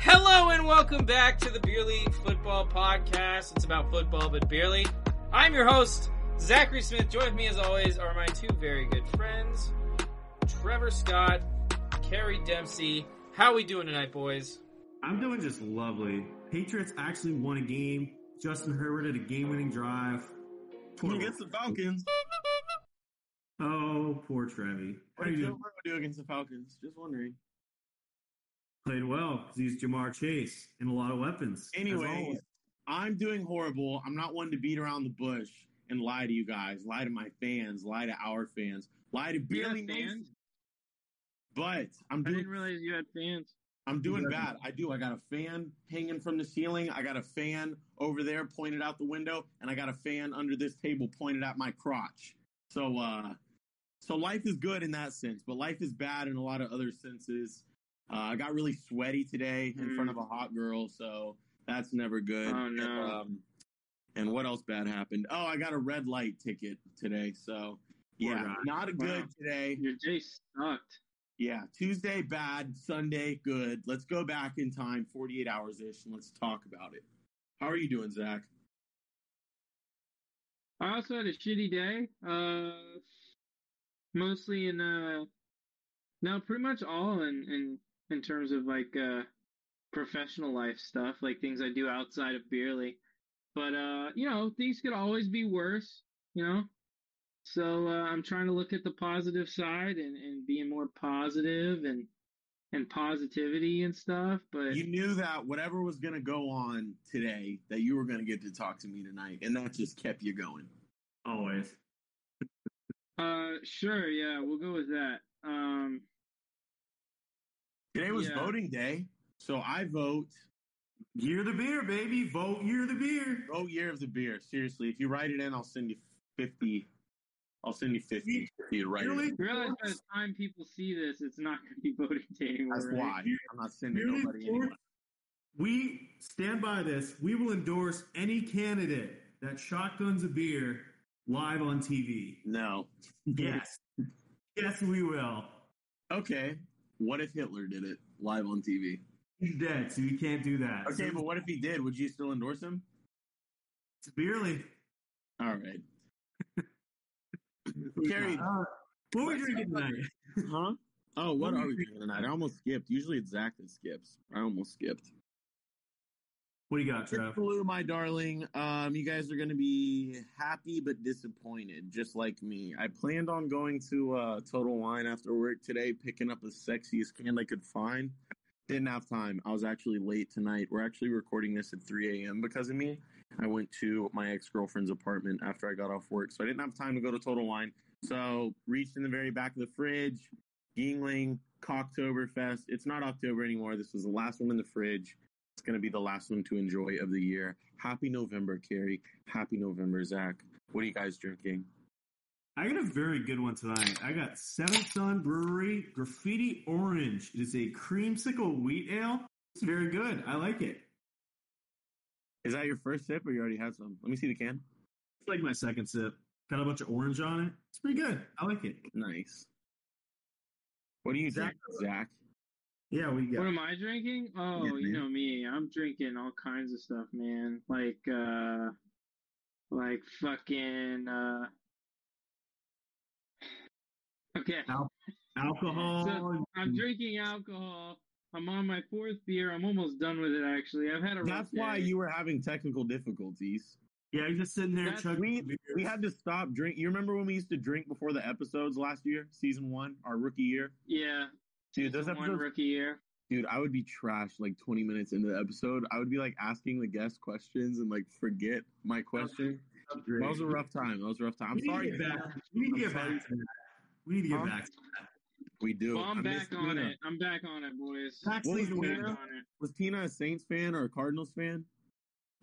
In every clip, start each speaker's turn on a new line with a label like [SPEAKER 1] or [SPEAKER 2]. [SPEAKER 1] and welcome back to the Beer League Football Podcast. It's about football, but barely. I'm your host, Zachary Smith. Joined with me, as always, are my two very good friends, Trevor Scott, Carrie Dempsey. How we doing tonight, boys?
[SPEAKER 2] I'm doing just lovely. Patriots actually won a game. Justin Herbert had a game-winning drive. Poor,
[SPEAKER 3] against the Falcons.
[SPEAKER 2] oh, poor Trevi. What
[SPEAKER 3] What
[SPEAKER 2] are
[SPEAKER 3] did
[SPEAKER 2] you
[SPEAKER 3] Joe
[SPEAKER 2] doing?
[SPEAKER 3] Burrow do against the Falcons? Just wondering.
[SPEAKER 2] Played well 'cause he's Jamar Chase and a lot of weapons. as
[SPEAKER 3] Anyways,
[SPEAKER 2] always.
[SPEAKER 3] I'm doing horrible. I'm not one to beat around the bush and lie to you guys, lie to my fans, lie to our fans, lie to
[SPEAKER 4] You
[SPEAKER 3] barely
[SPEAKER 4] have
[SPEAKER 3] fans.
[SPEAKER 4] fans?
[SPEAKER 3] But I'm
[SPEAKER 4] I
[SPEAKER 3] doing
[SPEAKER 4] didn't realize you had fans.
[SPEAKER 3] I'm doing
[SPEAKER 2] Exactly.
[SPEAKER 3] bad. I do. I got a fan hanging from the ceiling. I got a fan over there pointed out the window, and I got a fan under this table pointed at my crotch. So, uh, so life is good in that sense, but life is bad in a lot of other senses. Uh, I got really sweaty today in
[SPEAKER 4] Mm.
[SPEAKER 3] front of a hot girl, so that's never good.
[SPEAKER 4] Oh, no.
[SPEAKER 3] Um, and what else bad happened? Oh, I got a red light ticket today, so yeah,
[SPEAKER 2] guy.
[SPEAKER 3] not a good
[SPEAKER 4] Wow.
[SPEAKER 3] today.
[SPEAKER 4] Your day sucked.
[SPEAKER 3] Yeah, Tuesday bad, Sunday good. Let's go back in time, 48 hours ish, and let's talk about it. How are you doing, Zach?
[SPEAKER 4] I also had a shitty day. Uh, mostly in uh, no, pretty much all in in in terms of like uh, professional life stuff, like things I do outside of Beerly. But uh, you know, things could always be worse. You know, so uh, I'm trying to look at the positive side and and being more positive and and positivity and stuff. But
[SPEAKER 3] You knew that whatever was going to go on today, that you were going to get to talk to me tonight, and that just kept you going.
[SPEAKER 2] always.
[SPEAKER 4] Uh, sure, yeah, we'll go with that. Um,
[SPEAKER 3] Today was
[SPEAKER 4] Yeah.
[SPEAKER 3] voting day, so I vote.
[SPEAKER 2] Year the beer, baby. Vote year the beer.
[SPEAKER 3] Vote year of the beer. Seriously, if you write it in, I'll send you 50. I'll send you 50 for you to write it
[SPEAKER 2] Really?
[SPEAKER 3] in.
[SPEAKER 4] you realize by the time people see this, it's not going to be voting day anymore.
[SPEAKER 3] That's
[SPEAKER 4] right?
[SPEAKER 3] why I'm not sending
[SPEAKER 2] Year the
[SPEAKER 3] nobody
[SPEAKER 2] fourth-
[SPEAKER 3] anyone.
[SPEAKER 2] We stand by this. We will endorse any candidate that shotguns a beer live on TV.
[SPEAKER 3] No.
[SPEAKER 2] Yes. yes, we will.
[SPEAKER 3] Okay. What if Hitler did it live on TV?
[SPEAKER 2] He's dead, so you can't do that.
[SPEAKER 3] Okay,
[SPEAKER 2] So
[SPEAKER 3] but what if he did? Would you still endorse him?
[SPEAKER 2] it's barely.
[SPEAKER 3] All right. Carrie,
[SPEAKER 2] Uh, what are we drinking tonight?
[SPEAKER 3] huh? Oh, what are we doing tonight? I almost skipped. Usually it's Zach that skips. I almost skipped.
[SPEAKER 2] What do you got, Trev?
[SPEAKER 3] Blue, my darling. Um, you guys are going to be happy but disappointed, just like me. I planned on going to uh, Total Wine after work today, picking up the sexiest can I could find. Didn't have time. I was actually late tonight. We're actually recording this at 3 a.m. because of me. I went to my ex girlfriend's apartment after I got off work, so I didn't have time to go to Total Wine. So reached in the very back of the fridge, Yingling, Cocktoberfest. It's not October anymore. This was the last one in the fridge. It's going to be the last one to enjoy of the year. Happy November, Carrie. Happy November, Zach. What are you guys drinking?
[SPEAKER 2] I got a very good one tonight. I got Seventh Sun Brewery Graffiti Orange. It is a creamsicle wheat ale. It's very good. I like it.
[SPEAKER 3] Is that your first sip or you already had some? Let me see the can.
[SPEAKER 2] It's like my second sip. Got a bunch of orange on it. It's pretty good. I like it.
[SPEAKER 3] Nice. What do you
[SPEAKER 2] Zach-
[SPEAKER 3] drink, Zach?
[SPEAKER 2] Yeah, we
[SPEAKER 4] What
[SPEAKER 2] got.
[SPEAKER 4] am I drinking? Oh,
[SPEAKER 3] Yeah, man.
[SPEAKER 4] you know me. I'm drinking all kinds of stuff, man. Like, uh, like fucking, uh, okay.
[SPEAKER 2] Alcohol.
[SPEAKER 4] So-
[SPEAKER 3] Mm.
[SPEAKER 4] I'm drinking alcohol. I'm on my fourth beer. I'm almost done with it, actually. I've had a rough
[SPEAKER 3] That's why
[SPEAKER 4] day.
[SPEAKER 3] you were having technical difficulties.
[SPEAKER 2] yeah, you're just sitting there
[SPEAKER 4] That's
[SPEAKER 2] chugging.
[SPEAKER 3] we-
[SPEAKER 2] beer.
[SPEAKER 3] We had to stop drink. You remember when we used to drink before the episodes last year, season one, our rookie year?
[SPEAKER 4] Yeah.
[SPEAKER 3] Dude, those
[SPEAKER 4] Season one
[SPEAKER 3] episodes-
[SPEAKER 4] rookie year.
[SPEAKER 3] Dude, I would be trashed like 20 minutes into the episode. I would be like asking the guest questions and like forget my question. That was a rough time. That was a rough time. I'm
[SPEAKER 2] we
[SPEAKER 3] sorry.
[SPEAKER 2] Need to get back. We need to
[SPEAKER 3] I'm
[SPEAKER 2] get
[SPEAKER 3] sorry.
[SPEAKER 2] back. To that. We need to get
[SPEAKER 3] Huh?
[SPEAKER 2] back. To
[SPEAKER 3] We do.
[SPEAKER 4] Well, I'm
[SPEAKER 3] I miss
[SPEAKER 4] back on
[SPEAKER 3] Tina.
[SPEAKER 4] it. I'm back on it, boys.
[SPEAKER 2] that. Back
[SPEAKER 3] What was
[SPEAKER 2] season
[SPEAKER 3] the
[SPEAKER 4] Back
[SPEAKER 3] winner?
[SPEAKER 2] winner.
[SPEAKER 4] on it.
[SPEAKER 3] Was Tina a Saints fan or a Cardinals fan?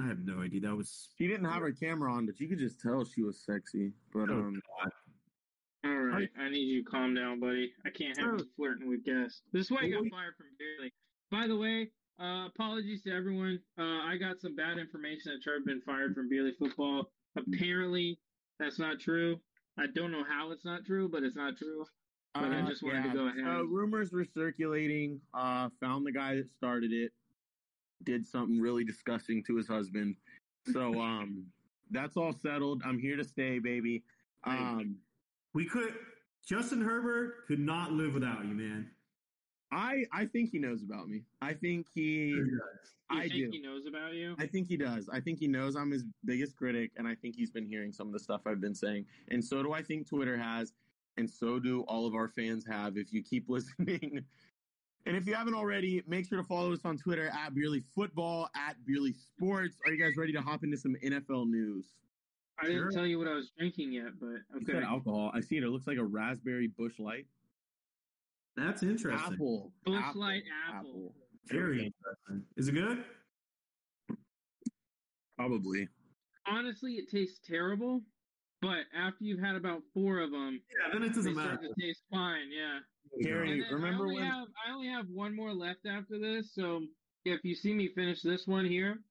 [SPEAKER 2] I have no idea. That was.
[SPEAKER 3] She didn't have her camera on, but you could just tell she was sexy. But
[SPEAKER 2] Oh,
[SPEAKER 3] um,
[SPEAKER 2] God.
[SPEAKER 4] All right, I need you to calm down, buddy. I can't have you flirting with guests. This is why you got fired from Barely. By the way, uh, apologies to everyone. Uh, I got some bad information that Trev been fired from Barely football. Apparently, that's not true. I don't know how it's not true, but it's not true. But I
[SPEAKER 3] uh,
[SPEAKER 4] just wanted to go ahead.
[SPEAKER 3] Uh, rumors were circulating. Uh, found the guy that started it. did something really disgusting to his husband. So um, that's all settled. I'm here to stay, baby. Um,
[SPEAKER 2] We could. Justin Herbert could not live without you, man.
[SPEAKER 3] I I think he knows about me. I think he.
[SPEAKER 4] You
[SPEAKER 3] I
[SPEAKER 4] think
[SPEAKER 3] do.
[SPEAKER 4] he knows about you?
[SPEAKER 3] I think he does. I think he knows I'm his biggest critic, and I think he's been hearing some of the stuff I've been saying. And so do I think Twitter has, and so do all of our fans have if you keep listening. And if you haven't already, make sure to follow us on Twitter at Beerly Football, at Beerly Sports. Are you guys ready to hop into some NFL news?
[SPEAKER 4] I didn't
[SPEAKER 2] Sure.
[SPEAKER 4] tell you what I was drinking yet, but
[SPEAKER 3] You
[SPEAKER 4] okay.
[SPEAKER 3] said alcohol. I see it. It looks like a raspberry bush light.
[SPEAKER 2] That's interesting.
[SPEAKER 3] Apple.
[SPEAKER 4] Bush
[SPEAKER 3] Apple.
[SPEAKER 4] Light apple.
[SPEAKER 2] Very interesting. Is it good?
[SPEAKER 3] Probably.
[SPEAKER 4] Honestly, it tastes terrible, but after you've had about four of them,
[SPEAKER 2] Yeah, then it
[SPEAKER 4] they
[SPEAKER 2] doesn't
[SPEAKER 4] start
[SPEAKER 2] matter.
[SPEAKER 4] to taste fine. Yeah.
[SPEAKER 3] Gary,
[SPEAKER 4] And then
[SPEAKER 3] remember
[SPEAKER 4] I only
[SPEAKER 3] when-
[SPEAKER 4] have I only have one more left after this, so if you see me finish this one here,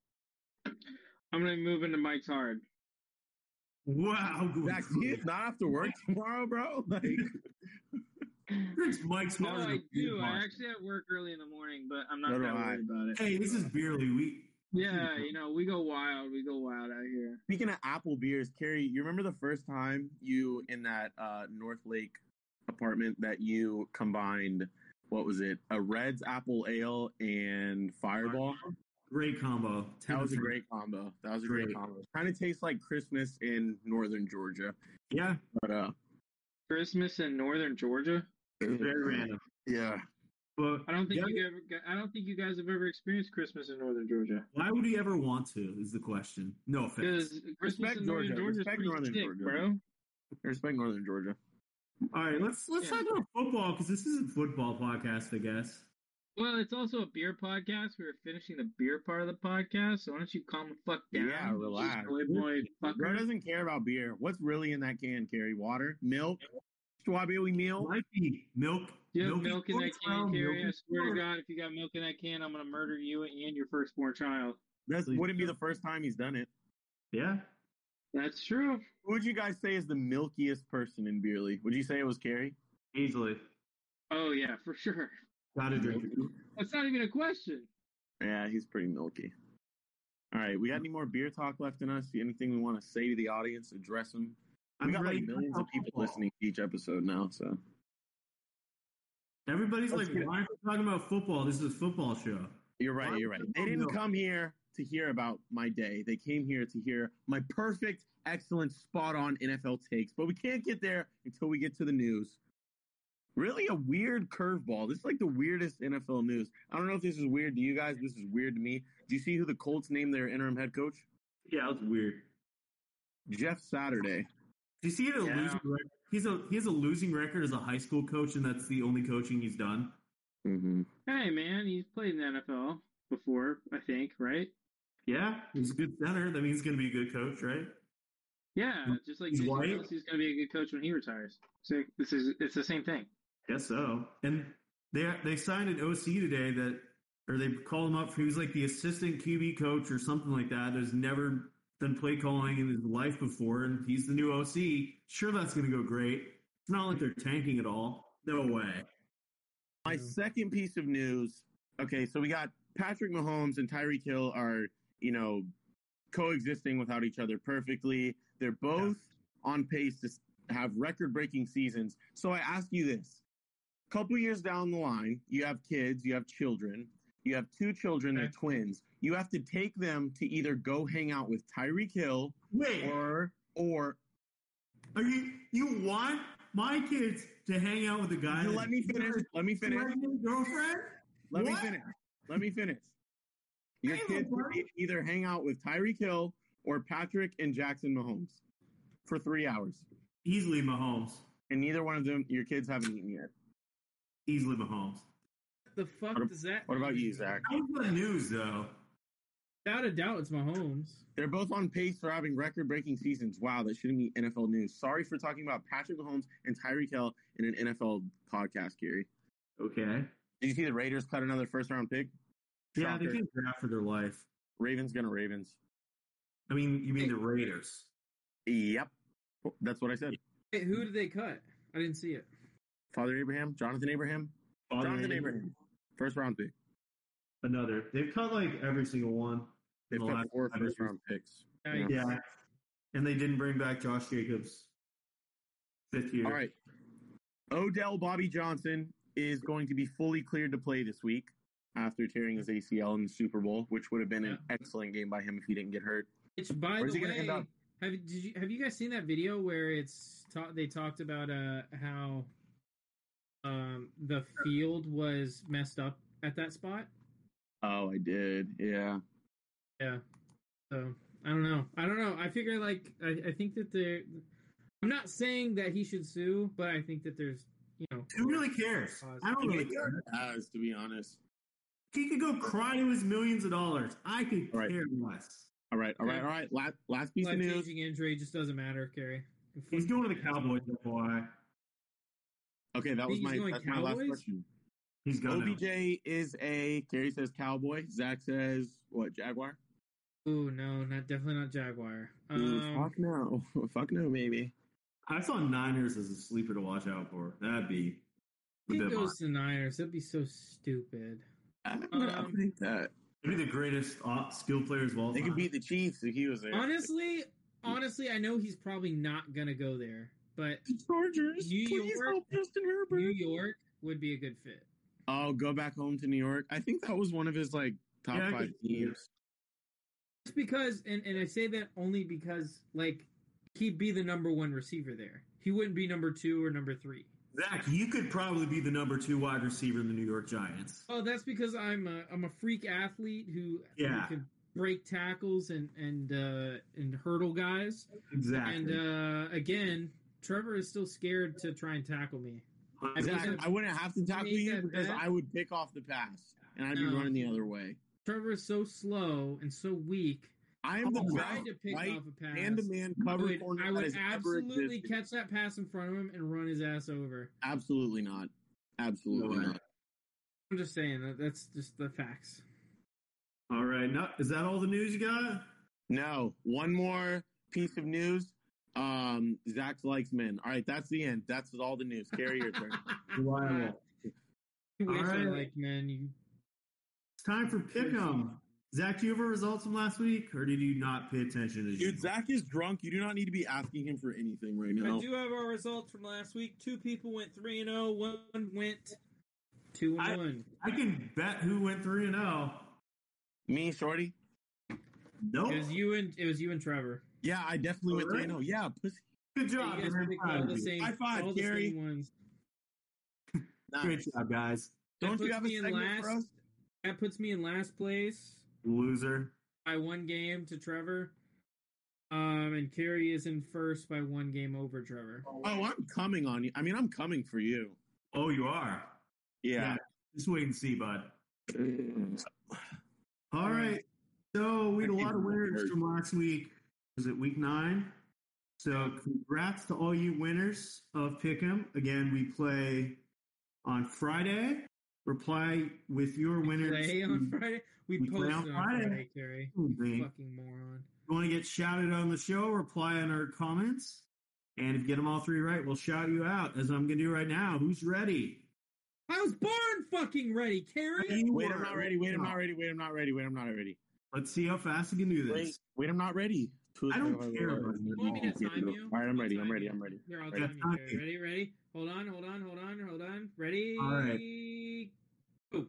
[SPEAKER 4] I'm gonna move into Mike's hard.
[SPEAKER 2] Wow,
[SPEAKER 3] Zach, do you not have to work tomorrow, bro? Like,
[SPEAKER 2] Drinks Mike's
[SPEAKER 4] No,
[SPEAKER 2] harder
[SPEAKER 4] I
[SPEAKER 2] than
[SPEAKER 4] do.
[SPEAKER 2] Mike's.
[SPEAKER 4] I actually have work early in the morning, but I'm not
[SPEAKER 3] So do I.
[SPEAKER 4] that worried about it.
[SPEAKER 2] Hey, this is barely we.
[SPEAKER 4] Yeah, you know, we go wild. We go wild out here.
[SPEAKER 3] Speaking of apple beers, Carrie, you remember the first time you in that uh, North Lake apartment that you combined what was it? A Reds apple ale and Fireball.
[SPEAKER 2] Great combo.
[SPEAKER 3] That was a
[SPEAKER 2] Ten-
[SPEAKER 3] great combo. That was a great
[SPEAKER 2] Great.
[SPEAKER 3] combo. Kind of tastes like Christmas in northern Georgia,
[SPEAKER 2] Yeah,
[SPEAKER 3] but uh,
[SPEAKER 4] Christmas in northern Georgia.
[SPEAKER 2] very random.
[SPEAKER 3] yeah.
[SPEAKER 2] But
[SPEAKER 4] I don't think
[SPEAKER 2] Yeah.
[SPEAKER 4] you ever. got- I don't think you guys have ever experienced Christmas in northern Georgia.
[SPEAKER 2] why would he ever want to? Is the question. No offense.
[SPEAKER 4] Because Christmas
[SPEAKER 3] Respect
[SPEAKER 4] in northern
[SPEAKER 3] Georgia.
[SPEAKER 4] Georgia is
[SPEAKER 3] Respect
[SPEAKER 4] pretty
[SPEAKER 3] northern
[SPEAKER 4] sick,
[SPEAKER 3] Georgia.
[SPEAKER 4] bro.
[SPEAKER 3] I respect northern Georgia.
[SPEAKER 2] All right, let's let's
[SPEAKER 4] Yeah.
[SPEAKER 2] talk about football because this isn't football podcast, I guess.
[SPEAKER 4] Well, it's also a beer podcast. We were finishing the beer part of the podcast, so why don't you calm the fuck down?
[SPEAKER 3] Yeah,
[SPEAKER 4] you
[SPEAKER 3] relax.
[SPEAKER 4] soy boy
[SPEAKER 3] Bro
[SPEAKER 4] fucker.
[SPEAKER 3] doesn't care about beer. What's really in that can, Carrie? Water, milk, strawberry milk.
[SPEAKER 2] Might be milk.
[SPEAKER 4] You have
[SPEAKER 2] milky
[SPEAKER 4] milk in that can,
[SPEAKER 2] cornflower,
[SPEAKER 4] Carrie. I
[SPEAKER 2] milky
[SPEAKER 4] swear
[SPEAKER 2] corn.
[SPEAKER 4] to God, if you got milk in that can, I'm gonna murder you and your firstborn child.
[SPEAKER 3] That wouldn't be the first time he's done it.
[SPEAKER 2] Yeah.
[SPEAKER 4] That's true.
[SPEAKER 3] Who would you guys say is the milkiest person in Beerly? Would you say it was Carrie?
[SPEAKER 2] Easily.
[SPEAKER 4] Oh yeah, for sure.
[SPEAKER 2] Gotta drink it.
[SPEAKER 4] That's not even a question.
[SPEAKER 3] Yeah, he's pretty milky. All right, we got any more beer talk left in us? Anything we want to say to the audience? Address them. We
[SPEAKER 2] I'm
[SPEAKER 3] got
[SPEAKER 2] ready
[SPEAKER 3] like
[SPEAKER 2] to
[SPEAKER 3] millions of
[SPEAKER 2] talk
[SPEAKER 3] people
[SPEAKER 2] football.
[SPEAKER 3] listening to each episode now. So
[SPEAKER 2] Everybody's
[SPEAKER 3] Let's
[SPEAKER 2] like,
[SPEAKER 3] get it.
[SPEAKER 2] why aren't you talking about football? This is a football show.
[SPEAKER 3] you're right. You're right. They didn't come here to hear about my day. They came here to hear my perfect, excellent, spot on NFL takes. But we can't get there until we get to the news. Really, a weird curveball. This is like the weirdest NFL news. I don't know if this is weird to you guys. This is weird to me. Do you see who the Colts named their interim head coach?
[SPEAKER 2] Yeah, that was weird.
[SPEAKER 3] Jeff Saturday.
[SPEAKER 2] Do you see he had a
[SPEAKER 4] Yeah.
[SPEAKER 2] losing record? He's a he has a losing record as a high school coach, and that's the only coaching he's done.
[SPEAKER 3] Mm-hmm.
[SPEAKER 4] Hey man, he's played in the NFL before, I think, right?
[SPEAKER 2] Yeah, he's a good center. That means he's going to be a good coach, right?
[SPEAKER 4] Yeah, just like
[SPEAKER 2] He's
[SPEAKER 4] Jason
[SPEAKER 2] white?
[SPEAKER 4] Kelsey's gonna be a good coach when he retires. So this is it's the same thing.
[SPEAKER 2] Guess so. And they they signed an OC today that, or they called him up. He was like the assistant QB coach or something like that. There's never done play calling in his life before, and he's the new OC. Sure, that's going to go great. It's not like they're tanking at all. No way.
[SPEAKER 3] My second piece of news. Okay, so we got Patrick Mahomes and Tyreek Hill are, you know, coexisting without each other perfectly. They're both on pace to s- have record-breaking seasons. So I ask you this. Couple years down the line, you have kids, you have children, you have two children, they're
[SPEAKER 4] Okay.
[SPEAKER 3] twins. You have to take them to either go hang out with Tyreek Hill
[SPEAKER 2] Wait,
[SPEAKER 3] or or
[SPEAKER 2] are you you want my kids to hang out with the guy?
[SPEAKER 3] You
[SPEAKER 2] that-
[SPEAKER 3] let me finish. Let me finish.
[SPEAKER 2] My new girlfriend.
[SPEAKER 3] Let me
[SPEAKER 2] What?
[SPEAKER 3] finish. Let me finish. Your
[SPEAKER 2] Hey,
[SPEAKER 3] kids
[SPEAKER 2] LeBron.
[SPEAKER 3] would either hang out with Tyreek Hill or Patrick and Jackson Mahomes for three hours,
[SPEAKER 2] Easily Mahomes.
[SPEAKER 3] and neither one of them, your kids haven't eaten yet.
[SPEAKER 2] Easily Mahomes.
[SPEAKER 5] The fuck
[SPEAKER 3] What ab-
[SPEAKER 5] does that?
[SPEAKER 3] What about you, Zach?
[SPEAKER 2] That was the news, though.
[SPEAKER 5] Without a doubt, it's Mahomes.
[SPEAKER 3] They're both on pace for having record-breaking seasons. Wow, that shouldn't be NFL news. Sorry for talking about Patrick Mahomes and Tyreek Hill in an NFL podcast, Gary.
[SPEAKER 2] Okay.
[SPEAKER 3] Did you see the Raiders cut another first-round pick?
[SPEAKER 2] Yeah, they
[SPEAKER 3] Shocker.
[SPEAKER 2] can draft for their life.
[SPEAKER 3] Ravens gonna Ravens.
[SPEAKER 2] I mean, you mean the Raiders?
[SPEAKER 3] Yep, that's what I said.
[SPEAKER 5] Wait, who did they cut? I didn't see it.
[SPEAKER 3] Father Abraham, Jonathan Abraham, Jonathan Abraham, first-round pick.
[SPEAKER 2] another. They've cut like every single one.
[SPEAKER 3] They've
[SPEAKER 2] Well,
[SPEAKER 3] got
[SPEAKER 2] I-
[SPEAKER 3] four
[SPEAKER 2] I-
[SPEAKER 3] first round picks. Yeah.
[SPEAKER 2] Yeah. And they didn't bring back Josh Jacobs fifth year.
[SPEAKER 3] All right. Odell Bobby Johnson is going to be fully cleared to play this week after tearing his ACL in the Super Bowl, which would have been an excellent game by him if he didn't get hurt.
[SPEAKER 5] Which, by
[SPEAKER 3] Where's
[SPEAKER 5] the
[SPEAKER 3] he gonna end
[SPEAKER 5] way,
[SPEAKER 3] up?
[SPEAKER 5] have did you have you guys seen that video where it's ta- they talked about uh how um the field was messed up at that spot?
[SPEAKER 3] Oh, I did. Yeah.
[SPEAKER 5] So I don't know. I don't know. I figure like I, I think that there. I'm not saying that he should sue, but I think that there's you know
[SPEAKER 2] Who really cares? I don't really care.
[SPEAKER 3] As to be honest.
[SPEAKER 2] He could go cry to his millions of dollars. I could
[SPEAKER 3] All right.
[SPEAKER 2] care less.
[SPEAKER 3] All right. All right. All right. Last, last piece of
[SPEAKER 5] life
[SPEAKER 3] news.
[SPEAKER 5] changing injury just doesn't matter, Kerry.
[SPEAKER 2] He's going to the Cowboys, FYI.
[SPEAKER 3] Okay, that was
[SPEAKER 5] He's
[SPEAKER 3] my
[SPEAKER 5] going
[SPEAKER 3] that's my last
[SPEAKER 5] Cowboys?
[SPEAKER 3] question.
[SPEAKER 2] He's going to.
[SPEAKER 3] OBJ is a Gary says Cowboy. Zach says what? Jaguar.
[SPEAKER 5] Ooh no, not definitely not Jaguar.
[SPEAKER 3] Ooh,
[SPEAKER 5] Um,
[SPEAKER 3] fuck no. fuck no, maybe.
[SPEAKER 2] I saw Niners as a sleeper to watch out for. That'd be.
[SPEAKER 5] if he
[SPEAKER 2] that'd
[SPEAKER 5] goes to the Niners, that'd be so stupid.
[SPEAKER 3] I don't know. I
[SPEAKER 5] Um,
[SPEAKER 3] think that
[SPEAKER 2] be the greatest uh, skill players of all
[SPEAKER 3] they
[SPEAKER 2] time.
[SPEAKER 3] could beat the Chiefs if he was there.
[SPEAKER 5] Honestly, honestly, I know he's probably not gonna go there, but
[SPEAKER 3] the Chargers.
[SPEAKER 5] New
[SPEAKER 3] please
[SPEAKER 5] York-
[SPEAKER 3] help Justin Herbert.
[SPEAKER 5] New York would be a good fit.
[SPEAKER 3] Oh, go back home to New York. I think that was one of his like top
[SPEAKER 2] Yeah, I
[SPEAKER 3] five
[SPEAKER 2] could see it.
[SPEAKER 3] teams.
[SPEAKER 5] Just because, and, and I say that only because, like, he'd be the number one receiver there. He wouldn't be number two or number three.
[SPEAKER 2] Zach, you could probably be the number two wide receiver in the New York Giants.
[SPEAKER 5] Oh, that's because I'm a I'm a freak athlete who who
[SPEAKER 2] Yeah.
[SPEAKER 5] can break tackles and and uh, and hurdle guys.
[SPEAKER 2] Exactly.
[SPEAKER 5] And uh, again, Trevor is still scared to try and tackle me. I
[SPEAKER 3] Zach,
[SPEAKER 5] wasn't-
[SPEAKER 3] I wouldn't have to tackle
[SPEAKER 5] made
[SPEAKER 3] you
[SPEAKER 5] that
[SPEAKER 3] because
[SPEAKER 5] bet.
[SPEAKER 3] I would pick off the pass and I'd be
[SPEAKER 5] No.
[SPEAKER 3] running the other way.
[SPEAKER 5] Trevor is so slow and so weak.
[SPEAKER 3] I am the
[SPEAKER 2] Oh,
[SPEAKER 5] Trying
[SPEAKER 3] best
[SPEAKER 5] to pick
[SPEAKER 3] white
[SPEAKER 5] off a pass.
[SPEAKER 3] man to man
[SPEAKER 5] I
[SPEAKER 3] cover
[SPEAKER 5] would,
[SPEAKER 3] corner
[SPEAKER 5] I
[SPEAKER 3] that
[SPEAKER 5] would
[SPEAKER 3] has ever
[SPEAKER 5] absolutely
[SPEAKER 3] existed.
[SPEAKER 5] catch that pass in front of him and run his ass over.
[SPEAKER 3] Absolutely not.
[SPEAKER 2] No
[SPEAKER 3] Absolutely
[SPEAKER 2] way.
[SPEAKER 3] not.
[SPEAKER 5] I'm just saying that that's just the facts.
[SPEAKER 2] all right. Now, is that all the news you got?
[SPEAKER 3] No. One more piece of news. Um, Zach likes men. All right, that's the end. That's all the news. Carry your turn.
[SPEAKER 2] Reliable.
[SPEAKER 5] You wish I
[SPEAKER 2] Alright.
[SPEAKER 5] like man, you
[SPEAKER 2] It's time for pick 'em. Zach, do you have our results from last week, or did you not pay attention to
[SPEAKER 3] Dude, Zach is drunk. You do not need to be asking him for anything right now.
[SPEAKER 1] I do have our results from last week. Two people went three and zero. One went.
[SPEAKER 5] two and
[SPEAKER 2] I-
[SPEAKER 5] one.
[SPEAKER 2] I can bet who went three and zero.
[SPEAKER 3] Me, Shorty?
[SPEAKER 2] Nope.
[SPEAKER 3] Oh.
[SPEAKER 5] It was you and it was you and Trevor.
[SPEAKER 3] Yeah, I definitely went
[SPEAKER 2] All right.
[SPEAKER 3] 3 0. Yeah, pussy.
[SPEAKER 2] Good
[SPEAKER 5] You
[SPEAKER 2] job.
[SPEAKER 5] guys
[SPEAKER 2] Very
[SPEAKER 5] picked
[SPEAKER 2] proud
[SPEAKER 5] all
[SPEAKER 2] of
[SPEAKER 5] the
[SPEAKER 2] you.
[SPEAKER 5] same,
[SPEAKER 3] High five,
[SPEAKER 5] all the
[SPEAKER 3] Gary.
[SPEAKER 5] same ones.
[SPEAKER 2] Great job, guys.
[SPEAKER 5] That
[SPEAKER 3] Don't you
[SPEAKER 5] puts
[SPEAKER 3] have a
[SPEAKER 5] me in
[SPEAKER 3] segment for
[SPEAKER 5] last.
[SPEAKER 3] us?
[SPEAKER 5] That puts me in last place
[SPEAKER 2] Loser.
[SPEAKER 5] by one game to Trevor. Um, and Kerry is in first by one game over Trevor.
[SPEAKER 3] Oh, I'm coming on you. I mean, I'm coming for you.
[SPEAKER 2] Oh, you are.
[SPEAKER 3] Yeah.
[SPEAKER 2] Just wait and see, bud. All
[SPEAKER 5] All right.
[SPEAKER 2] right. So we had a
[SPEAKER 3] I
[SPEAKER 2] lot of
[SPEAKER 3] think-
[SPEAKER 2] winners from last week. Was it week nine? So congrats to all you winners of Pick'em. Again, we play on Friday. Reply with your winners. Hmm.
[SPEAKER 5] Play on Friday. We,
[SPEAKER 2] We play
[SPEAKER 5] posted
[SPEAKER 2] on
[SPEAKER 5] on
[SPEAKER 2] Friday.
[SPEAKER 5] Friday, Kerry.
[SPEAKER 2] Friday.
[SPEAKER 5] Fucking moron.
[SPEAKER 2] you want to get shouted on the show, reply on our comments. And if you get them all three right, we'll shout you out as I'm going to do right now. Who's ready?
[SPEAKER 5] I was born fucking ready, Kerry.
[SPEAKER 2] You
[SPEAKER 3] Wait, I'm
[SPEAKER 2] are.
[SPEAKER 3] not ready. Wait, I'm not ready. Wait, I'm not ready. Wait, I'm not ready.
[SPEAKER 2] Let's see how fast you can do
[SPEAKER 3] Wait,
[SPEAKER 2] this.
[SPEAKER 3] wait, I'm not ready.
[SPEAKER 2] I don't care about
[SPEAKER 5] You want me to time you?
[SPEAKER 3] All right, I'm
[SPEAKER 5] I'll
[SPEAKER 3] ready. I'm
[SPEAKER 5] time
[SPEAKER 3] ready.
[SPEAKER 5] you.
[SPEAKER 3] I'm ready.
[SPEAKER 5] Here, I'll
[SPEAKER 3] Ready.
[SPEAKER 5] time you.
[SPEAKER 2] Time.
[SPEAKER 5] Here. Ready, ready. Hold on, hold on, hold on, hold on. Ready?
[SPEAKER 2] All
[SPEAKER 5] Go.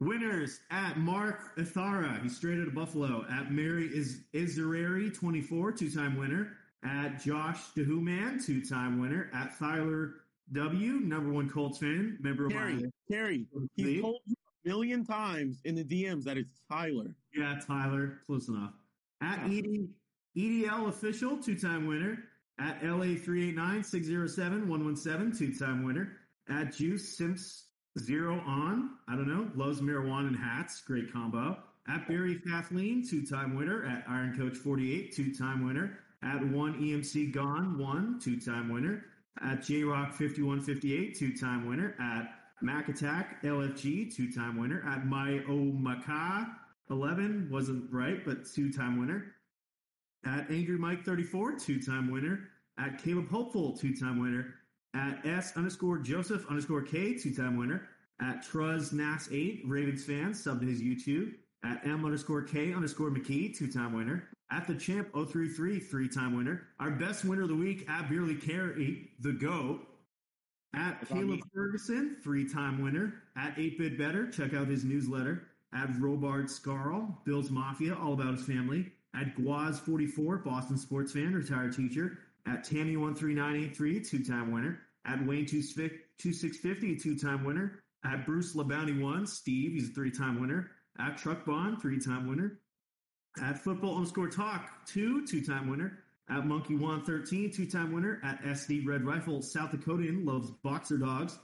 [SPEAKER 2] Winners at Mark Ithara. He's straight out of Buffalo. At Mary is Izerary, 24, two time winner. At Josh Dehuman, two time winner. At Tyler W, number one Colts fan, member of
[SPEAKER 3] Carrie,
[SPEAKER 2] my.
[SPEAKER 3] Carrie, he told you a million times in the DMs that it's Tyler.
[SPEAKER 2] Yeah, Tyler, close enough. At E ED, EDL official, two time winner. At LA 389 607 117, two time winner. At Juice Simps Zero On, I don't know, loves marijuana and hats, great combo. At Barry Kathleen, two time winner. At Iron Coach 48, two time winner. At One EMC Gone, one, two time winner. At J Rock 5158, two time winner. At Mac Attack LFG, two time winner. At My O Maca 11 wasn't right, but two time winner. At Angry Mike 34, two time winner. At Caleb Hopeful, two time winner. At S underscore Joseph underscore K, two time winner. At TruzNax8, Ravens fan, sub to his YouTube. At M underscore K underscore McKee, two time winner. At the champ 033, three time winner. Our best winner of the week at Beerly Carey, the GO. At
[SPEAKER 3] That's on
[SPEAKER 2] Caleb
[SPEAKER 3] me.
[SPEAKER 2] Ferguson, three time winner. At 8 Bit Better, check out his newsletter. At Robard Scarl, Bill's Mafia, all about his family. At Guaz44, Boston sports fan, retired teacher. At Tammy13983, two time winner. At Wayne2650, two time winner. At Bruce Labounty1, Steve, he's a three time winner. At Truck Bond, three time winner. At Football underscore Talk, two, two time winner. At Monkey Juan 13, two time winner. At SD Red Rifle, South Dakotan, loves boxer dogs.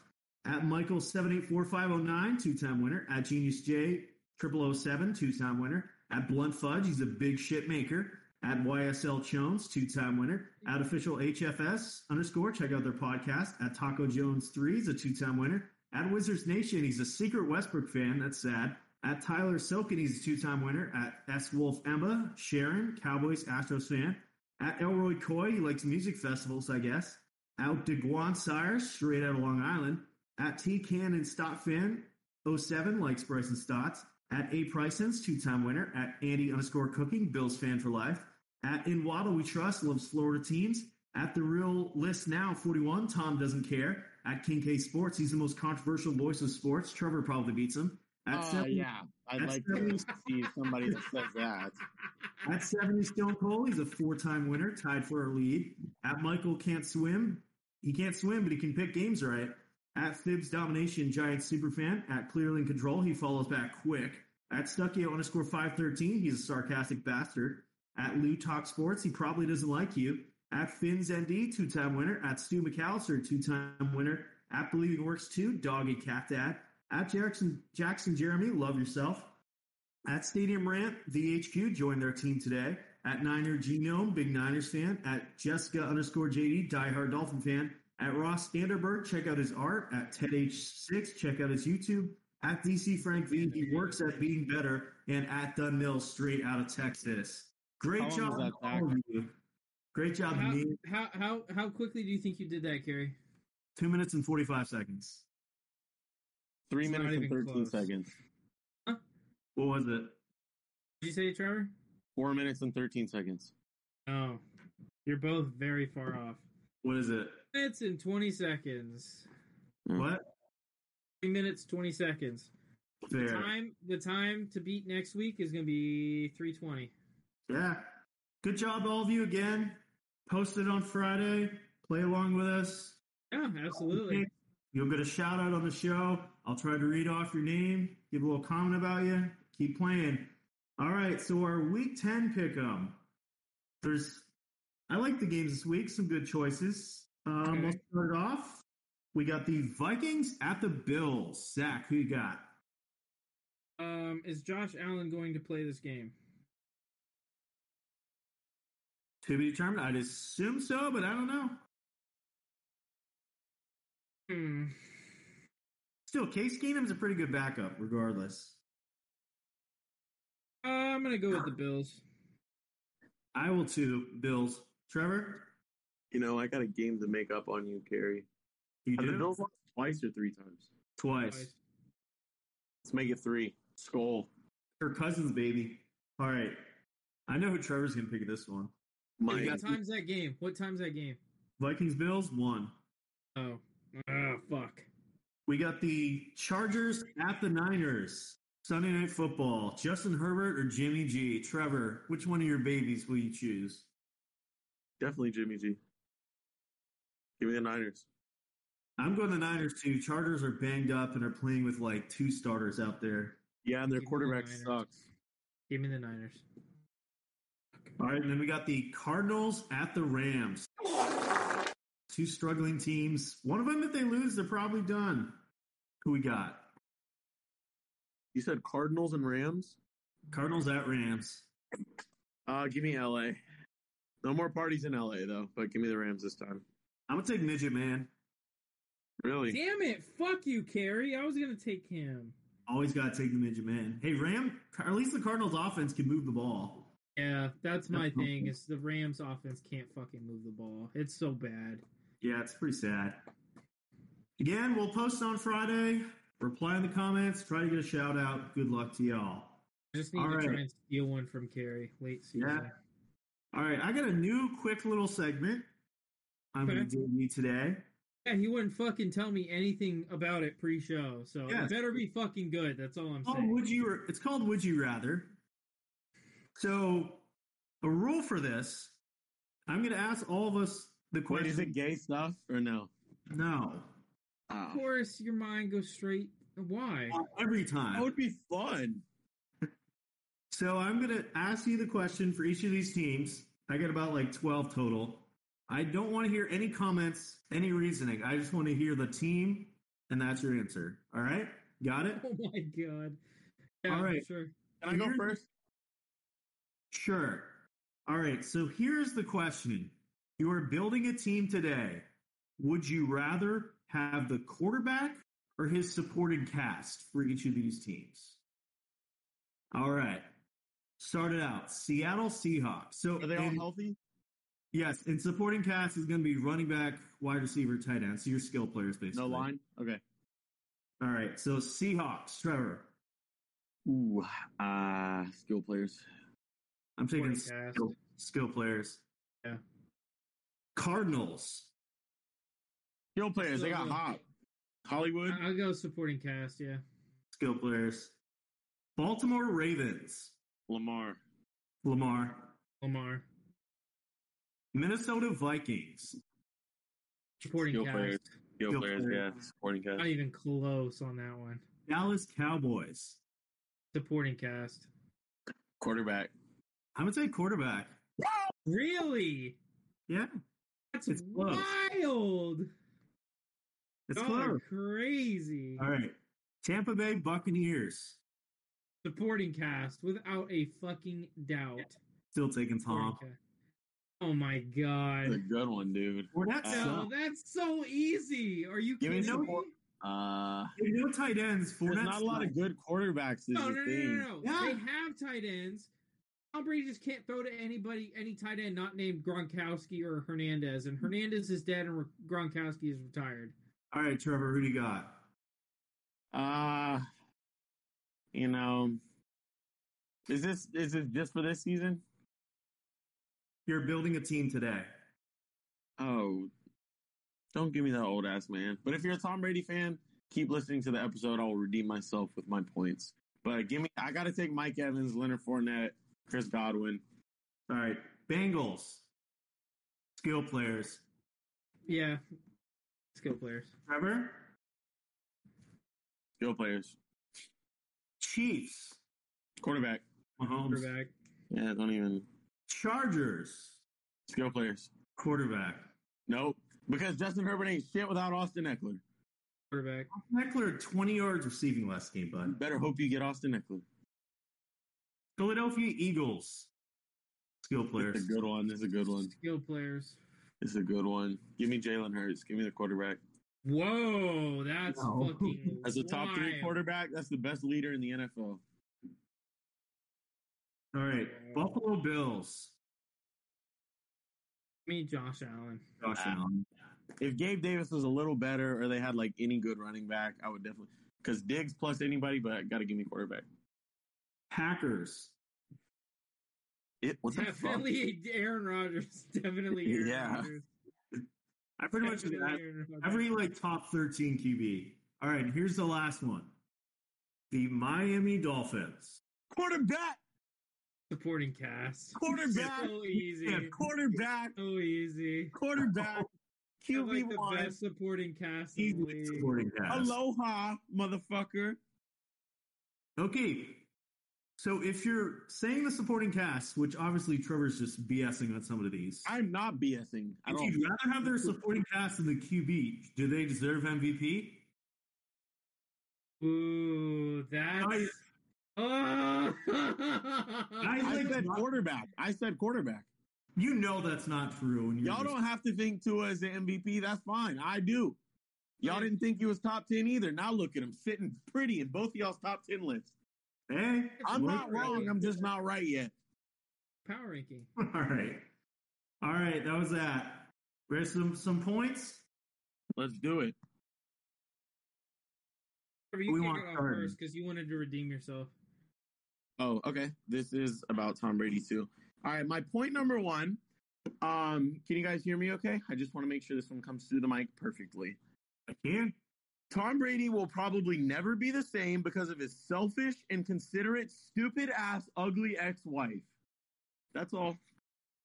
[SPEAKER 2] At Michael 784509, two time oh winner. At Genius J 0007, two time winner. At Blunt Fudge, he's a big shit maker. At YSL Jones, two time winner. At official HFS underscore, check out their podcast. At Taco Jones 3, he's a two time winner. At Wizards Nation, he's a secret Westbrook fan. That's sad. At Tyler Silken, he's a two time winner. At S Wolf Emma, Sharon, Cowboys Astros fan. At Elroy Coy, he likes music festivals, I guess. Out DeGuan Sires, straight out of Long Island. At T Cannon Stott Fan, 07 likes Bryson Stotts. At A Pricens, two time winner. At Andy underscore cooking, Bills fan for life. At In Waddle We Trust, loves Florida teams. At The Real List Now, 41, Tom doesn't care. At King K Sports, he's the most controversial voice of sports. Trevor probably beats him. At
[SPEAKER 3] Oh,
[SPEAKER 2] seven-
[SPEAKER 3] yeah. I'd
[SPEAKER 2] that's
[SPEAKER 3] like
[SPEAKER 2] seven-
[SPEAKER 3] to see somebody that says that.
[SPEAKER 2] At 70 Stone Cold, he's a four-time winner, tied for our lead. At Michael can't swim. He can't swim, but he can pick games right. At Fibs Domination, Giants superfan. At Clearly in Control, he follows back quick. At Stuckio underscore 513, he's a sarcastic bastard. At Lou Talk Sports, he probably doesn't like you. At Finn's ND, two-time winner. At Stu McAllister, two-time winner. At Believing Works 2, Doggy Cat Dad. At Jackson, Jackson Jeremy, love yourself. At Stadium Rant, VHQ joined their team today. At Niner Genome, big Niners fan. At Jessica underscore JD, diehard Dolphin fan. At Ross Standerberg, check out his art. At Ted H6, check out his YouTube. At DC Frank V, he works at Being Better. And at Dunn Mills, straight out of Texas. Great
[SPEAKER 3] How long
[SPEAKER 2] job,
[SPEAKER 3] was that
[SPEAKER 2] to all of you. Great job,
[SPEAKER 5] How,
[SPEAKER 2] me.
[SPEAKER 5] how how how quickly do you think you did that, Gary?
[SPEAKER 2] Two minutes and 45 seconds.
[SPEAKER 3] Three
[SPEAKER 5] It's not
[SPEAKER 3] minutes and
[SPEAKER 5] even
[SPEAKER 3] 13
[SPEAKER 5] close.
[SPEAKER 3] seconds.
[SPEAKER 2] What was it?
[SPEAKER 5] Did you say, Trevor?
[SPEAKER 3] Four minutes and 13 seconds.
[SPEAKER 5] Oh, you're both very far off.
[SPEAKER 2] What is it?
[SPEAKER 5] Minutes and twenty seconds.
[SPEAKER 3] Mm.
[SPEAKER 2] What?
[SPEAKER 5] Three minutes twenty seconds. The
[SPEAKER 2] Fair.
[SPEAKER 5] time the time to beat next week is going to be three twenty.
[SPEAKER 2] Yeah. Good job, all of you, again. Post it on Friday. Play along with us.
[SPEAKER 5] Yeah, absolutely.
[SPEAKER 2] You'll get a shout out on the show. I'll try to read off your name, give a little comment about you. Keep playing. All right. So, our week 10 pick 'em. There's, I like the games this week. Some good choices. Um,
[SPEAKER 5] Okay.
[SPEAKER 2] We'll start off. We got the Vikings at the Bills. Zach, who you got?
[SPEAKER 5] Um, is Josh Allen going to play this game?
[SPEAKER 2] To be determined. I'd assume so, but I don't know.
[SPEAKER 5] Hmm.
[SPEAKER 2] Still, Case Keenum's a pretty good backup, regardless.
[SPEAKER 5] Uh, I'm going to go with the Bills.
[SPEAKER 2] I will too. Bills. Trevor,
[SPEAKER 3] You know, I got a game to make up on you, Carrie.
[SPEAKER 2] you
[SPEAKER 3] Have the
[SPEAKER 2] do
[SPEAKER 3] Bills lost twice or three times?
[SPEAKER 2] twice.
[SPEAKER 3] Let's make it three. Skull.
[SPEAKER 2] Her cousins, baby. All right. I know who Trevor's gonna pick this one.
[SPEAKER 3] My
[SPEAKER 5] What time's that game? What time's that game?
[SPEAKER 2] Vikings Bills one.
[SPEAKER 5] Oh, oh fuck.
[SPEAKER 2] We got the Chargers at the Niners. Sunday night football. Justin Herbert or Jimmy G. Trevor, which one of your babies will you choose?
[SPEAKER 3] definitely Jimmy G. Give me the Niners.
[SPEAKER 2] I'm going the Niners too. Chargers are banged up and are playing with like two starters out there.
[SPEAKER 3] Yeah, and
[SPEAKER 5] Give me
[SPEAKER 3] their
[SPEAKER 5] the
[SPEAKER 3] quarterback
[SPEAKER 5] Niners.
[SPEAKER 3] sucks.
[SPEAKER 5] Give me the Niners.
[SPEAKER 2] All right, and then we got the Cardinals at the Rams. Two struggling teams. One of them, if they lose, they're probably done. Who we got?
[SPEAKER 3] You said Cardinals and Rams?
[SPEAKER 2] Cardinals at Rams.
[SPEAKER 3] Uh, give me LA. No more parties in LA though, but give me the Rams this time.
[SPEAKER 2] I'm gonna take midget man.
[SPEAKER 3] Really?
[SPEAKER 5] Damn it! Fuck you, Carrie. I was going to take him.
[SPEAKER 2] Always gotta take the midget man. Hey Ram, or at least the Cardinals offense can move the ball.
[SPEAKER 5] Yeah, that's my
[SPEAKER 2] That's
[SPEAKER 5] thing.
[SPEAKER 2] something.
[SPEAKER 5] Is the Rams offense can't fucking move the ball. It's so bad.
[SPEAKER 2] Yeah, it's pretty sad. Again, we'll post on Friday. reply in the comments, try to get a shout out. Good luck to y'all.
[SPEAKER 5] Just need
[SPEAKER 2] All
[SPEAKER 5] to
[SPEAKER 2] right.
[SPEAKER 5] try and steal one from Carrie late season.
[SPEAKER 2] Yeah. All right, I got a new quick little segment I'm
[SPEAKER 5] Okay.
[SPEAKER 2] going to do you today.
[SPEAKER 5] Yeah, he wouldn't fucking tell me anything about it pre-show, so
[SPEAKER 2] Yes.
[SPEAKER 5] it better be fucking good. That's all I'm
[SPEAKER 2] It's called
[SPEAKER 5] saying.
[SPEAKER 2] would you? It's called Would You Rather. So, a rule for this, I'm going to ask all of us the
[SPEAKER 3] Wait,
[SPEAKER 2] question.
[SPEAKER 3] is it gay stuff or no?
[SPEAKER 2] No,
[SPEAKER 3] Oh.
[SPEAKER 5] Of course, your mind goes straight. Why?
[SPEAKER 2] Uh, every
[SPEAKER 3] That
[SPEAKER 2] time.
[SPEAKER 3] would be fun.
[SPEAKER 2] So I'm going to ask you the question for each of these teams. I got about like 12 total. I don't want to hear any comments, any reasoning. I just want to hear the team, and that's your answer. All right, got it?
[SPEAKER 5] Oh my god! Yeah,
[SPEAKER 2] All right.
[SPEAKER 5] sure.
[SPEAKER 3] Can I go
[SPEAKER 2] You're-
[SPEAKER 3] first?
[SPEAKER 2] Sure. All right. So here's the question You are building a team today. Would you rather have the quarterback or his supporting cast for each of these teams? All right. Start it out Seattle Seahawks. So
[SPEAKER 3] Are they all
[SPEAKER 2] in-
[SPEAKER 3] healthy?
[SPEAKER 2] Yes. And supporting cast is going to be running back, wide receiver, tight end. So your skill players, basically.
[SPEAKER 3] No line? Okay.
[SPEAKER 2] All right. So Seahawks, Trevor.
[SPEAKER 3] Ooh, uh, skill players.
[SPEAKER 2] I'm taking
[SPEAKER 5] Supporting cast.
[SPEAKER 2] skill, skill players.
[SPEAKER 5] Yeah.
[SPEAKER 2] Cardinals.
[SPEAKER 3] Skill players. They got
[SPEAKER 5] So-
[SPEAKER 3] hot. Hollywood.
[SPEAKER 5] I- I'll go supporting cast. Yeah.
[SPEAKER 2] skill players. Baltimore Ravens,
[SPEAKER 3] Lamar.
[SPEAKER 2] Lamar.
[SPEAKER 5] Lamar.
[SPEAKER 2] Minnesota Vikings,
[SPEAKER 5] Supporting
[SPEAKER 3] Skill
[SPEAKER 5] cast.
[SPEAKER 3] players. Skill,
[SPEAKER 2] Skill
[SPEAKER 3] players,
[SPEAKER 2] players.
[SPEAKER 3] Yeah. Supporting cast.
[SPEAKER 5] Not even close on that one.
[SPEAKER 2] Dallas Cowboys.
[SPEAKER 5] Supporting cast.
[SPEAKER 3] Quarterback.
[SPEAKER 2] I'm gonna say quarterback.
[SPEAKER 5] Really?
[SPEAKER 2] Yeah,
[SPEAKER 5] That's
[SPEAKER 2] It's close.
[SPEAKER 5] wild.
[SPEAKER 2] it's
[SPEAKER 5] Y'all
[SPEAKER 2] close.
[SPEAKER 5] are crazy.
[SPEAKER 2] All right, Tampa Bay Buccaneers.
[SPEAKER 5] Supporting cast without a fucking doubt.
[SPEAKER 2] Still taking Tom.
[SPEAKER 5] Supporting cast. Oh my
[SPEAKER 3] That's a
[SPEAKER 5] god.
[SPEAKER 3] good one, dude.
[SPEAKER 2] Fournette
[SPEAKER 3] Uh,
[SPEAKER 5] No,
[SPEAKER 2] sucks.
[SPEAKER 5] that's so easy. Are you
[SPEAKER 3] Give me
[SPEAKER 5] kidding me?
[SPEAKER 3] support. Uh,
[SPEAKER 2] There's no tight ends.
[SPEAKER 3] there's
[SPEAKER 2] Fournette.
[SPEAKER 3] not a lot of
[SPEAKER 2] sucks.
[SPEAKER 3] good quarterbacks. Is
[SPEAKER 5] No,
[SPEAKER 3] the
[SPEAKER 5] no, no,
[SPEAKER 3] thing.
[SPEAKER 5] no, no. They have tight ends. Tom Brady just can't throw to anybody, any tight end not named Gronkowski or Hernandez. And Hernandez is dead, and Re- Gronkowski is retired.
[SPEAKER 2] All right, Trevor. Who do you got?
[SPEAKER 3] Uh, you know, is this is it just for this season?
[SPEAKER 2] You're building a team today.
[SPEAKER 3] Oh, don't give me that old ass man. But if you're a Tom Brady fan, keep listening to the episode. I'll redeem myself with my points. But give me, I got to take Mike Evans, Leonard Fournette, Chris Godwin.
[SPEAKER 2] All right, Bengals. Skill players.
[SPEAKER 5] Yeah. Skill players.
[SPEAKER 2] Trevor.
[SPEAKER 3] Skill players,
[SPEAKER 2] Chiefs.
[SPEAKER 3] quarterback.
[SPEAKER 2] Mahomes.
[SPEAKER 5] Quarterback.
[SPEAKER 3] Yeah, don't even
[SPEAKER 2] Chargers.
[SPEAKER 3] skill players.
[SPEAKER 2] Quarterback.
[SPEAKER 3] Nope, because Justin Herbert ain't shit without Austin Eckler.
[SPEAKER 5] Quarterback.
[SPEAKER 2] Eckler, 20 yards receiving last game,
[SPEAKER 3] You
[SPEAKER 2] bud.
[SPEAKER 3] better hope you get Austin Eckler.
[SPEAKER 2] Philadelphia Eagles. Skill
[SPEAKER 3] This
[SPEAKER 2] players.
[SPEAKER 3] is a good one. This is a good one.
[SPEAKER 5] Skill players.
[SPEAKER 3] This is a good one. Give me Jalen Hurts. Give me the quarterback.
[SPEAKER 5] Whoa, that's
[SPEAKER 2] No.
[SPEAKER 5] fucking
[SPEAKER 3] As a top three
[SPEAKER 5] wild.
[SPEAKER 3] quarterback, that's the best leader in the NFL.
[SPEAKER 2] All right. Buffalo Bills.
[SPEAKER 5] I mean, Josh Allen.
[SPEAKER 2] Josh Allen.
[SPEAKER 3] If Gabe Davis was a little better, or they had like any good running back, I would definitely because Diggs plus anybody, but got to give me quarterback.
[SPEAKER 2] Packers.
[SPEAKER 3] It what the fuck?
[SPEAKER 5] Definitely Aaron Rodgers. Definitely Aaron
[SPEAKER 3] Yeah.
[SPEAKER 5] Rodgers.
[SPEAKER 2] I pretty much
[SPEAKER 5] Definitely
[SPEAKER 2] got
[SPEAKER 5] Aaron Rodgers.
[SPEAKER 2] every like top 13 QB. All right. Here's the last one. The Miami Dolphins.
[SPEAKER 3] Quarterback,
[SPEAKER 5] supporting cast.
[SPEAKER 3] quarterback,
[SPEAKER 5] So easy.
[SPEAKER 2] Yeah,
[SPEAKER 3] quarterback,
[SPEAKER 5] So easy.
[SPEAKER 3] quarterback.
[SPEAKER 5] They're like
[SPEAKER 3] QB
[SPEAKER 5] the
[SPEAKER 3] one.
[SPEAKER 5] best supporting cast in the
[SPEAKER 2] Easily
[SPEAKER 5] league.
[SPEAKER 2] supporting cast.
[SPEAKER 3] Aloha, motherfucker.
[SPEAKER 2] Okay. So if you're saying the supporting cast, which obviously Trevor's just BSing on some of these.
[SPEAKER 3] I'm not BSing at
[SPEAKER 2] If
[SPEAKER 3] all.
[SPEAKER 2] you'd rather have their supporting cast than the QB, do they deserve MVP?
[SPEAKER 5] Ooh, that's.
[SPEAKER 2] Guys.
[SPEAKER 5] Oh!
[SPEAKER 2] Guys.
[SPEAKER 3] I said quarterback. I said quarterback.
[SPEAKER 2] You know that's not true. And you're
[SPEAKER 3] Y'all
[SPEAKER 2] just-
[SPEAKER 3] don't have to think Tua is the MVP. That's fine. I do. Y'all didn't think he was top 10 either. Now look at him sitting pretty in both of y'all's top 10 lists.
[SPEAKER 2] Hey,
[SPEAKER 3] I'm
[SPEAKER 2] what-
[SPEAKER 3] not wrong. I'm just not right yet.
[SPEAKER 5] Power ranking.
[SPEAKER 2] All right, all right. That was that. There's some some points.
[SPEAKER 3] Let's do it.
[SPEAKER 5] You
[SPEAKER 2] We
[SPEAKER 5] kick
[SPEAKER 2] want
[SPEAKER 5] it off
[SPEAKER 2] Harden.
[SPEAKER 5] first because you wanted to redeem yourself.
[SPEAKER 3] Oh, okay. This is about Tom Brady too. All right, my point number one. Um, can you guys hear me? Okay, I just want to make sure this one comes through the mic perfectly.
[SPEAKER 2] I can.
[SPEAKER 3] Tom Brady will probably never be the same because of his selfish, inconsiderate, stupid ass, ugly ex wife. That's all.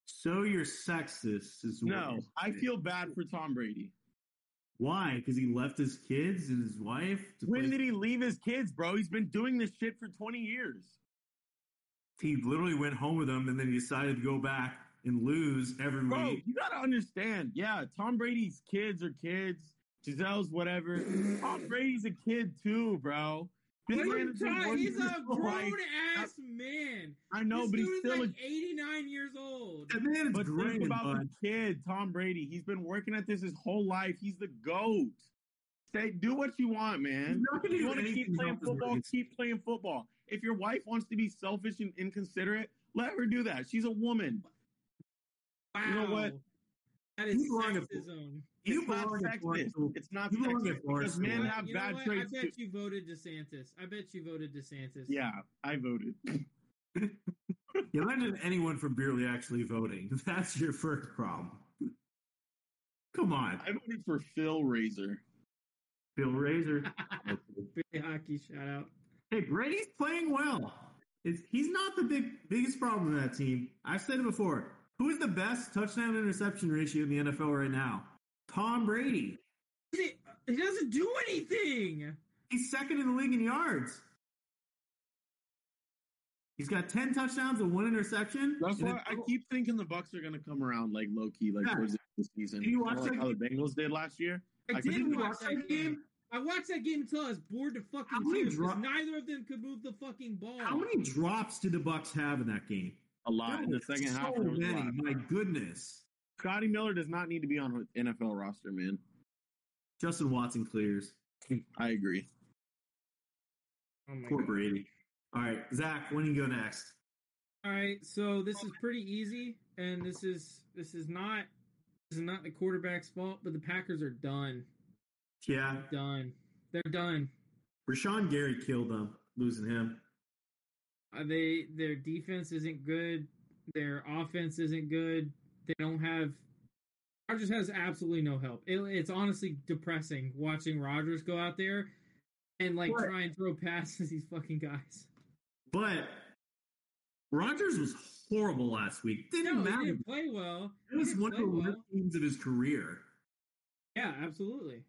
[SPEAKER 2] So you're sexist is what
[SPEAKER 3] No,
[SPEAKER 2] you're
[SPEAKER 3] I
[SPEAKER 2] saying.
[SPEAKER 3] feel bad for Tom Brady.
[SPEAKER 2] why because he left his kids and his wife. To
[SPEAKER 3] When
[SPEAKER 2] play-
[SPEAKER 3] did he leave his kids, bro? He's been doing this shit for 20 years.
[SPEAKER 2] he literally went home with them and then he decided to go back and lose every
[SPEAKER 3] Bro,
[SPEAKER 2] week.
[SPEAKER 3] you gotta understand. Yeah, Tom Brady's kids are kids. Giselle's whatever. Tom Brady's a kid too, bro. This
[SPEAKER 5] What are
[SPEAKER 3] man
[SPEAKER 5] you
[SPEAKER 3] has been
[SPEAKER 5] talking-
[SPEAKER 3] going
[SPEAKER 5] He's
[SPEAKER 3] through
[SPEAKER 5] a
[SPEAKER 3] his life.
[SPEAKER 5] grown ass man.
[SPEAKER 3] I know,
[SPEAKER 5] this
[SPEAKER 3] but
[SPEAKER 5] dude
[SPEAKER 3] he's
[SPEAKER 5] is
[SPEAKER 3] still
[SPEAKER 5] like
[SPEAKER 3] a
[SPEAKER 5] 89 years old.
[SPEAKER 2] That man is
[SPEAKER 3] but
[SPEAKER 2] great,
[SPEAKER 3] think about
[SPEAKER 2] bud.
[SPEAKER 3] the kid, Tom Brady. He's been working at this his whole life. He's the goat. Say, do what you want,
[SPEAKER 2] He's
[SPEAKER 3] man.
[SPEAKER 2] not gonna
[SPEAKER 3] If you
[SPEAKER 2] do
[SPEAKER 3] want to
[SPEAKER 2] anything
[SPEAKER 3] keep playing
[SPEAKER 2] else as long
[SPEAKER 3] football,
[SPEAKER 2] as-
[SPEAKER 3] keep playing football. If your wife wants to be selfish and inconsiderate, let her do that. She's a woman.
[SPEAKER 5] Wow.
[SPEAKER 3] you know what?
[SPEAKER 5] That is
[SPEAKER 2] You belong to-
[SPEAKER 5] sexism.
[SPEAKER 2] You
[SPEAKER 3] it's not
[SPEAKER 2] belong in Florida.
[SPEAKER 3] sexist. It's not
[SPEAKER 2] You belong
[SPEAKER 3] sexist
[SPEAKER 2] at Florida
[SPEAKER 3] because men
[SPEAKER 2] School.
[SPEAKER 3] have
[SPEAKER 5] you know
[SPEAKER 3] bad
[SPEAKER 5] what? I
[SPEAKER 3] traits.
[SPEAKER 5] bet
[SPEAKER 3] too.
[SPEAKER 5] you voted DeSantis. I bet you voted DeSantis.
[SPEAKER 3] Yeah, I voted.
[SPEAKER 2] You imagine anyone from Beerly actually voting. That's your first problem. Come on,
[SPEAKER 3] I voted for Phil Razor.
[SPEAKER 2] Bill Razor.
[SPEAKER 5] Big hockey shout out.
[SPEAKER 2] hey, Brady's playing well. It's, he's not the big biggest problem in that team. I've said it before. Who is the best touchdown interception ratio in the NFL right now? Tom Brady.
[SPEAKER 5] He he doesn't do anything.
[SPEAKER 2] He's second in the league in yards. He's got ten touchdowns and one interception.
[SPEAKER 3] That's
[SPEAKER 2] And
[SPEAKER 3] why I
[SPEAKER 2] then-
[SPEAKER 3] keep thinking the Bucks are gonna come around like low key, like
[SPEAKER 2] Yeah.
[SPEAKER 3] towards the end of the season.
[SPEAKER 2] Did you watch
[SPEAKER 3] Kinda like
[SPEAKER 2] that
[SPEAKER 3] how the Bengals did last year?
[SPEAKER 5] I,
[SPEAKER 3] I
[SPEAKER 5] did
[SPEAKER 3] couldn't
[SPEAKER 5] watch,
[SPEAKER 2] watch
[SPEAKER 5] that
[SPEAKER 2] that
[SPEAKER 5] game. I watched that game until I was bored to
[SPEAKER 2] How
[SPEAKER 5] fucking
[SPEAKER 2] many
[SPEAKER 5] tears
[SPEAKER 2] dro-
[SPEAKER 5] because neither of them could move the fucking ball.
[SPEAKER 2] How many drops did the Bucks have in that game?
[SPEAKER 3] A lot in the
[SPEAKER 2] Dude,
[SPEAKER 3] second
[SPEAKER 2] so
[SPEAKER 3] half. There was a
[SPEAKER 2] many.
[SPEAKER 3] lot.
[SPEAKER 2] My goodness.
[SPEAKER 3] Scotty Miller does not need to be on an NFL roster, man.
[SPEAKER 2] Justin Watson clears.
[SPEAKER 3] I agree.
[SPEAKER 5] Oh my
[SPEAKER 2] Poor
[SPEAKER 5] God.
[SPEAKER 2] Brady. All right, Zach, when do you go next?
[SPEAKER 5] All right, so this is pretty easy, and this is this is not this is not the quarterback's fault, but the Packers are done,
[SPEAKER 2] Yeah,
[SPEAKER 5] done. They're done.
[SPEAKER 2] Rashawn Gary killed them, losing him.
[SPEAKER 5] Uh, they their defense isn't good. Their offense isn't good. They don't have. Rodgers has absolutely no help. It, it's honestly depressing watching Rodgers go out there and like
[SPEAKER 2] What?
[SPEAKER 5] try and throw passes to these fucking guys.
[SPEAKER 2] But Rogers was horrible last week. Didn't
[SPEAKER 5] No,
[SPEAKER 2] matter.
[SPEAKER 5] he didn't play well.
[SPEAKER 2] It was
[SPEAKER 5] He didn't
[SPEAKER 2] one of
[SPEAKER 5] play
[SPEAKER 2] the worst
[SPEAKER 5] well.
[SPEAKER 2] teams of his career.
[SPEAKER 5] Yeah, absolutely.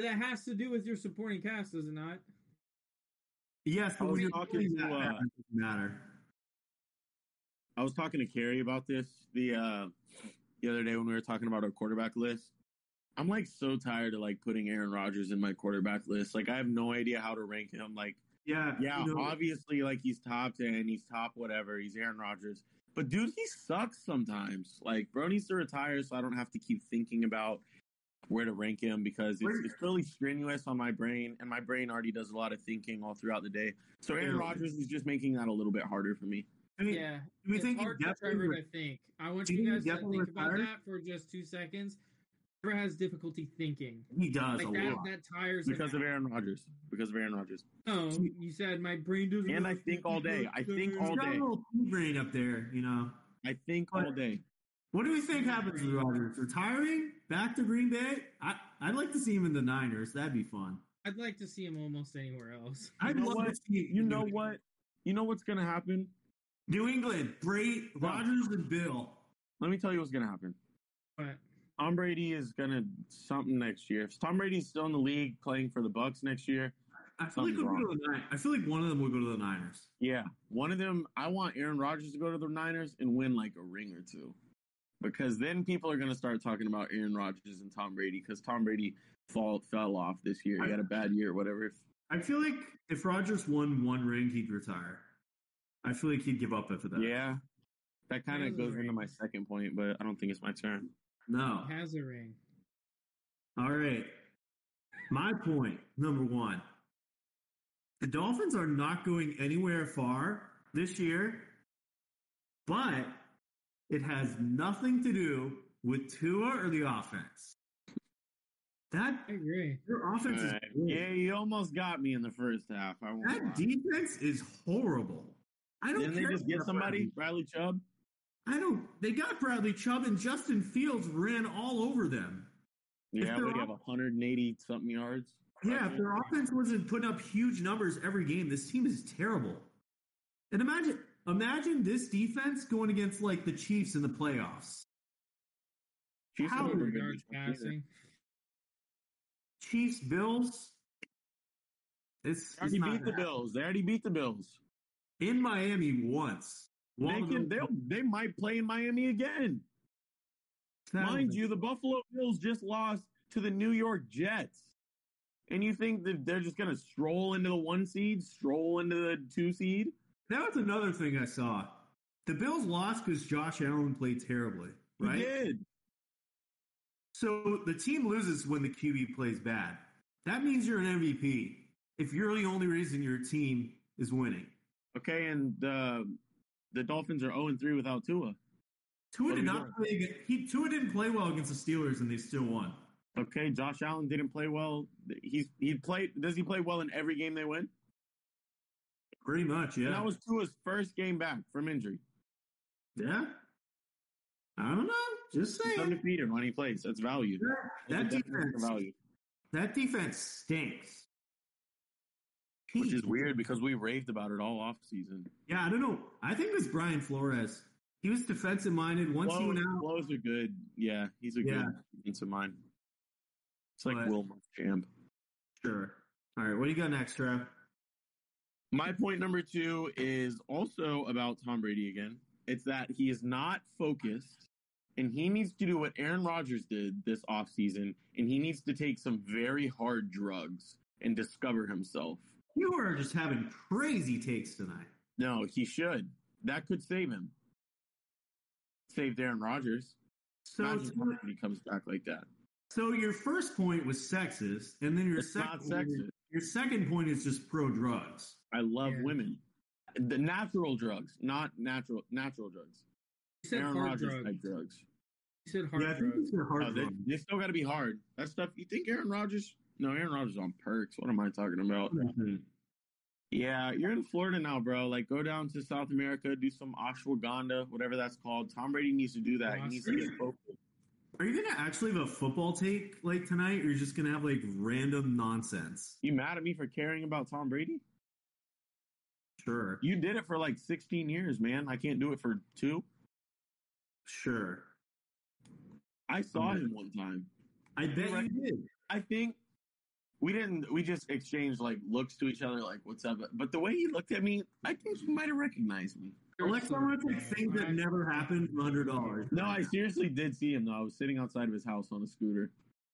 [SPEAKER 5] That has to do with your supporting cast, does it not?
[SPEAKER 2] Yes,
[SPEAKER 3] I
[SPEAKER 2] but
[SPEAKER 3] was
[SPEAKER 2] when you're
[SPEAKER 3] talking
[SPEAKER 2] talking
[SPEAKER 3] to,
[SPEAKER 2] that
[SPEAKER 3] uh,
[SPEAKER 2] bad, it doesn't matter.
[SPEAKER 3] I was talking to Carrie about this the uh the other day when we were talking about our quarterback list. I'm like so tired of like putting Aaron Rodgers in my quarterback list. Like I have no idea how to rank him. Like
[SPEAKER 2] Yeah,
[SPEAKER 3] Yeah,
[SPEAKER 2] you know,
[SPEAKER 3] obviously, like he's top ten, he's top whatever, he's Aaron Rodgers. But dude, he sucks sometimes. Like, bro needs to retire, so I don't have to keep thinking about where to rank him because it's,
[SPEAKER 2] Where-
[SPEAKER 3] it's really strenuous on my brain, and my brain already does a lot of thinking all throughout the day. So Aaron
[SPEAKER 2] Barely.
[SPEAKER 3] Rodgers is just making that a little bit harder for me.
[SPEAKER 2] I mean,
[SPEAKER 5] Yeah.
[SPEAKER 2] do we
[SPEAKER 5] it's
[SPEAKER 2] think he
[SPEAKER 5] hard for
[SPEAKER 2] definitely
[SPEAKER 5] Trevor to think. I want
[SPEAKER 2] do you
[SPEAKER 5] you
[SPEAKER 2] think
[SPEAKER 5] guys
[SPEAKER 2] he
[SPEAKER 5] to
[SPEAKER 2] definitely
[SPEAKER 5] think about
[SPEAKER 2] retired?
[SPEAKER 5] that for just two seconds. Trevor has difficulty thinking.
[SPEAKER 2] he does
[SPEAKER 5] Like
[SPEAKER 2] a
[SPEAKER 5] that,
[SPEAKER 2] lot.
[SPEAKER 5] that tires him
[SPEAKER 3] Because
[SPEAKER 5] out.
[SPEAKER 3] of Aaron Rodgers. Because of Aaron Rodgers.
[SPEAKER 5] No, you said my brain doesn't.
[SPEAKER 3] And I
[SPEAKER 5] really
[SPEAKER 3] think all day. I think all
[SPEAKER 2] He's got
[SPEAKER 3] day.
[SPEAKER 2] a little pea brain up there, you know.
[SPEAKER 3] I think all day.
[SPEAKER 2] What do we think
[SPEAKER 3] Hmm.
[SPEAKER 2] happens with Rodgers? Retiring? Back to Green Bay? I, I'd like to see him in the Niners. That'd be fun.
[SPEAKER 5] I'd like to see him almost anywhere else.
[SPEAKER 2] I'd
[SPEAKER 3] You know
[SPEAKER 2] love to
[SPEAKER 3] what?
[SPEAKER 2] see
[SPEAKER 3] You know what? You know what's gonna happen?
[SPEAKER 2] New England, Brady, Rodgers, and Bill.
[SPEAKER 3] Let me tell you what's gonna happen.
[SPEAKER 5] But
[SPEAKER 3] Tom Brady is gonna something next year. If Tom Brady's still in the league playing for the Bucks next year,
[SPEAKER 2] I feel like
[SPEAKER 3] Something's
[SPEAKER 2] we'll go to the Niners. I feel like one of them will go to the Niners.
[SPEAKER 3] yeah, one of them. I want Aaron Rodgers to go to the Niners and win like a ring or two, because then people are gonna start talking about Aaron Rodgers and Tom Brady because Tom Brady fall fell off this year. He had a bad year, or whatever.
[SPEAKER 2] I feel like if Rodgers won one ring, he'd retire. I feel like he'd give up after that.
[SPEAKER 3] Yeah, that kind
[SPEAKER 5] Really?
[SPEAKER 3] of goes into my second point, but I don't think it's my turn.
[SPEAKER 2] No.
[SPEAKER 5] he has a ring.
[SPEAKER 2] All right. My point, number one. The Dolphins are not going anywhere far this year, but it has nothing to do with Tua or the offense. That
[SPEAKER 5] I agree.
[SPEAKER 2] your offense is
[SPEAKER 3] Alright.
[SPEAKER 2] good.
[SPEAKER 3] Yeah, you almost got me in the first half. I won't lie.
[SPEAKER 2] that defense is horrible. I don't
[SPEAKER 3] Didn't they
[SPEAKER 2] care
[SPEAKER 3] just get
[SPEAKER 2] about
[SPEAKER 3] somebody?
[SPEAKER 2] Bradley.
[SPEAKER 3] Bradley Chubb?
[SPEAKER 2] I don't. They got Bradley Chubb and Justin Fields ran all over them. If
[SPEAKER 3] Yeah,
[SPEAKER 2] they're
[SPEAKER 3] we
[SPEAKER 2] all-
[SPEAKER 3] have 180 something yards.
[SPEAKER 2] Yeah, if
[SPEAKER 3] Okay.
[SPEAKER 2] their offense wasn't putting up huge numbers every game, this team is terrible. And imagine imagine this defense going against like the Chiefs in the playoffs.
[SPEAKER 3] Chiefs
[SPEAKER 2] How
[SPEAKER 3] are
[SPEAKER 2] many
[SPEAKER 3] good
[SPEAKER 5] Yards
[SPEAKER 3] defense either.
[SPEAKER 5] passing.
[SPEAKER 2] Chiefs, Bills. It's,
[SPEAKER 3] They
[SPEAKER 2] it's
[SPEAKER 3] already
[SPEAKER 2] not
[SPEAKER 3] beat the
[SPEAKER 2] bad.
[SPEAKER 3] Bills. They already beat the Bills.
[SPEAKER 2] in Miami once.
[SPEAKER 3] They can. They'll. They might play in Miami again. Mind you, the Buffalo Bills just lost to the New York Jets. And you think that they're just going to stroll into the one seed, stroll into the two seed?
[SPEAKER 2] that was another thing I saw. The Bills lost because Josh Allen played terribly,
[SPEAKER 3] You
[SPEAKER 2] right?
[SPEAKER 3] did.
[SPEAKER 2] So the team loses when the QB plays bad. That means you're an MVP if you're the only reason your team is winning.
[SPEAKER 3] Okay, and uh, the Dolphins are 0 3 without Tua.
[SPEAKER 2] Tua
[SPEAKER 3] What are
[SPEAKER 2] did
[SPEAKER 3] we
[SPEAKER 2] not play. Against, he Tua didn't play well against the Steelers, and they still won.
[SPEAKER 3] Okay, Josh Allen didn't play well. He's he played. Does he play well in every game they win?
[SPEAKER 2] Pretty much, yeah.
[SPEAKER 3] And that was Tua's first game back from injury.
[SPEAKER 2] yeah. I don't know. Just
[SPEAKER 3] He's
[SPEAKER 2] saying.
[SPEAKER 3] undefeated when he plays. That's value.
[SPEAKER 2] That- That
[SPEAKER 3] That's a definition of
[SPEAKER 2] defense.
[SPEAKER 3] value,
[SPEAKER 2] That defense stinks.
[SPEAKER 3] which is
[SPEAKER 2] Jeez.
[SPEAKER 3] weird because we raved about it all off season.
[SPEAKER 2] Yeah, I don't know. I think it was Brian Flores. He was defensive minded. Once he
[SPEAKER 3] Blows,
[SPEAKER 2] went out,
[SPEAKER 3] blows are good. Yeah, he's a
[SPEAKER 2] Yeah.
[SPEAKER 3] good defensive mind. It's like
[SPEAKER 2] But-
[SPEAKER 3] Will Muschamp.
[SPEAKER 2] sure. All right, what do you got next, Trev?
[SPEAKER 3] My point number two is also about Tom Brady again. It's that he is not focused and he needs to do what Aaron Rodgers did this offseason and he needs to take some very hard drugs and discover himself.
[SPEAKER 2] You are just having crazy takes tonight.
[SPEAKER 3] No, he should. That could save him. Saved Aaron Rodgers.
[SPEAKER 2] So,
[SPEAKER 3] Imagine how he comes back like that.
[SPEAKER 2] so your first point was sexist, and then your
[SPEAKER 3] It's not
[SPEAKER 2] second
[SPEAKER 3] sexist.
[SPEAKER 2] your second point is just pro drugs.
[SPEAKER 3] I love
[SPEAKER 5] Yeah.
[SPEAKER 3] women. The natural drugs, not natural natural drugs.
[SPEAKER 5] You said
[SPEAKER 3] Aaron
[SPEAKER 5] hard
[SPEAKER 3] Rodgers
[SPEAKER 5] drugs.
[SPEAKER 3] type drugs.
[SPEAKER 5] You said hard
[SPEAKER 2] yeah, I think
[SPEAKER 5] drugs.
[SPEAKER 2] these are hard
[SPEAKER 3] Oh, they,
[SPEAKER 2] drugs.
[SPEAKER 3] they still got to be hard. That stuff. You think Aaron Rodgers? No, Aaron Rodgers is on perks. What am I talking about?
[SPEAKER 2] Mhm.
[SPEAKER 3] Yeah, you're in Florida now, bro. Like, go down to South America, do some ashwagandha, whatever that's called. Tom Brady needs to do that. He needs to get focused.
[SPEAKER 2] Are you gonna actually have a football take like tonight, or you're just gonna have like random nonsense?
[SPEAKER 3] You mad at me for caring about Tom Brady?
[SPEAKER 2] Sure,
[SPEAKER 3] You did it for like 16 years, man. I can't do it for two.
[SPEAKER 2] sure.
[SPEAKER 3] I saw him one time.
[SPEAKER 2] I bet you did.
[SPEAKER 3] I think we didn't. We just exchanged like looks to each other, like "What's up?" But the way he looked at me, I think he might have recognized me.
[SPEAKER 2] Alexa wants a thing that
[SPEAKER 5] I-
[SPEAKER 2] never happened for hundred dollars.
[SPEAKER 3] No, I seriously did see him though. I was sitting outside of his house on a scooter.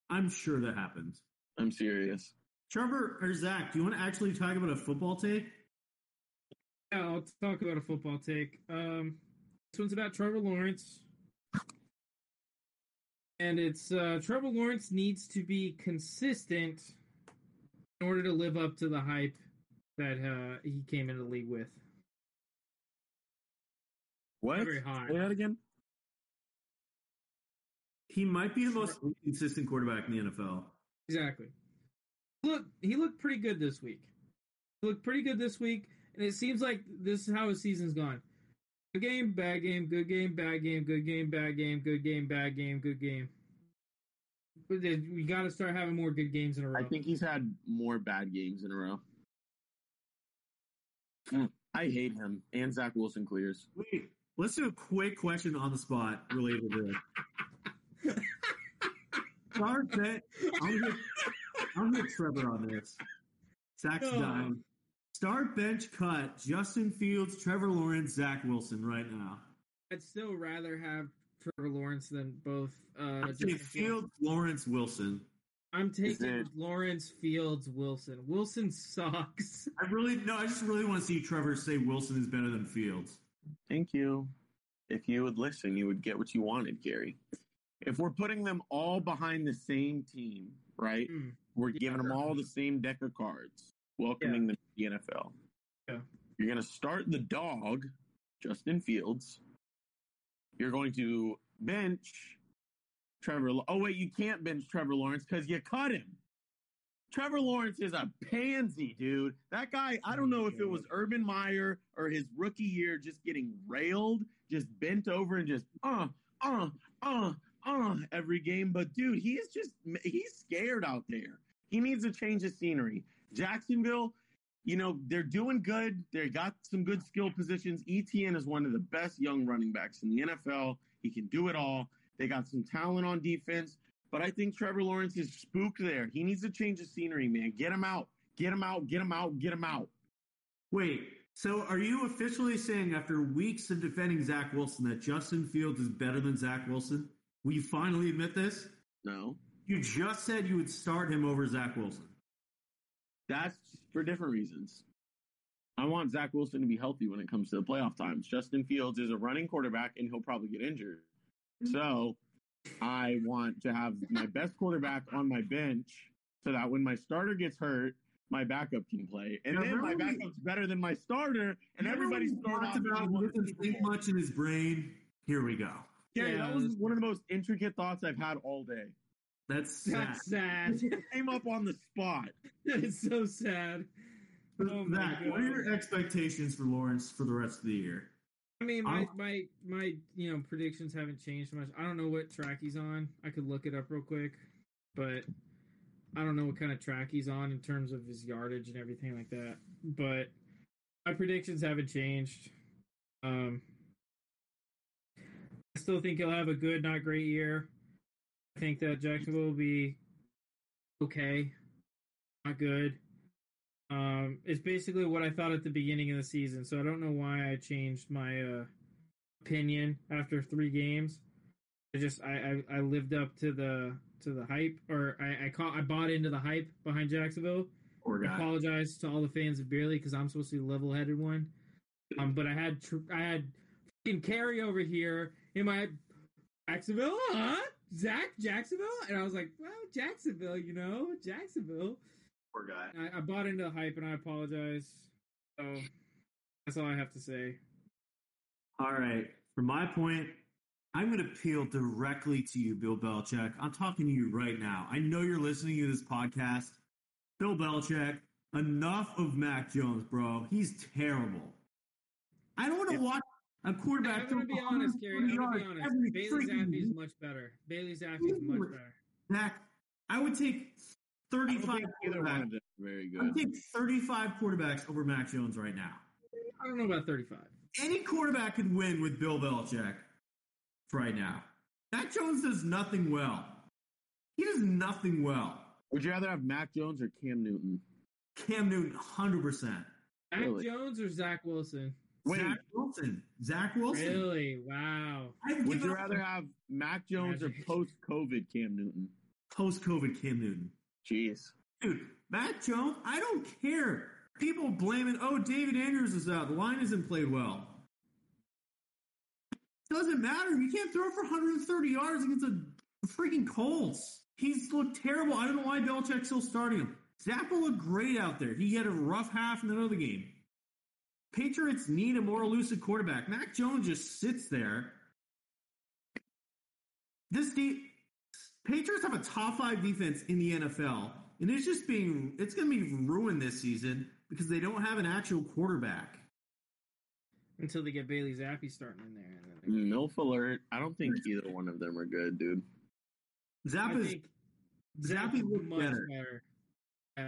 [SPEAKER 2] I'm sure that happened.
[SPEAKER 3] I'm serious.
[SPEAKER 2] Trevor or Zach, do you want to actually talk about a football take?
[SPEAKER 5] Yeah, I'll talk about a football take. Um, this one's about Trevor Lawrence. And it's uh, Trevor Lawrence needs to be consistent in order to live up to the hype that uh, he came into the league with.
[SPEAKER 3] What?
[SPEAKER 5] Very high.
[SPEAKER 3] Say that again.
[SPEAKER 2] He might be the most inconsistent quarterback in the NFL.
[SPEAKER 5] Exactly. Look, he looked pretty good this week. He looked pretty good this week, and it seems like this is how his season's gone. Good game, bad game, good game, bad game, good game, bad game, good game, bad game, good game. But then we got to start having more good games in a row.
[SPEAKER 3] I think he's had more bad games in a row. Mm, I hate him. And Zach Wilson clears.
[SPEAKER 2] Wait, let's do a quick question on the spot related to this. Sorry, bet. I'm with, I'm with Trevor on this. Zach's
[SPEAKER 5] Oh.
[SPEAKER 2] dying. Start bench cut Justin Fields, Trevor Lawrence, Zach Wilson right now.
[SPEAKER 5] I'd still rather have Trevor Lawrence than both. Uh,
[SPEAKER 2] I'm saying
[SPEAKER 5] Justin Fields.
[SPEAKER 2] Fields, Lawrence, Wilson.
[SPEAKER 5] I'm taking
[SPEAKER 3] it-
[SPEAKER 5] Lawrence Fields Wilson. Wilson sucks.
[SPEAKER 2] I really no. I just really want to see Trevor say Wilson is better than Fields.
[SPEAKER 3] Thank you. If you would listen, you would get what you wanted, Gary. If we're putting them all behind the same team, right?
[SPEAKER 5] Hmm.
[SPEAKER 3] We're giving them all the same deck of cards, welcoming them to the NFL.
[SPEAKER 5] Yeah.
[SPEAKER 3] You're going to start the dog, Justin Fields. You're going to bench Trevor. Law- Oh wait, you can't bench Trevor Lawrence because you cut him. Trevor Lawrence is a pansy, dude. That guy, I don't know if it was Urban Meyer or his rookie year just getting railed, just bent over and just uh uh uh uh every game, but dude, he is just he's scared out there. He needs a change of scenery. Jacksonville, you know, they're doing good. They got some good skill positions. ETN is one of the best young running backs in the NFL. He can do it all. They got some talent on defense, but I think Trevor Lawrence is spooked there. He needs a change of scenery, man. Get him out. Get him out. Get him out. Get him out.
[SPEAKER 2] Wait, so are you officially saying after weeks of defending Zach Wilson that Justin Fields is better than Zach Wilson? Will you finally admit this?
[SPEAKER 3] No.
[SPEAKER 2] You just said you would start him over Zach Wilson.
[SPEAKER 3] That's for different reasons. I want Zach Wilson to be healthy when it comes to the playoff times. Justin Fields is a running quarterback and he'll probably get injured.
[SPEAKER 2] Mm-hmm.
[SPEAKER 3] So I want to have my best quarterback on my bench so that when my starter gets hurt, my backup can play. And
[SPEAKER 2] Now,
[SPEAKER 3] then my
[SPEAKER 2] remember we-
[SPEAKER 3] backup's better than my starter, and everybody's
[SPEAKER 2] talked
[SPEAKER 3] starting off
[SPEAKER 2] about
[SPEAKER 3] with
[SPEAKER 2] doesn't
[SPEAKER 3] the
[SPEAKER 2] think
[SPEAKER 3] Super Bowl.
[SPEAKER 2] much in his brain. Here we go.
[SPEAKER 3] Gary,
[SPEAKER 5] Yeah,
[SPEAKER 3] that was one of the most intricate thoughts I've had all day.
[SPEAKER 2] That's sad.
[SPEAKER 5] That's sad.
[SPEAKER 3] Came up on the spot.
[SPEAKER 5] It's so sad. Oh my
[SPEAKER 2] Zach, what
[SPEAKER 5] God.
[SPEAKER 2] are your expectations for Lawrence for the rest of the year?
[SPEAKER 5] I mean, my,
[SPEAKER 2] I'm-
[SPEAKER 5] my my you know predictions haven't changed much. I don't know what track he's on. I could look it up real quick, but I don't know what kind of track he's on in terms of his yardage and everything like that. But my predictions haven't changed. Um, I still think he'll have a good, not great year. I think that Jacksonville will be okay, not good. Um, it's basically what I thought at the beginning of the season, so I don't know why I changed my uh, opinion after three games. I just I, I I lived up to the to the hype, or I I caught I bought into the hype behind Jacksonville.
[SPEAKER 2] Poor
[SPEAKER 5] I
[SPEAKER 2] guy.
[SPEAKER 5] apologize to all the fans of Beerly because I'm supposed to be level headed one, um, but I had tr- I had fucking carry over here in my Jacksonville, huh? Zach Jacksonville, and I was like, well, Jacksonville, you know, Jacksonville.
[SPEAKER 2] Poor guy.
[SPEAKER 5] I, I bought into the hype and I apologize. So that's all I have to say.
[SPEAKER 2] All right. From my point, I'm going to appeal directly to you, Bill Belichick. I'm talking to you right now. I know you're listening to this podcast. Bill Belichick, enough of Mac Jones, bro. He's terrible. I don't want to
[SPEAKER 3] Yeah.
[SPEAKER 2] watch a quarterback.
[SPEAKER 5] I'm gonna
[SPEAKER 2] throw
[SPEAKER 5] be honest,
[SPEAKER 2] 140
[SPEAKER 5] Gary. I'm gonna be
[SPEAKER 2] yards
[SPEAKER 5] honest.
[SPEAKER 2] every
[SPEAKER 5] Bailey
[SPEAKER 2] freaking
[SPEAKER 5] Zappi is
[SPEAKER 2] week.
[SPEAKER 5] much better. Bailey Zappi is much better.
[SPEAKER 2] Zach, I would take
[SPEAKER 3] I don't
[SPEAKER 2] 35
[SPEAKER 3] think either one
[SPEAKER 2] quarterbacks.
[SPEAKER 3] of them are very
[SPEAKER 2] I would
[SPEAKER 3] good.
[SPEAKER 2] take 35 quarterbacks over Mac Jones right now.
[SPEAKER 5] I don't know about 35.
[SPEAKER 2] any quarterback could win with Bill Belichick right now. Mac Jones does nothing well. He does nothing well.
[SPEAKER 3] Would you rather have Mac Jones or Cam Newton?
[SPEAKER 2] Cam Newton, hundred percent.
[SPEAKER 5] Zach
[SPEAKER 3] Really?
[SPEAKER 5] Jones or Zach Wilson?
[SPEAKER 3] Wait,
[SPEAKER 2] Zach Wilson. Zach Wilson.
[SPEAKER 5] Really? Wow.
[SPEAKER 2] I'd
[SPEAKER 3] would
[SPEAKER 2] give
[SPEAKER 3] you
[SPEAKER 2] up
[SPEAKER 3] rather have Mac Jones or
[SPEAKER 5] Magic.
[SPEAKER 3] post COVID Cam Newton?
[SPEAKER 2] post-COVID Cam Newton.
[SPEAKER 3] Jeez.
[SPEAKER 2] Dude, Mac Jones. I don't care. People blaming. Oh, David Andrews is out. The line isn't played well. Doesn't matter. He can't throw for 130 yards against the freaking Colts. He's looked terrible. I don't know why Belichick's still starting him. Zappa looked great out there. He had a rough half in another game. Patriots need a more elusive quarterback. Mac Jones just sits there. This de- Patriots have a top five defense in the NFL, and it's just being it's going to be ruined this season because they don't have an actual quarterback.
[SPEAKER 5] Until they get Bailey Zappi starting in there. And then
[SPEAKER 3] MILF alert. I don't think either one of them are good, dude.
[SPEAKER 5] I
[SPEAKER 2] Zappa's
[SPEAKER 5] think Zach
[SPEAKER 2] Zappy
[SPEAKER 5] is
[SPEAKER 2] looked
[SPEAKER 5] much
[SPEAKER 2] better.
[SPEAKER 5] better.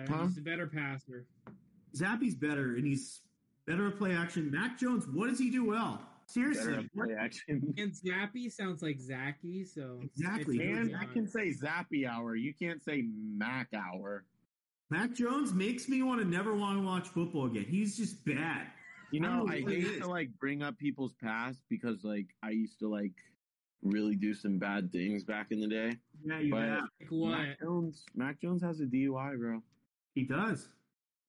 [SPEAKER 5] Yeah,
[SPEAKER 3] Huh?
[SPEAKER 5] He's a better passer.
[SPEAKER 2] Zappy's better, and he's better at play action. Mac Jones, what does he do well?
[SPEAKER 3] Better
[SPEAKER 2] Seriously,
[SPEAKER 3] at play action.
[SPEAKER 5] And Zappi sounds like Zachy, so
[SPEAKER 2] Exactly.
[SPEAKER 5] it's-
[SPEAKER 3] And
[SPEAKER 5] it's
[SPEAKER 3] I can say Zappy hour. You can't say Mac hour.
[SPEAKER 2] Mac Jones makes me want to never want to watch football again. He's just bad.
[SPEAKER 3] You
[SPEAKER 2] I don't
[SPEAKER 3] know,
[SPEAKER 2] know
[SPEAKER 3] I
[SPEAKER 2] what it
[SPEAKER 3] hate
[SPEAKER 2] is.
[SPEAKER 3] to like bring up people's past because like I used to like really do some bad things back in the day.
[SPEAKER 2] Yeah, you
[SPEAKER 3] But-
[SPEAKER 2] have.
[SPEAKER 5] like what? Eh,
[SPEAKER 3] Mac Jones, Mac Jones has a DUI, bro.
[SPEAKER 2] He does.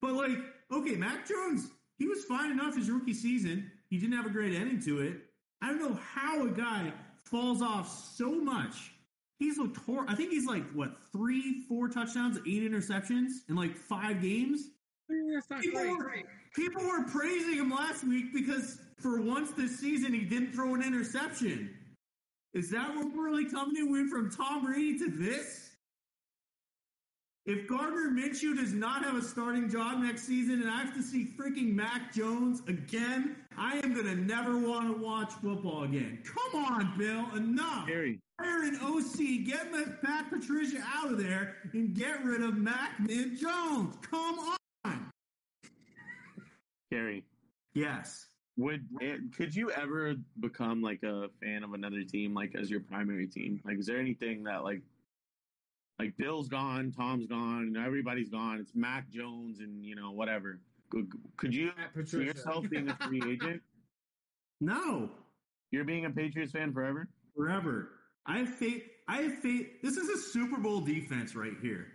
[SPEAKER 2] But like, okay, Mac Jones, he was fine enough his rookie season. He didn't have a great ending to it. I don't know how a guy falls off so much. He's looked hor- I think he's like what three, four touchdowns, eight interceptions in like five games.
[SPEAKER 5] That's not
[SPEAKER 2] People
[SPEAKER 5] great.
[SPEAKER 2] were, people were praising him last week because for once this season he didn't throw an interception. Is that what we're really coming in? Went from Tom Brady to this? If Gardner Minshew does not have a starting job next season and I have to see freaking Mac Jones again, I am going to never want to watch football again. Come on, Bill. Enough.
[SPEAKER 3] Harry.
[SPEAKER 2] Fire an OC. Get Ma- Matt Patricia out of there and get rid of Mac Min Jones. Come on.
[SPEAKER 3] Harry.
[SPEAKER 2] Yes.
[SPEAKER 3] Would eh, could you ever become like a fan of another team, like as your primary team? Like, is there anything that like, like Bill's gone, Tom's gone, and everybody's gone? It's Mac Jones and you know whatever. Could, could you
[SPEAKER 5] Matt
[SPEAKER 3] see
[SPEAKER 5] Patricia.
[SPEAKER 3] yourself being a free agent?
[SPEAKER 2] No.
[SPEAKER 3] You're being a Patriots fan forever.
[SPEAKER 2] Forever. I have faith. I have faith. This is a Super Bowl defense right here.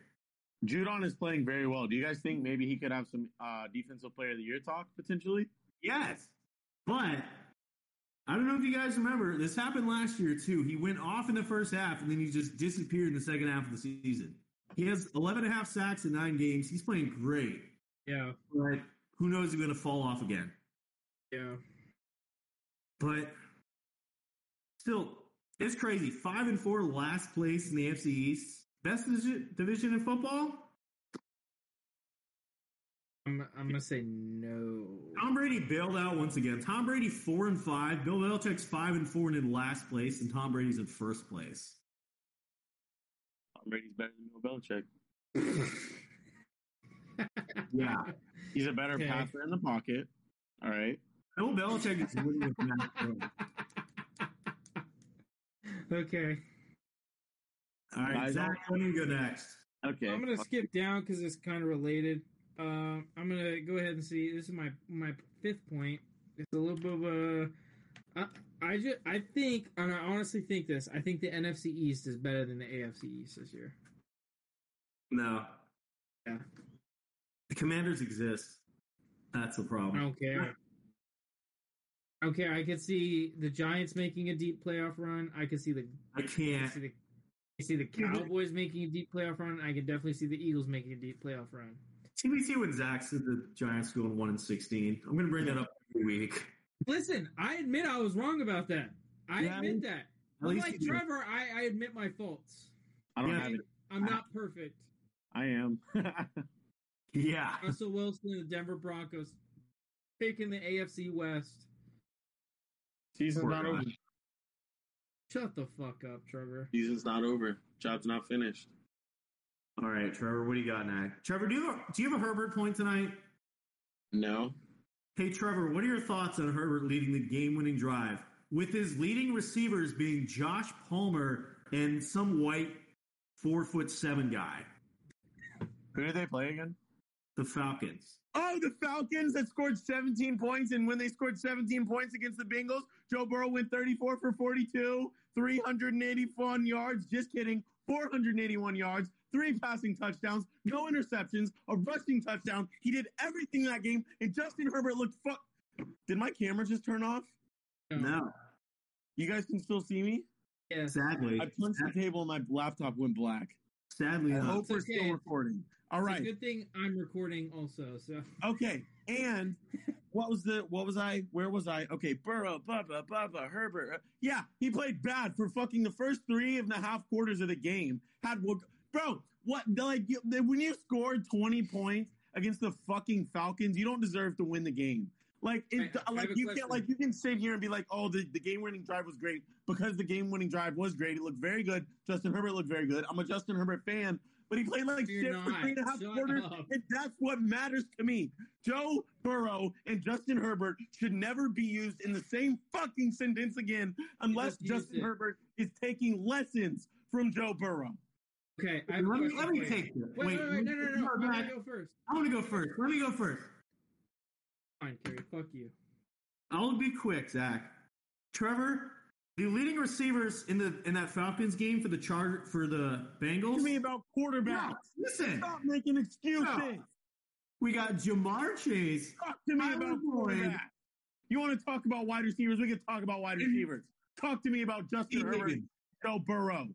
[SPEAKER 3] Judon is playing very well. Do you guys think maybe he could have some uh, defensive player of the year talk potentially?
[SPEAKER 2] Yes. But I don't know if you guys remember, this happened last year too. He went off in the first half and then he just disappeared in the second half of the season. He has 11 and a half sacks in nine games. He's playing great.
[SPEAKER 5] Yeah,
[SPEAKER 2] But who knows if he's going to fall off again.
[SPEAKER 5] yeah.
[SPEAKER 2] But still, it's crazy. Five and four, last place in the AFC East. Best division division in football?
[SPEAKER 5] I'm, I'm gonna say no.
[SPEAKER 2] Tom Brady bailed out once again. Tom Brady four and five. Bill Belichick's five and four and in last place, and Tom Brady's in first place.
[SPEAKER 3] Tom Brady's better than Bill Belichick.
[SPEAKER 2] Yeah.
[SPEAKER 3] He's a better
[SPEAKER 5] Okay.
[SPEAKER 3] passer in the pocket. All right.
[SPEAKER 2] Bill Belichick is winning with Matt Jones.
[SPEAKER 5] okay.
[SPEAKER 2] All right,
[SPEAKER 3] Guys,
[SPEAKER 2] Zach, when do you go next?
[SPEAKER 3] Okay.
[SPEAKER 5] I'm gonna skip down because it's kind of related. Uh, I'm gonna go ahead and see. This is my my fifth point. It's a little bit of a. I, I just I think and I honestly think this. I think the NFC East is better than the AFC East this year.
[SPEAKER 2] No.
[SPEAKER 5] Yeah.
[SPEAKER 2] The commanders exist. That's the
[SPEAKER 5] I
[SPEAKER 2] problem.
[SPEAKER 5] don't care. Okay, I could see the Giants making a deep playoff run. I could see the
[SPEAKER 2] I
[SPEAKER 5] I
[SPEAKER 2] can't.
[SPEAKER 5] see the, I see the Cowboys making a deep playoff run. I could definitely see the Eagles making a deep playoff run.
[SPEAKER 2] TBC when Zach said the Giants going 1 and 16. I'm going to bring that up every week.
[SPEAKER 5] Listen, I admit I was wrong about that. I
[SPEAKER 2] Yeah, I
[SPEAKER 5] admit
[SPEAKER 2] mean,
[SPEAKER 5] that.
[SPEAKER 2] At least
[SPEAKER 5] like
[SPEAKER 2] you-
[SPEAKER 5] Trevor, I, I admit my faults.
[SPEAKER 3] I don't
[SPEAKER 2] Yeah.
[SPEAKER 3] have it.
[SPEAKER 5] I'm
[SPEAKER 3] I-
[SPEAKER 5] not perfect.
[SPEAKER 3] I am.
[SPEAKER 2] Yeah.
[SPEAKER 5] Russell Wilson and the Denver Broncos taking the AFC West.
[SPEAKER 3] Season's
[SPEAKER 2] Poor
[SPEAKER 3] not
[SPEAKER 2] guy.
[SPEAKER 3] over.
[SPEAKER 5] Shut the fuck up, Trevor.
[SPEAKER 3] Season's not over. Job's not finished.
[SPEAKER 2] All right, Trevor, what do you got next? Trevor, do you have a, do you have a Herbert point tonight?
[SPEAKER 3] No.
[SPEAKER 2] Hey, Trevor, what are your thoughts on Herbert leading the game-winning drive with his leading receivers being Josh Palmer and some white four foot seven guy,
[SPEAKER 3] Who did they play again?
[SPEAKER 2] the Falcons?
[SPEAKER 3] Oh, the Falcons that scored 17 points. And when they scored 17 points against the Bengals, Joe Burrow went 34 for 42, 381 yards. Just kidding. 481 yards, three passing touchdowns, no interceptions, a rushing touchdown. He did everything that game. And Justin Herbert looked fuck. Did my camera just turn off?
[SPEAKER 2] No,
[SPEAKER 3] You guys can still see me?
[SPEAKER 5] Yes.
[SPEAKER 2] sadly,
[SPEAKER 3] I punched the table and my laptop went black.
[SPEAKER 2] sadly,
[SPEAKER 3] I
[SPEAKER 2] not.
[SPEAKER 3] hope we're
[SPEAKER 5] okay.
[SPEAKER 3] still recording. All
[SPEAKER 5] It's a
[SPEAKER 3] right.
[SPEAKER 5] good thing I'm recording also, so
[SPEAKER 3] Okay. And what was the what was I? Where was I? Okay, Burrow, Bubba, Bubba, Herbert. Uh, Yeah, he played bad for fucking the first three and a half quarters of the game. Had wo- bro, what like you- when you scored twenty points against the fucking Falcons, you don't deserve to win the game. Like, it,
[SPEAKER 5] I- I
[SPEAKER 3] like
[SPEAKER 5] have a
[SPEAKER 3] you
[SPEAKER 5] question.
[SPEAKER 3] can't like you can sit here and be like, oh, the, the game winning drive was great because the game winning drive was great. It looked very good. Justin Herbert looked very good. I'm a Justin Herbert fan, but he played like
[SPEAKER 5] You're
[SPEAKER 3] shit for
[SPEAKER 5] not.
[SPEAKER 3] three and a half
[SPEAKER 5] Shut
[SPEAKER 3] quarters,
[SPEAKER 5] up.
[SPEAKER 3] and that's what matters to me. Joe Burrow and Justin Herbert should never be used in the same fucking sentence again, unless
[SPEAKER 5] just used
[SPEAKER 3] Justin
[SPEAKER 5] it.
[SPEAKER 3] Herbert is taking lessons from Joe Burrow.
[SPEAKER 5] okay. I have a
[SPEAKER 2] Let me,
[SPEAKER 5] question
[SPEAKER 2] let
[SPEAKER 5] for
[SPEAKER 2] me
[SPEAKER 5] you.
[SPEAKER 2] take this.
[SPEAKER 5] Wait, wait, wait, no, no, no. I'm gonna
[SPEAKER 2] Matt,
[SPEAKER 5] go first.
[SPEAKER 2] I want to go first. Let me go first.
[SPEAKER 5] Fine, Kerry. Fuck you.
[SPEAKER 2] I'll be quick, Zach. Trevor, the leading receivers in the in that Falcons game for the charge for the
[SPEAKER 3] Talk to
[SPEAKER 2] Bengals.
[SPEAKER 3] me about quarterbacks.
[SPEAKER 2] No, listen,
[SPEAKER 3] Stop making excuses.
[SPEAKER 2] No. we got Jamar Chase,
[SPEAKER 3] Talk to me
[SPEAKER 2] Tyler
[SPEAKER 3] about
[SPEAKER 2] Boyd.
[SPEAKER 3] quarterbacks. You want to talk about wide receivers? We can talk about wide receivers. Talk to me about Justin
[SPEAKER 2] T.
[SPEAKER 3] Herbert,
[SPEAKER 2] Higgins.
[SPEAKER 3] Joe Burrow.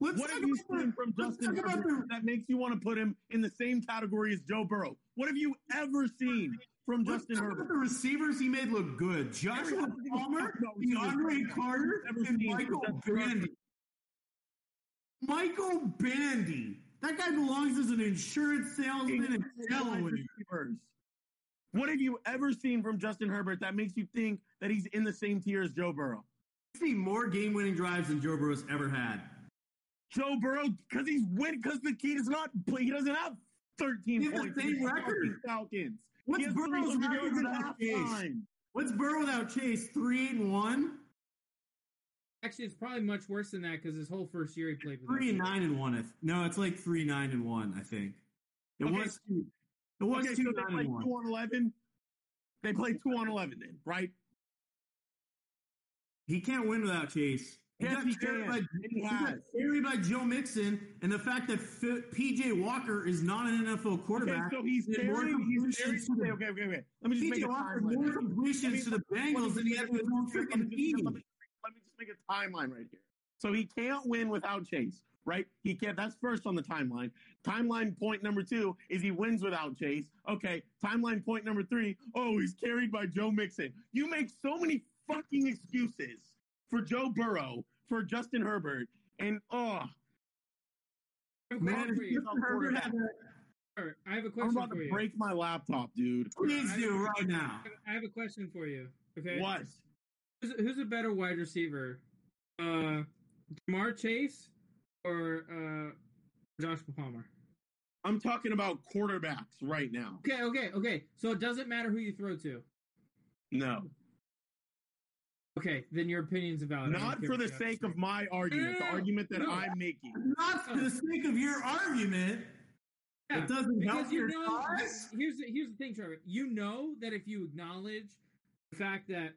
[SPEAKER 2] Let's
[SPEAKER 3] What
[SPEAKER 2] talk
[SPEAKER 3] have you
[SPEAKER 2] about
[SPEAKER 3] seen
[SPEAKER 2] the-
[SPEAKER 3] from
[SPEAKER 2] let's
[SPEAKER 3] Justin
[SPEAKER 2] talk about
[SPEAKER 3] Herbert
[SPEAKER 2] the-
[SPEAKER 3] that makes you want to put him in the same category as Joe Burrow? What have you ever seen from
[SPEAKER 2] let's
[SPEAKER 3] Justin
[SPEAKER 2] talk about
[SPEAKER 3] Herbert?
[SPEAKER 2] the receivers he made look good. Joshua
[SPEAKER 3] Everyone thinks
[SPEAKER 2] Palmer,
[SPEAKER 3] about receivers.
[SPEAKER 2] DeAndre Carter,
[SPEAKER 3] Never
[SPEAKER 2] and
[SPEAKER 3] seen
[SPEAKER 2] Michael
[SPEAKER 3] Justin Herbert.
[SPEAKER 2] Bandy. Michael Bandy. That guy belongs as an insurance salesman in Delaware.
[SPEAKER 3] Receivers. What have you ever seen from Justin Herbert that makes you think that he's in the same tier as Joe Burrow?
[SPEAKER 2] He's seen more game-winning drives than Joe Burrow's ever had.
[SPEAKER 3] Joe Burrow, because he's win, because the kid is not, play- he doesn't have 13
[SPEAKER 2] He has the
[SPEAKER 3] points.
[SPEAKER 2] same
[SPEAKER 3] against the
[SPEAKER 2] record.
[SPEAKER 3] fucking Falcons.
[SPEAKER 2] What's
[SPEAKER 3] He has
[SPEAKER 2] Burrow's
[SPEAKER 3] 300
[SPEAKER 2] record
[SPEAKER 3] yards
[SPEAKER 2] without
[SPEAKER 3] at
[SPEAKER 2] Chase?
[SPEAKER 3] halftime.
[SPEAKER 2] What's Burrow without Chase? Three eight and one,
[SPEAKER 5] Actually, it's probably much worse than that because his whole first year he played with us.
[SPEAKER 2] three and nine and one. I th- No, it's like three nine and one. I think it
[SPEAKER 3] Okay.
[SPEAKER 2] was. Two, it was
[SPEAKER 3] Okay, so
[SPEAKER 2] two
[SPEAKER 3] they
[SPEAKER 2] nine
[SPEAKER 3] play
[SPEAKER 2] and one.
[SPEAKER 3] two on eleven. They play two on eleven then, right?
[SPEAKER 2] He can't win without Chase.
[SPEAKER 3] Yes,
[SPEAKER 2] got
[SPEAKER 3] he
[SPEAKER 2] carried
[SPEAKER 3] can.
[SPEAKER 2] By,
[SPEAKER 3] And he
[SPEAKER 2] got
[SPEAKER 3] has.
[SPEAKER 2] carried by Joe Mixon, and the fact that F- PJ Walker is not an NFL
[SPEAKER 3] Okay,
[SPEAKER 2] quarterback.
[SPEAKER 3] so he's
[SPEAKER 2] and more
[SPEAKER 3] staring. He's staring.
[SPEAKER 2] completions to
[SPEAKER 3] Okay,
[SPEAKER 2] the-
[SPEAKER 3] okay, okay, okay. Let me just make
[SPEAKER 2] PJ
[SPEAKER 3] a
[SPEAKER 2] Walker
[SPEAKER 3] timeline.
[SPEAKER 2] more
[SPEAKER 3] right here. Let me-
[SPEAKER 2] completions to the
[SPEAKER 3] let me
[SPEAKER 2] Bengals
[SPEAKER 3] just
[SPEAKER 2] than he
[SPEAKER 3] make
[SPEAKER 2] had
[SPEAKER 3] a-
[SPEAKER 2] to his own
[SPEAKER 3] let me
[SPEAKER 2] freaking
[SPEAKER 3] just-
[SPEAKER 2] team.
[SPEAKER 3] Let me, let me just make a timeline right here. So he can't win without Chase, right? He can't. That's first on the timeline. Timeline point number two is he wins without Chase. Okay. Timeline point number three, oh, he's carried by Joe Mixon. You make so many fucking excuses for Joe Burrow, for Justin Herbert, and oh,
[SPEAKER 5] I have a
[SPEAKER 2] Man,
[SPEAKER 5] question
[SPEAKER 2] if
[SPEAKER 5] for you.
[SPEAKER 2] Justin Herbert had that,
[SPEAKER 5] Sir, I have a
[SPEAKER 3] I'm
[SPEAKER 5] question
[SPEAKER 3] about
[SPEAKER 5] for
[SPEAKER 3] to
[SPEAKER 5] you.
[SPEAKER 3] break my laptop, dude.
[SPEAKER 2] please do right now.
[SPEAKER 5] I have a question for you. Okay.
[SPEAKER 3] What?
[SPEAKER 5] Who's, who's a better wide receiver? Uh, Jamar Chase or uh, Josh Palmer?
[SPEAKER 3] I'm talking about quarterbacks right now.
[SPEAKER 5] Okay, okay, okay. So it doesn't matter who you throw to.
[SPEAKER 3] No.
[SPEAKER 5] Okay, then your opinion's valid. I don't
[SPEAKER 3] Not
[SPEAKER 5] care
[SPEAKER 3] for
[SPEAKER 5] what
[SPEAKER 3] the
[SPEAKER 5] you have to
[SPEAKER 3] sake
[SPEAKER 5] say.
[SPEAKER 3] of my argument, the
[SPEAKER 5] No,
[SPEAKER 3] argument that
[SPEAKER 5] no.
[SPEAKER 3] I'm making.
[SPEAKER 2] Not for the sake of your argument.
[SPEAKER 5] Yeah,
[SPEAKER 2] it doesn't help
[SPEAKER 5] Because you
[SPEAKER 2] your
[SPEAKER 5] know,
[SPEAKER 2] cause.
[SPEAKER 5] here's the, here's the thing, Trevor. You know that if you acknowledge the fact that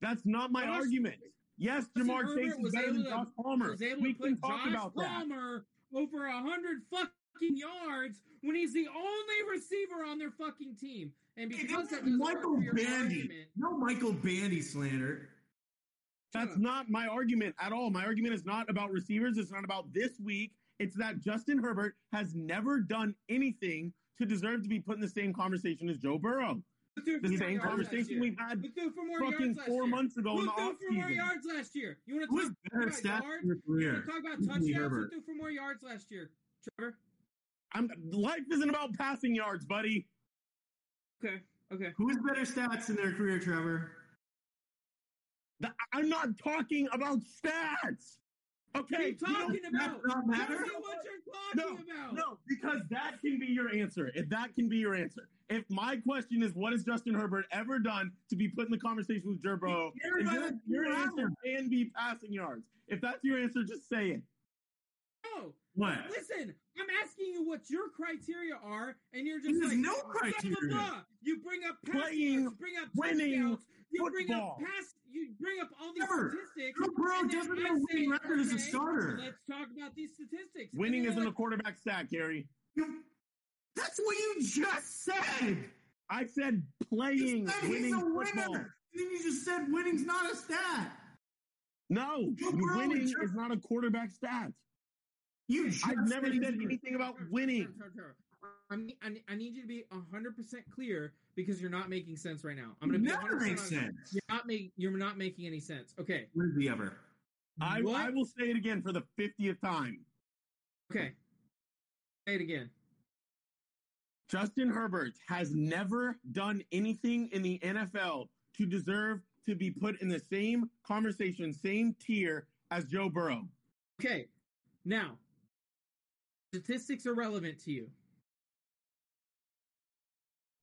[SPEAKER 3] That's not my
[SPEAKER 5] Justin-
[SPEAKER 3] argument. Yes,
[SPEAKER 5] Justin
[SPEAKER 3] Jamar
[SPEAKER 5] Herbert
[SPEAKER 3] Chase is
[SPEAKER 5] was
[SPEAKER 3] better
[SPEAKER 5] able
[SPEAKER 3] than
[SPEAKER 5] to-
[SPEAKER 3] Josh Palmer.
[SPEAKER 5] was able
[SPEAKER 3] We
[SPEAKER 5] to put
[SPEAKER 3] can talk
[SPEAKER 5] Josh
[SPEAKER 3] about that.
[SPEAKER 5] Palmer over a hundred fucking yards when he's the only receiver on their fucking team, and
[SPEAKER 2] Hey,
[SPEAKER 5] because
[SPEAKER 2] this
[SPEAKER 5] that doesn't
[SPEAKER 2] is
[SPEAKER 5] work
[SPEAKER 2] Michael
[SPEAKER 5] for your
[SPEAKER 2] Bandy.
[SPEAKER 5] argument,
[SPEAKER 2] No Michael Bandy slander.
[SPEAKER 3] That's not my argument at all. My argument is not about receivers. It's not about this week. It's that Justin Herbert has never done anything to deserve to be put in the same conversation as Joe Burrow.
[SPEAKER 5] Who threw for
[SPEAKER 3] The
[SPEAKER 5] more
[SPEAKER 3] same
[SPEAKER 5] yards last
[SPEAKER 3] conversation
[SPEAKER 5] year?
[SPEAKER 3] we've had
[SPEAKER 5] Who threw for more
[SPEAKER 3] fucking
[SPEAKER 5] yards last
[SPEAKER 3] four
[SPEAKER 5] year?
[SPEAKER 3] months ago in
[SPEAKER 5] Who
[SPEAKER 3] the
[SPEAKER 5] threw for more
[SPEAKER 3] offseason.
[SPEAKER 5] yards last year? You want
[SPEAKER 2] Who
[SPEAKER 5] to
[SPEAKER 2] has
[SPEAKER 5] talk
[SPEAKER 2] better
[SPEAKER 5] about
[SPEAKER 2] stats
[SPEAKER 5] yards?
[SPEAKER 2] in your
[SPEAKER 5] You
[SPEAKER 2] career?
[SPEAKER 5] wanna talk about
[SPEAKER 2] Justin
[SPEAKER 5] touchdowns? Who
[SPEAKER 2] Herbert.
[SPEAKER 5] threw for more yards last year? Trevor.
[SPEAKER 3] I'm, life isn't about passing yards, buddy.
[SPEAKER 5] Okay. Okay.
[SPEAKER 2] Who has better stats in their career, Trevor?
[SPEAKER 3] The- I'm not talking about stats.
[SPEAKER 5] What are
[SPEAKER 3] Okay,
[SPEAKER 5] you
[SPEAKER 3] you don't-
[SPEAKER 5] talking about?
[SPEAKER 2] That not
[SPEAKER 5] I
[SPEAKER 2] matter.
[SPEAKER 5] don't know what you're talking about.
[SPEAKER 3] No, because that can be your answer. If that can be your answer. If my question is, what has Justin Herbert ever done to be put in the conversation with Joe Burrow?
[SPEAKER 2] You're
[SPEAKER 3] and
[SPEAKER 2] about
[SPEAKER 3] your-
[SPEAKER 2] to
[SPEAKER 3] your
[SPEAKER 2] throw
[SPEAKER 3] answer
[SPEAKER 2] out.
[SPEAKER 3] can be passing yards. If that's your answer, just say it.
[SPEAKER 5] No.
[SPEAKER 2] What?
[SPEAKER 5] Listen, I'm asking you what your criteria are, and you're just
[SPEAKER 2] There's
[SPEAKER 5] like,
[SPEAKER 2] no
[SPEAKER 5] blah,
[SPEAKER 2] criteria.
[SPEAKER 5] Blah, blah. You bring up passing
[SPEAKER 3] Playing,
[SPEAKER 5] yards, you bring up
[SPEAKER 3] winning
[SPEAKER 5] touchdowns, you bring up
[SPEAKER 3] football.
[SPEAKER 5] pass, you bring up all these
[SPEAKER 2] Trevor,
[SPEAKER 5] statistics.
[SPEAKER 2] Joe Burrow
[SPEAKER 5] and then
[SPEAKER 2] doesn't
[SPEAKER 5] I
[SPEAKER 2] have a Oh, winning
[SPEAKER 5] say,
[SPEAKER 2] record as a
[SPEAKER 5] okay,
[SPEAKER 2] starter.
[SPEAKER 5] Let's talk about these statistics. And
[SPEAKER 3] Winning
[SPEAKER 5] then
[SPEAKER 3] isn't
[SPEAKER 5] you're
[SPEAKER 3] a quarterback stat, Gary.
[SPEAKER 2] You- That's what you just said.
[SPEAKER 3] I said
[SPEAKER 2] You
[SPEAKER 3] playing,
[SPEAKER 2] said he's
[SPEAKER 3] winning
[SPEAKER 2] a winner.
[SPEAKER 3] football.
[SPEAKER 2] And then you just said winning's not a stat.
[SPEAKER 3] No,
[SPEAKER 2] Joe Burrow and
[SPEAKER 3] winning
[SPEAKER 2] Joe-
[SPEAKER 3] is not a quarterback stat.
[SPEAKER 2] You just
[SPEAKER 3] I've never
[SPEAKER 2] he's
[SPEAKER 3] said
[SPEAKER 2] a-
[SPEAKER 3] anything about
[SPEAKER 5] Trevor,
[SPEAKER 3] winning.
[SPEAKER 5] Trevor, Trevor, Trevor. I need, I need- I need you to be 100% clear because you're not making sense right now. I'm going to be 100%
[SPEAKER 2] never makes
[SPEAKER 5] honest.
[SPEAKER 2] sense.
[SPEAKER 5] You're not, make, you're not making any sense. Okay.
[SPEAKER 2] Where's the ever?
[SPEAKER 3] I,
[SPEAKER 5] What?
[SPEAKER 3] I will say it again for the 50th time.
[SPEAKER 5] Okay. Say it again.
[SPEAKER 3] Justin Herbert has never done anything in the NFL to deserve to be put in the same conversation, same tier as Joe Burrow.
[SPEAKER 5] Okay. Now, statistics are relevant to you.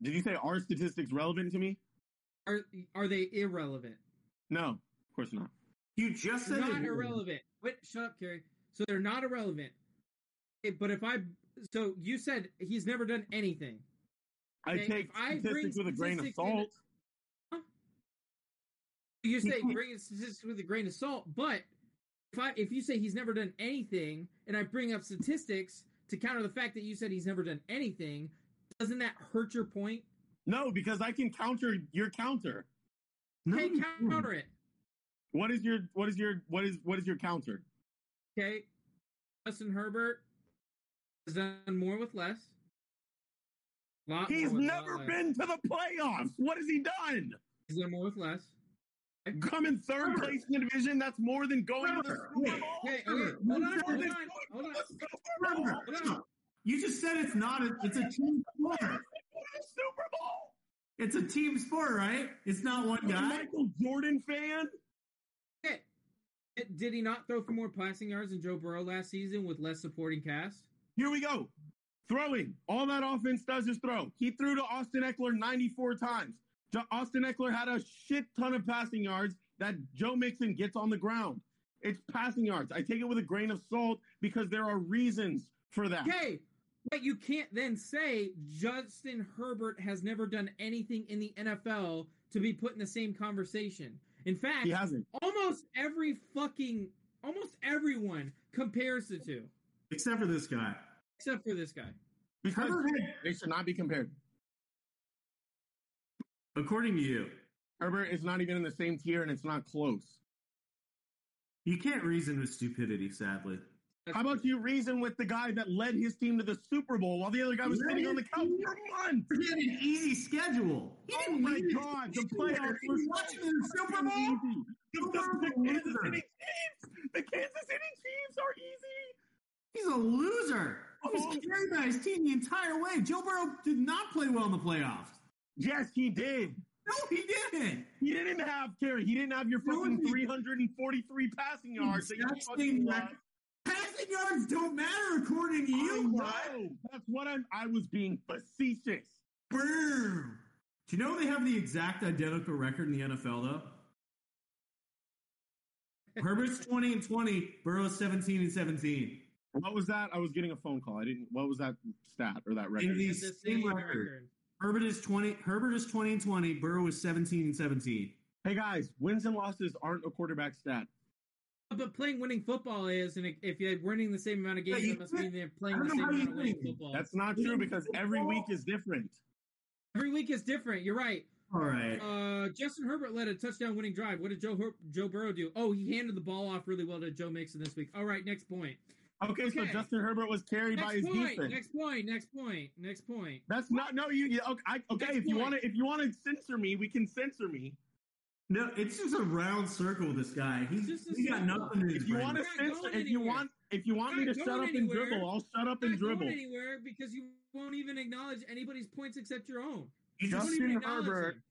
[SPEAKER 3] Did you say our statistics relevant to me?
[SPEAKER 5] Are are they irrelevant?
[SPEAKER 3] No, of course not.
[SPEAKER 2] You just said
[SPEAKER 5] Not
[SPEAKER 2] it.
[SPEAKER 5] irrelevant. Wait, shut up, Carrie. So they're not irrelevant. Okay, but if I so you said he's never done anything.
[SPEAKER 3] I
[SPEAKER 5] Okay,
[SPEAKER 3] take
[SPEAKER 5] if I bring
[SPEAKER 3] statistics with a grain of
[SPEAKER 5] statistics in-
[SPEAKER 3] salt.
[SPEAKER 5] You say
[SPEAKER 3] Mm-hmm.
[SPEAKER 2] can't-
[SPEAKER 5] bring statistics with a grain of salt, but if I if you say he's never done anything, and I bring up statistics to counter the fact that you said he's never done anything, doesn't that hurt your point?
[SPEAKER 3] No, because I can counter your counter.
[SPEAKER 2] No,
[SPEAKER 5] Okay,
[SPEAKER 2] you
[SPEAKER 3] Mm-hmm.
[SPEAKER 2] didn't.
[SPEAKER 5] counter it.
[SPEAKER 3] What is your what is your what is what is your counter?
[SPEAKER 5] Okay, Justin Herbert has done more with less. Lot
[SPEAKER 3] He's
[SPEAKER 5] more with lot
[SPEAKER 3] never
[SPEAKER 5] less.
[SPEAKER 3] been to the playoffs. What has he done?
[SPEAKER 5] He's done more with less.
[SPEAKER 3] Come in third
[SPEAKER 2] Trevor.
[SPEAKER 3] place in the division. That's more than going to the
[SPEAKER 2] Trevor.
[SPEAKER 3] Super Bowl.
[SPEAKER 5] Hey, okay, hold on, hold on, hold on.
[SPEAKER 3] Let's go Super Bowl.
[SPEAKER 2] Trevor, no. You just said it's not. A, it's a team sport.
[SPEAKER 3] Super Bowl.
[SPEAKER 2] It's a team sport, right? It's not one
[SPEAKER 3] You
[SPEAKER 2] guy.
[SPEAKER 3] Michael Jordan fan.
[SPEAKER 5] Okay. Did- Did he not throw for more passing yards than Joe Burrow last season with less supporting cast?
[SPEAKER 3] Here we go. Throwing. All that offense does is throw. He threw to Austin Eckler 94 times. Jo- Austin Eckler had a shit ton of passing yards that Joe Mixon gets on the ground. It's passing yards. I take it with a grain of salt because there are reasons for that.
[SPEAKER 5] Okay, but you can't then say Justin Herbert has never done anything in the NFL to be put in the same conversation. In fact,
[SPEAKER 3] He hasn't.
[SPEAKER 5] almost every fucking, almost everyone compares the two,
[SPEAKER 2] Except for this guy.
[SPEAKER 5] except for this guy.
[SPEAKER 3] Because
[SPEAKER 2] Herbert had,
[SPEAKER 3] they should not be compared.
[SPEAKER 2] according to you,
[SPEAKER 3] Herbert is not even in the same tier and it's not close.
[SPEAKER 2] you can't reason with stupidity, sadly.
[SPEAKER 3] How about you reason with the guy that led his team to the Super Bowl while the other guy was
[SPEAKER 2] Led
[SPEAKER 3] sitting on the
[SPEAKER 2] his
[SPEAKER 3] couch
[SPEAKER 2] team?
[SPEAKER 3] for months?
[SPEAKER 2] He had an easy schedule. He
[SPEAKER 3] Oh
[SPEAKER 2] didn't
[SPEAKER 3] my
[SPEAKER 2] need it.
[SPEAKER 3] God, the
[SPEAKER 2] He
[SPEAKER 3] playoffs
[SPEAKER 2] was
[SPEAKER 3] were so
[SPEAKER 2] watching the Super Bowl.
[SPEAKER 3] Easy. The,
[SPEAKER 2] You are
[SPEAKER 3] the
[SPEAKER 2] a
[SPEAKER 3] Kansas
[SPEAKER 2] loser.
[SPEAKER 3] City Chiefs. The Kansas City Chiefs are easy.
[SPEAKER 2] He's a loser. He was
[SPEAKER 3] Oh.
[SPEAKER 2] carried by his team the entire way. Joe Burrow did not play well in the playoffs.
[SPEAKER 3] Yes, he did.
[SPEAKER 2] No, he didn't.
[SPEAKER 3] He didn't have Terry. He didn't have your
[SPEAKER 2] No,
[SPEAKER 3] fucking
[SPEAKER 2] he-
[SPEAKER 3] 343 passing yards. that you
[SPEAKER 2] Exact
[SPEAKER 3] fucking
[SPEAKER 2] same
[SPEAKER 3] lost.
[SPEAKER 2] record. Passing yards don't matter according to you,
[SPEAKER 3] I
[SPEAKER 2] bud.
[SPEAKER 3] know. That's what I'm. I was being facetious.
[SPEAKER 2] Boom. Do you know they have the exact identical record in the NFL though? Herbert's twenty and twenty, Burrow's seventeen and seventeen.
[SPEAKER 3] What was that? I was getting a phone call. I didn't. What was that stat or that record?
[SPEAKER 2] In the
[SPEAKER 5] It's the same
[SPEAKER 2] same record. Herbert is twenty Herbert is twenty and twenty, Burrow is seventeen and seventeen.
[SPEAKER 3] Hey guys, wins and losses aren't a quarterback stat.
[SPEAKER 5] But playing winning football is, and if you're winning the same amount of games,
[SPEAKER 2] you
[SPEAKER 5] that must mean they're playing
[SPEAKER 2] I
[SPEAKER 5] the
[SPEAKER 2] don't
[SPEAKER 5] same
[SPEAKER 2] know how
[SPEAKER 5] amount
[SPEAKER 2] you
[SPEAKER 5] of winning
[SPEAKER 2] think.
[SPEAKER 5] football.
[SPEAKER 3] That's not true because every week is different.
[SPEAKER 5] Every week is different. You're right.
[SPEAKER 2] All right.
[SPEAKER 5] Uh, Justin Herbert led a touchdown winning drive. What did Joe Her- Joe Burrow do? Oh, he handed the ball off really well to Joe Mixon this week. All right, next point.
[SPEAKER 3] Okay, so
[SPEAKER 5] Okay.
[SPEAKER 3] Justin Herbert was carried by
[SPEAKER 5] Next
[SPEAKER 3] his
[SPEAKER 5] point.
[SPEAKER 3] defense.
[SPEAKER 5] Next point. Next point. Next point.
[SPEAKER 3] That's not no. You, you okay? I, okay
[SPEAKER 5] Next
[SPEAKER 3] if you
[SPEAKER 5] point.
[SPEAKER 3] want to, if you want to censor me, we can censor me.
[SPEAKER 2] No, it's just a round circle, this guy. He's
[SPEAKER 5] It's just a
[SPEAKER 2] he got
[SPEAKER 5] circle.
[SPEAKER 2] nothing in his
[SPEAKER 3] If you
[SPEAKER 2] brain.
[SPEAKER 3] want to
[SPEAKER 5] We're not
[SPEAKER 3] censor,
[SPEAKER 5] going
[SPEAKER 3] if you
[SPEAKER 5] anywhere.
[SPEAKER 3] want, if you want
[SPEAKER 5] We're
[SPEAKER 3] me to
[SPEAKER 5] not
[SPEAKER 3] shut up
[SPEAKER 5] going
[SPEAKER 3] and
[SPEAKER 5] anywhere.
[SPEAKER 3] dribble, I'll shut up
[SPEAKER 5] You're
[SPEAKER 3] and
[SPEAKER 5] not
[SPEAKER 3] dribble.
[SPEAKER 5] going anywhere because you won't even acknowledge anybody's points except your own.
[SPEAKER 2] You just-
[SPEAKER 5] Don't even
[SPEAKER 3] Justin
[SPEAKER 5] acknowledge
[SPEAKER 3] Herbert
[SPEAKER 5] him.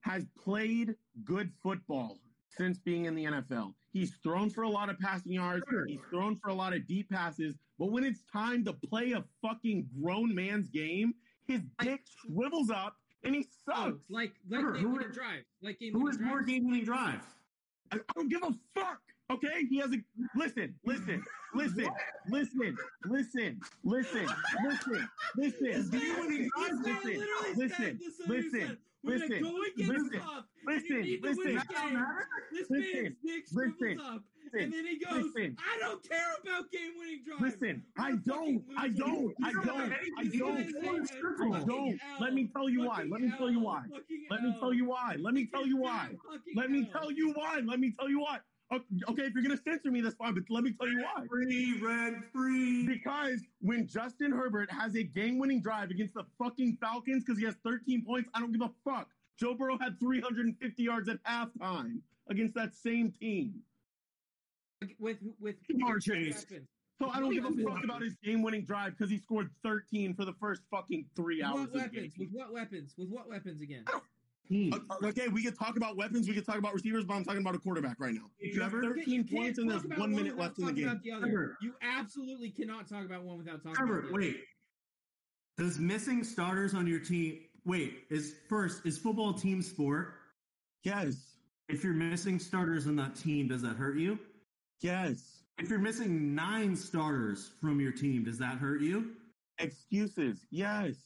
[SPEAKER 3] has played good football since being in the NFL. He's thrown for a lot of passing yards.
[SPEAKER 2] Sure.
[SPEAKER 3] He's thrown for a lot of deep passes. But when it's time to play a fucking grown man's game, his dick swivels up and he
[SPEAKER 5] Oh,
[SPEAKER 3] sucks.
[SPEAKER 5] like like
[SPEAKER 2] Herbert,
[SPEAKER 5] game
[SPEAKER 2] who
[SPEAKER 5] winning
[SPEAKER 2] is-
[SPEAKER 5] drive. Like game
[SPEAKER 2] who
[SPEAKER 5] winning
[SPEAKER 2] has
[SPEAKER 5] drive.
[SPEAKER 2] more game winning drives?
[SPEAKER 3] I I don't give a fuck. Okay, he has a listen, listen, listen, listen, listen, listen, listen,
[SPEAKER 2] His
[SPEAKER 3] listen.
[SPEAKER 2] game winning
[SPEAKER 5] This
[SPEAKER 2] drives.
[SPEAKER 5] guy
[SPEAKER 3] listen,
[SPEAKER 5] literally said
[SPEAKER 3] listen,
[SPEAKER 5] this other
[SPEAKER 3] listen,
[SPEAKER 5] said, When
[SPEAKER 3] listen,
[SPEAKER 5] the going gets
[SPEAKER 3] listen,
[SPEAKER 5] tough, you
[SPEAKER 3] listen,
[SPEAKER 5] need to win
[SPEAKER 3] listen,
[SPEAKER 5] games. This man's
[SPEAKER 3] listen,
[SPEAKER 5] dick shrivels
[SPEAKER 3] listen,
[SPEAKER 5] up,
[SPEAKER 3] listen,
[SPEAKER 5] and then he goes,
[SPEAKER 3] listen.
[SPEAKER 5] "I don't care about game-winning drives."
[SPEAKER 3] Listen,
[SPEAKER 5] We're
[SPEAKER 3] I
[SPEAKER 5] fucking
[SPEAKER 3] don't, I
[SPEAKER 5] losing.
[SPEAKER 3] don't, I
[SPEAKER 5] You're
[SPEAKER 3] don't,
[SPEAKER 5] right.
[SPEAKER 3] I
[SPEAKER 5] This
[SPEAKER 3] don't,
[SPEAKER 5] guy's
[SPEAKER 2] I
[SPEAKER 5] saying,
[SPEAKER 2] don't.
[SPEAKER 5] "Fucking
[SPEAKER 3] Don't.
[SPEAKER 5] L,
[SPEAKER 3] Let me tell you why.
[SPEAKER 5] fucking
[SPEAKER 3] Let me tell you
[SPEAKER 5] L,
[SPEAKER 3] why.
[SPEAKER 5] fucking
[SPEAKER 3] Let me
[SPEAKER 5] L."
[SPEAKER 3] tell you why. Let me
[SPEAKER 5] This
[SPEAKER 3] tell
[SPEAKER 5] is
[SPEAKER 3] you
[SPEAKER 5] not
[SPEAKER 3] why.
[SPEAKER 5] fucking
[SPEAKER 3] Let me
[SPEAKER 5] L.
[SPEAKER 3] tell you why. Let me tell you why. Okay, okay, if you're gonna censor me, that's fine, but let me tell you why.
[SPEAKER 2] Free, red, free.
[SPEAKER 3] Because when Justin Herbert has a game winning drive against the fucking Falcons because he has 13 points, I don't give a fuck. Joe Burrow had 350 yards at halftime against that same team.
[SPEAKER 5] with with
[SPEAKER 2] Jamar Chase.
[SPEAKER 5] weapons.
[SPEAKER 3] So I don't give a fuck
[SPEAKER 5] What
[SPEAKER 3] about his game winning drive because he scored 13 for the first fucking three
[SPEAKER 5] With
[SPEAKER 3] hours
[SPEAKER 5] what
[SPEAKER 3] of the game.
[SPEAKER 5] weapons? With what weapons? With what weapons again?
[SPEAKER 2] Hmm.
[SPEAKER 3] Uh, uh, Okay, we could talk about weapons, we could talk about receivers, but I'm talking about a quarterback right now. He has
[SPEAKER 2] Trevor?
[SPEAKER 3] 13
[SPEAKER 5] You can't
[SPEAKER 3] points and
[SPEAKER 5] talk
[SPEAKER 3] there's
[SPEAKER 5] about
[SPEAKER 3] one minute
[SPEAKER 5] without
[SPEAKER 3] left in the
[SPEAKER 5] talking
[SPEAKER 3] game.
[SPEAKER 5] about the other.
[SPEAKER 2] Trevor.
[SPEAKER 5] You absolutely cannot talk about one without talking
[SPEAKER 2] Trevor,
[SPEAKER 5] about the other.
[SPEAKER 2] wait. Does missing starters on your team wait, is first, is football a team sport?
[SPEAKER 3] Yes,
[SPEAKER 2] If you're missing starters on that team, does that hurt you?
[SPEAKER 3] yes.
[SPEAKER 2] If you're missing nine starters from your team, does that hurt you?
[SPEAKER 3] Excuses, yes.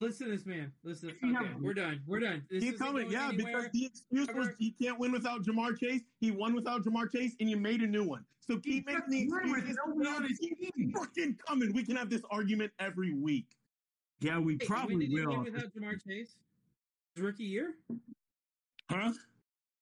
[SPEAKER 5] Listen to this man. Listen. To this.
[SPEAKER 2] You
[SPEAKER 5] Okay,
[SPEAKER 2] have-
[SPEAKER 5] we're done. We're done. This
[SPEAKER 3] Keep
[SPEAKER 5] isn't
[SPEAKER 3] coming,
[SPEAKER 5] going
[SPEAKER 3] yeah,
[SPEAKER 5] anywhere.
[SPEAKER 3] because the excuse was
[SPEAKER 5] Trevor.
[SPEAKER 3] he can't win without Jamar Chase. He won without Jamar Chase, and you made a new one. So
[SPEAKER 2] He's
[SPEAKER 3] keep making the
[SPEAKER 2] got nowhere
[SPEAKER 3] excuses.
[SPEAKER 2] to go on his
[SPEAKER 3] Keep
[SPEAKER 2] team.
[SPEAKER 3] fucking coming. We can have this argument every week.
[SPEAKER 2] Yeah, we
[SPEAKER 5] Hey,
[SPEAKER 2] probably
[SPEAKER 5] when did he win
[SPEAKER 2] will.
[SPEAKER 5] without Jamar Chase? His rookie year?
[SPEAKER 3] Huh?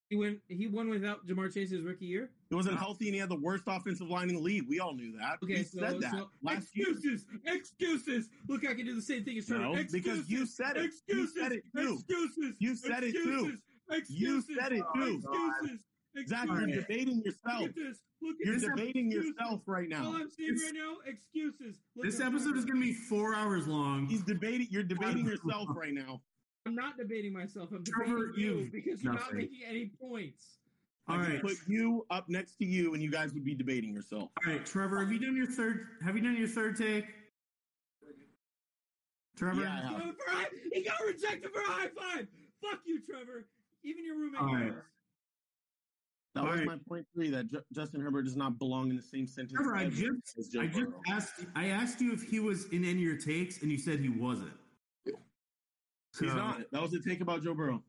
[SPEAKER 5] He went. He won without Jamar Chase his rookie year.
[SPEAKER 3] He wasn't healthy, and he had the worst offensive line in the league. We all knew that.
[SPEAKER 5] Okay,
[SPEAKER 3] we
[SPEAKER 5] so,
[SPEAKER 3] said that
[SPEAKER 5] so-
[SPEAKER 3] last year.
[SPEAKER 5] excuses, excuses. Look, I can do the same thing as Trevor.
[SPEAKER 3] No,
[SPEAKER 5] excuses,
[SPEAKER 3] because you said it. You
[SPEAKER 5] Excuses,
[SPEAKER 3] said it too.
[SPEAKER 5] excuses.
[SPEAKER 3] You said it too.
[SPEAKER 5] excuses,
[SPEAKER 3] You
[SPEAKER 5] Excuses,
[SPEAKER 3] said it too.
[SPEAKER 5] Excuses.
[SPEAKER 3] Zach,
[SPEAKER 5] excuses.
[SPEAKER 3] you're debating yourself.
[SPEAKER 5] Look at this. Look at
[SPEAKER 3] You're
[SPEAKER 5] this.
[SPEAKER 3] debating
[SPEAKER 5] excuses.
[SPEAKER 3] yourself right
[SPEAKER 5] All
[SPEAKER 3] now.
[SPEAKER 5] I'm seeing
[SPEAKER 2] It's-
[SPEAKER 5] right now, excuses. Look
[SPEAKER 2] This
[SPEAKER 5] at-
[SPEAKER 2] episode is going to be four hours long.
[SPEAKER 3] He's debating. You're debating yourself right now.
[SPEAKER 5] I'm not debating myself. I'm debating
[SPEAKER 2] Trevor,
[SPEAKER 5] you
[SPEAKER 2] you've-
[SPEAKER 5] because you're not
[SPEAKER 2] nothing.
[SPEAKER 5] making any points.
[SPEAKER 2] All
[SPEAKER 3] I could
[SPEAKER 2] right,
[SPEAKER 3] Put you up next to you, and you guys would be debating yourself.
[SPEAKER 2] all right, Trevor. Have you done your third? Have you done your third take? Trevor.
[SPEAKER 3] Yeah, I have.
[SPEAKER 5] Trevor, for high, he got rejected for a high five. Fuck you, Trevor. Even your roommate.
[SPEAKER 2] All right.
[SPEAKER 5] knows.
[SPEAKER 3] That
[SPEAKER 2] All
[SPEAKER 3] was
[SPEAKER 2] right.
[SPEAKER 3] my point three. That Ju- Justin Herbert does not belong in the same sentence.
[SPEAKER 2] Trevor, I
[SPEAKER 3] as-
[SPEAKER 2] just-
[SPEAKER 3] as Joe
[SPEAKER 2] I just
[SPEAKER 3] Burrow.
[SPEAKER 2] asked. I asked you if he was in any of your takes, and you said he wasn't.
[SPEAKER 3] He's
[SPEAKER 2] So-
[SPEAKER 3] not. That was a take about Joe Burrow.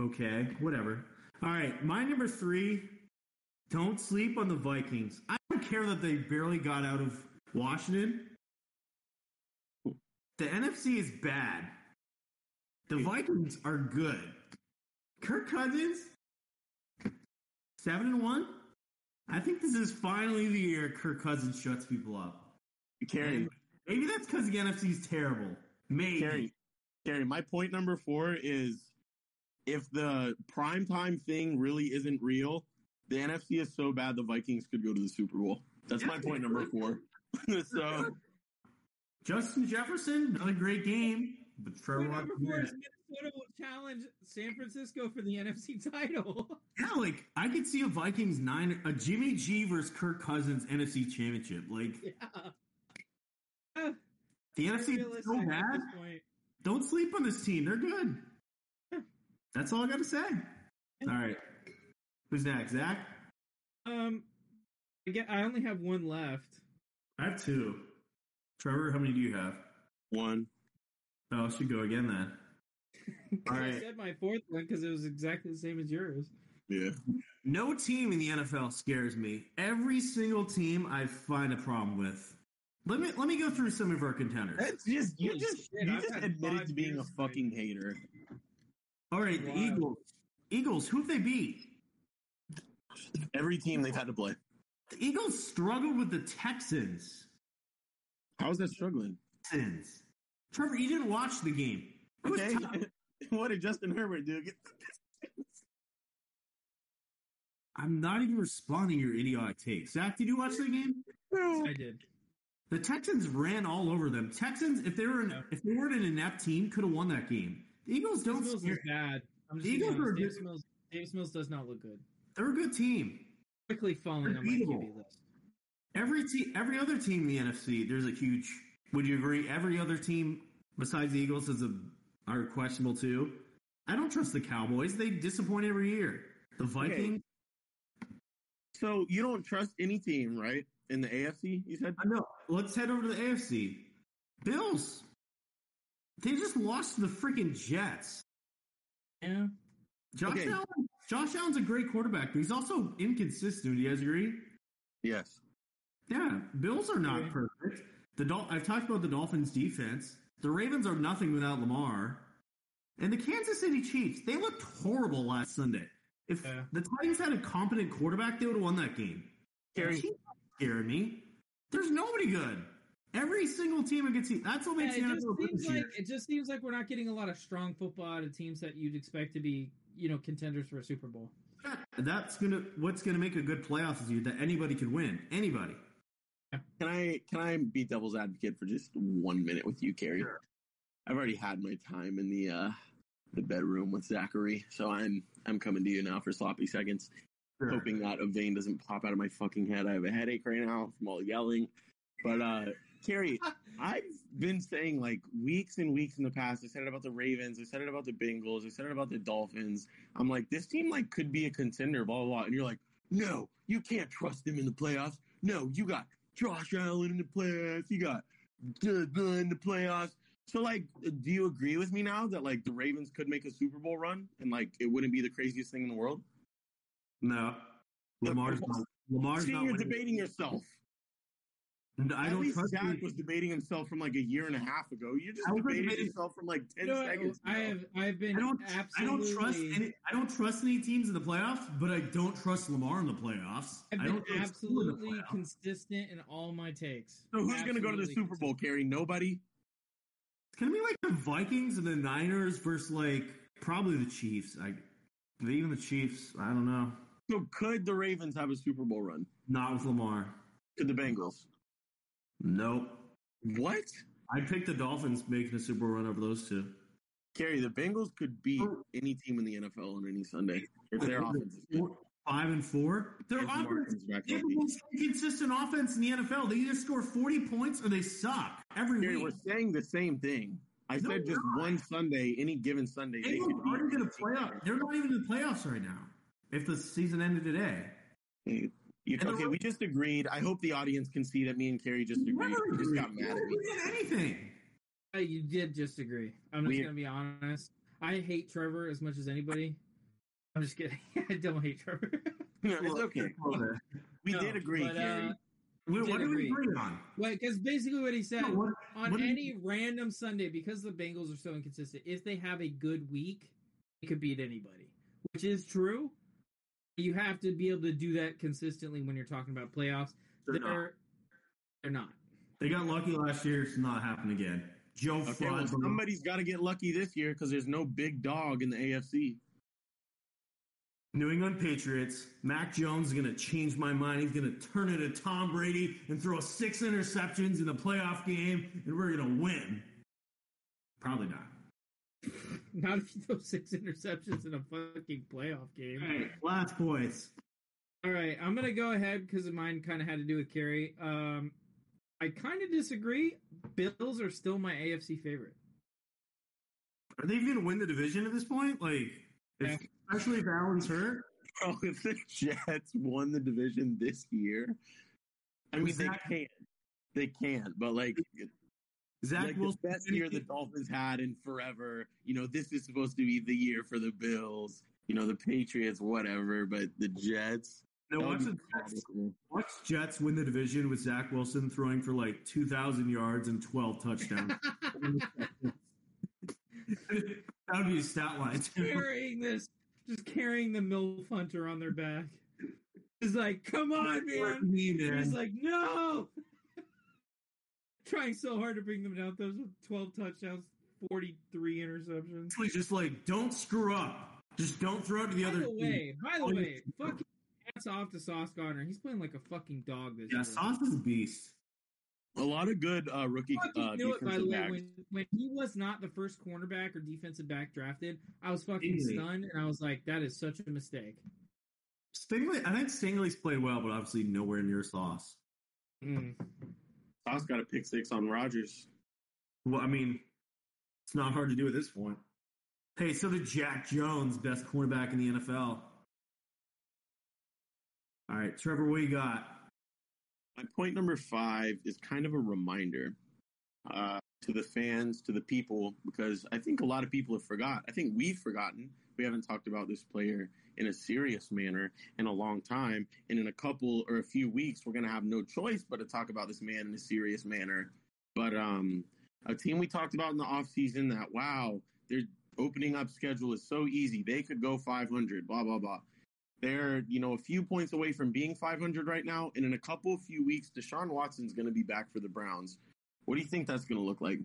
[SPEAKER 2] Okay, whatever. All right, my number three. Don't sleep on the Vikings. I don't care that they barely got out of Washington. The NFC is bad. The Vikings are good. Kirk Cousins, seven and one. I think this is finally the year Kirk Cousins shuts people up.
[SPEAKER 3] Carrie,
[SPEAKER 2] Maybe that's because the NFC is terrible. Maybe.
[SPEAKER 3] Carrie, Carrie. My point number four is if the primetime thing really isn't real, the NFC is so bad the Vikings could go to the Super Bowl. That's my point number four. so
[SPEAKER 2] Justin Jefferson, another great game. But Trevor
[SPEAKER 5] Point number
[SPEAKER 2] Lawrence-
[SPEAKER 5] four is Minnesota will challenge San Francisco for the NFC title.
[SPEAKER 2] Yeah, like I could see a Vikings nine, a Jimmy G versus Kirk Cousins NFC Championship. Like
[SPEAKER 5] yeah.
[SPEAKER 2] the NFC is so
[SPEAKER 5] Realistic at
[SPEAKER 2] bad.
[SPEAKER 5] this point.
[SPEAKER 2] Don't sleep on this team; they're good. That's all I got to say. All right, who's next? Zach.
[SPEAKER 5] Um, again, I only have one left.
[SPEAKER 2] I have two. Trevor, how many do you have?
[SPEAKER 3] one.
[SPEAKER 2] Oh, I should go again then.
[SPEAKER 5] 'Cause
[SPEAKER 2] All
[SPEAKER 5] I
[SPEAKER 2] right.
[SPEAKER 5] said my fourth one because it was exactly the same as yours.
[SPEAKER 3] Yeah.
[SPEAKER 2] No team in the NFL scares me. Every single team I find a problem with. Let me let me go through some of our contenders.
[SPEAKER 3] That's just you
[SPEAKER 5] Holy
[SPEAKER 3] just
[SPEAKER 5] shit,
[SPEAKER 3] you
[SPEAKER 5] I've
[SPEAKER 3] just
[SPEAKER 5] had
[SPEAKER 3] admitted
[SPEAKER 5] five
[SPEAKER 3] to being a
[SPEAKER 5] beers
[SPEAKER 3] fucking hater.
[SPEAKER 2] All right, the
[SPEAKER 5] Wow.
[SPEAKER 2] Eagles. Eagles, who've they beat?
[SPEAKER 3] Every team they've had to play.
[SPEAKER 2] The Eagles struggled with the Texans.
[SPEAKER 3] How is that struggling?
[SPEAKER 2] Texans. Trevor, you didn't watch the game. It was
[SPEAKER 3] Okay.
[SPEAKER 2] tough.
[SPEAKER 3] what did Justin Herbert do? Get-
[SPEAKER 2] I'm not even responding to your idiotic takes. Zach, did you watch the game?
[SPEAKER 5] I did.
[SPEAKER 2] The Texans ran all over them. Texans, if they were an,
[SPEAKER 5] Yeah.
[SPEAKER 2] if they weren't an inept team, could have won that game. The Eagles don't.
[SPEAKER 5] Smells
[SPEAKER 2] Scare,
[SPEAKER 5] is bad. I'm just
[SPEAKER 2] The Eagles
[SPEAKER 5] being honest.
[SPEAKER 2] are
[SPEAKER 5] Dave
[SPEAKER 2] good-
[SPEAKER 5] Smells, Dave Smells does not look good.
[SPEAKER 2] they're a good team.
[SPEAKER 5] Quickly falling on my
[SPEAKER 2] Unbeatable.
[SPEAKER 5] QB list.
[SPEAKER 2] Every team, every other team in the NFC, there's a huge. Would you agree? Every other team besides the Eagles is a are questionable too. I don't trust the Cowboys. They disappoint every year. The Vikings.
[SPEAKER 3] So you don't trust any team, right? In the AFC, you said?
[SPEAKER 2] I know. Let's head over to the AFC. Bills. They just lost to the freaking Jets.
[SPEAKER 5] Yeah.
[SPEAKER 2] Josh
[SPEAKER 3] Okay.
[SPEAKER 2] Allen. Josh Allen's a great quarterback, but he's also inconsistent. Do you guys agree?
[SPEAKER 3] Yes.
[SPEAKER 2] Yeah, Bills are not
[SPEAKER 5] Yeah.
[SPEAKER 2] perfect. The Dol- I've talked about the Dolphins' defense. The Ravens are nothing without Lamar, and the Kansas City Chiefs. They looked horrible last Sunday. If
[SPEAKER 5] Yeah.
[SPEAKER 2] the Titans had a competent quarterback, they would have won that game.
[SPEAKER 5] Gary-
[SPEAKER 2] Chiefs aren't scaring me. There's nobody good. Every single team I could see. That's what
[SPEAKER 5] Yeah,
[SPEAKER 2] makes
[SPEAKER 5] it
[SPEAKER 2] the
[SPEAKER 5] just
[SPEAKER 2] NFL good
[SPEAKER 5] seems
[SPEAKER 2] this year.
[SPEAKER 5] like it just seems like we're not getting a lot of strong football out of teams that you'd expect to be, you know, contenders for a Super Bowl.
[SPEAKER 2] That's gonna what's gonna make a good playoff is you that anybody could win. Anybody.
[SPEAKER 3] Can I can I be devil's advocate for just one minute with you, Carrie?
[SPEAKER 2] Sure.
[SPEAKER 3] I've already had my time in the uh the bedroom with Zachary, so I'm I'm coming to you now for sloppy seconds, hoping that a vein doesn't pop out of my fucking head. I have a headache right now from all the yelling. But uh Carrie, I've been saying like weeks and weeks in the past. I said it about the Ravens. I said it about the Bengals. I said it about the Dolphins. I'm like, this team like could be a contender, blah blah. blah. And you're like, no, you can't trust them in the playoffs. No, you got Josh Allen in the playoffs. You got Goodman in the playoffs. So like, do you agree with me now that like the Ravens could make a Super Bowl run and like it wouldn't be the craziest thing in the world?
[SPEAKER 2] No. Lamar's not, Lamar's
[SPEAKER 3] See,
[SPEAKER 2] not
[SPEAKER 3] you're
[SPEAKER 2] winning.
[SPEAKER 3] debating yourself.
[SPEAKER 2] And I
[SPEAKER 3] At
[SPEAKER 2] don't
[SPEAKER 3] least
[SPEAKER 2] trust
[SPEAKER 3] Zach
[SPEAKER 2] you.
[SPEAKER 3] was debating himself from like a year and a half ago. You just
[SPEAKER 2] I was
[SPEAKER 3] debated
[SPEAKER 2] debating-
[SPEAKER 3] yourself from like ten
[SPEAKER 5] You know,
[SPEAKER 3] seconds.
[SPEAKER 5] I
[SPEAKER 3] ago.
[SPEAKER 5] have I've been
[SPEAKER 2] I don't. I
[SPEAKER 5] absolutely
[SPEAKER 2] don't trust any. I don't trust any teams in the playoffs, but I don't trust Lamar in the playoffs.
[SPEAKER 5] I've
[SPEAKER 2] I
[SPEAKER 5] been
[SPEAKER 2] don't trust Tua in the
[SPEAKER 5] absolutely
[SPEAKER 2] playoffs.
[SPEAKER 5] consistent in all my takes.
[SPEAKER 3] So who's going to go to the
[SPEAKER 5] Absolutely
[SPEAKER 3] Super Bowl, Carrie? Nobody.
[SPEAKER 2] It's gonna be like the Vikings and the Niners versus like probably the Chiefs. I even the Chiefs. I don't know.
[SPEAKER 3] So could the Ravens have a Super Bowl run?
[SPEAKER 2] Not with Lamar.
[SPEAKER 3] Could the Bengals?
[SPEAKER 2] Nope.
[SPEAKER 3] What?
[SPEAKER 2] I picked the Dolphins making a Super Bowl run over those two.
[SPEAKER 3] Carrie, the Bengals could beat
[SPEAKER 2] Oh.
[SPEAKER 3] any team in the NFL on any Sunday if their offense is good.
[SPEAKER 2] Five and four. Their
[SPEAKER 3] If Lamar
[SPEAKER 2] offense.
[SPEAKER 3] comes back
[SPEAKER 2] They have the
[SPEAKER 3] healthy.
[SPEAKER 2] most inconsistent offense in the NFL. They either score forty points or they suck every
[SPEAKER 3] Carrie, we're
[SPEAKER 2] week.
[SPEAKER 3] saying the same thing. I
[SPEAKER 2] No,
[SPEAKER 3] said just
[SPEAKER 2] we're not.
[SPEAKER 3] one Sunday, any given Sunday.
[SPEAKER 2] They
[SPEAKER 3] could beat
[SPEAKER 2] aren't even
[SPEAKER 3] any
[SPEAKER 2] in the playoff. They're not even in the playoffs right now. If the season ended today,
[SPEAKER 3] team. You-
[SPEAKER 2] And the
[SPEAKER 3] okay,
[SPEAKER 2] Ra-
[SPEAKER 3] we just agreed. I hope the audience can see that me and Carrie just agreed.
[SPEAKER 2] Never
[SPEAKER 3] You just got
[SPEAKER 2] agree.
[SPEAKER 3] mad at
[SPEAKER 2] Never
[SPEAKER 3] me.
[SPEAKER 2] agree on anything.
[SPEAKER 5] Uh, you did just agree. I'm just
[SPEAKER 3] Weird.
[SPEAKER 5] gonna be honest. I hate Trevor as much as anybody. I'm just kidding. I don't hate Trevor.
[SPEAKER 3] No, it's okay. We
[SPEAKER 5] No,
[SPEAKER 3] did agree,
[SPEAKER 5] but, uh,
[SPEAKER 3] Carrie.
[SPEAKER 2] What,
[SPEAKER 5] Did
[SPEAKER 2] what do we
[SPEAKER 5] agree.
[SPEAKER 2] agree on?
[SPEAKER 5] Wait, because basically what he said
[SPEAKER 2] No, what-
[SPEAKER 5] on
[SPEAKER 2] what did-
[SPEAKER 5] any random Sunday, because the Bengals are so inconsistent, if they have a good week, they could beat anybody, which is true. You have to be able to do that consistently when you're talking about playoffs.
[SPEAKER 2] They're
[SPEAKER 5] They're
[SPEAKER 2] not.
[SPEAKER 5] they're not.
[SPEAKER 2] They got lucky last year. It's not happening again. Joe
[SPEAKER 3] Okay, well,
[SPEAKER 2] Flacco.
[SPEAKER 3] somebody's got to get lucky this year because there's no big dog in the AFC.
[SPEAKER 2] New England Patriots. Mac Jones is going to change my mind. He's going to turn it to Tom Brady and throw six interceptions in the playoff game, and we're going to win. Probably not.
[SPEAKER 5] Not if you throw six interceptions in a fucking playoff game.
[SPEAKER 2] All right, last points.
[SPEAKER 5] All right, I'm gonna go ahead because mine kind of had to do with Kerry. Um, I kind of disagree. Bills are still my AFC favorite.
[SPEAKER 2] Are they even going to win the division at this point? Like, if- especially if Allen's hurt.
[SPEAKER 3] Bro, if the Jets won the division this year, I mean,
[SPEAKER 2] Was
[SPEAKER 3] they
[SPEAKER 2] that-
[SPEAKER 3] can't. They can't, but like,
[SPEAKER 2] Zach
[SPEAKER 3] like the
[SPEAKER 2] Wilson.
[SPEAKER 3] best year the Dolphins had in forever. You know, this is supposed to be the year for the Bills, you know, the Patriots, whatever, but the Jets.
[SPEAKER 2] No,
[SPEAKER 3] that would
[SPEAKER 2] watch
[SPEAKER 3] be
[SPEAKER 2] the Jets.
[SPEAKER 3] comical.
[SPEAKER 2] Watch Jets win the division with Zach Wilson throwing for like 2,000 yards and 12 touchdowns. that would be a stat line. too.
[SPEAKER 5] carrying this, just carrying the milf hunter on their back. It's like, come on, man.
[SPEAKER 2] Me, man.
[SPEAKER 5] He's like, no. Trying so hard to bring them down. Those were 12 touchdowns, 43 interceptions.
[SPEAKER 2] basically just like don't screw up. Just don't throw it to the
[SPEAKER 5] By
[SPEAKER 2] other
[SPEAKER 5] the way, by the
[SPEAKER 2] Oh, you-
[SPEAKER 5] way, fucking hats off to Sauce Gardner. He's playing like a fucking dog this
[SPEAKER 2] team. Yeah,
[SPEAKER 5] year.
[SPEAKER 2] Sauce is a beast.
[SPEAKER 3] A lot of good uh, rookie
[SPEAKER 5] fucking
[SPEAKER 3] uh,
[SPEAKER 5] knew it, by the
[SPEAKER 3] defensive
[SPEAKER 5] way.
[SPEAKER 3] backs.
[SPEAKER 5] When, when he was not the first cornerback or defensive back drafted, I was fucking
[SPEAKER 2] Easy.
[SPEAKER 5] stunned and I was like, that is such a mistake.
[SPEAKER 2] Stingley, I think Stingley's played well, but obviously nowhere near Sauce.
[SPEAKER 5] Mm.
[SPEAKER 3] Sauce got a pick six on Rogers.
[SPEAKER 2] Well, I mean, it's not hard to do at this point. Hey, so did Jack Jones, best cornerback in the NFL. All right, Trevor, what you got?
[SPEAKER 3] My point number five is kind of a reminder uh, to the fans, to the people, because I think a lot of people have forgot. I think we've forgotten. We haven't talked about this player in a serious manner in a long time. And in a couple or a few weeks, we're going to have no choice but to talk about this man in a serious manner. But um, a team we talked about in the offseason that, wow, their opening up schedule is so easy. They could go 500, blah, blah, blah. They're, you know, a few points away from being 500 right now. And in a couple of few weeks, Deshaun Watson's going to be back for the Browns. What do you think that's going to look like?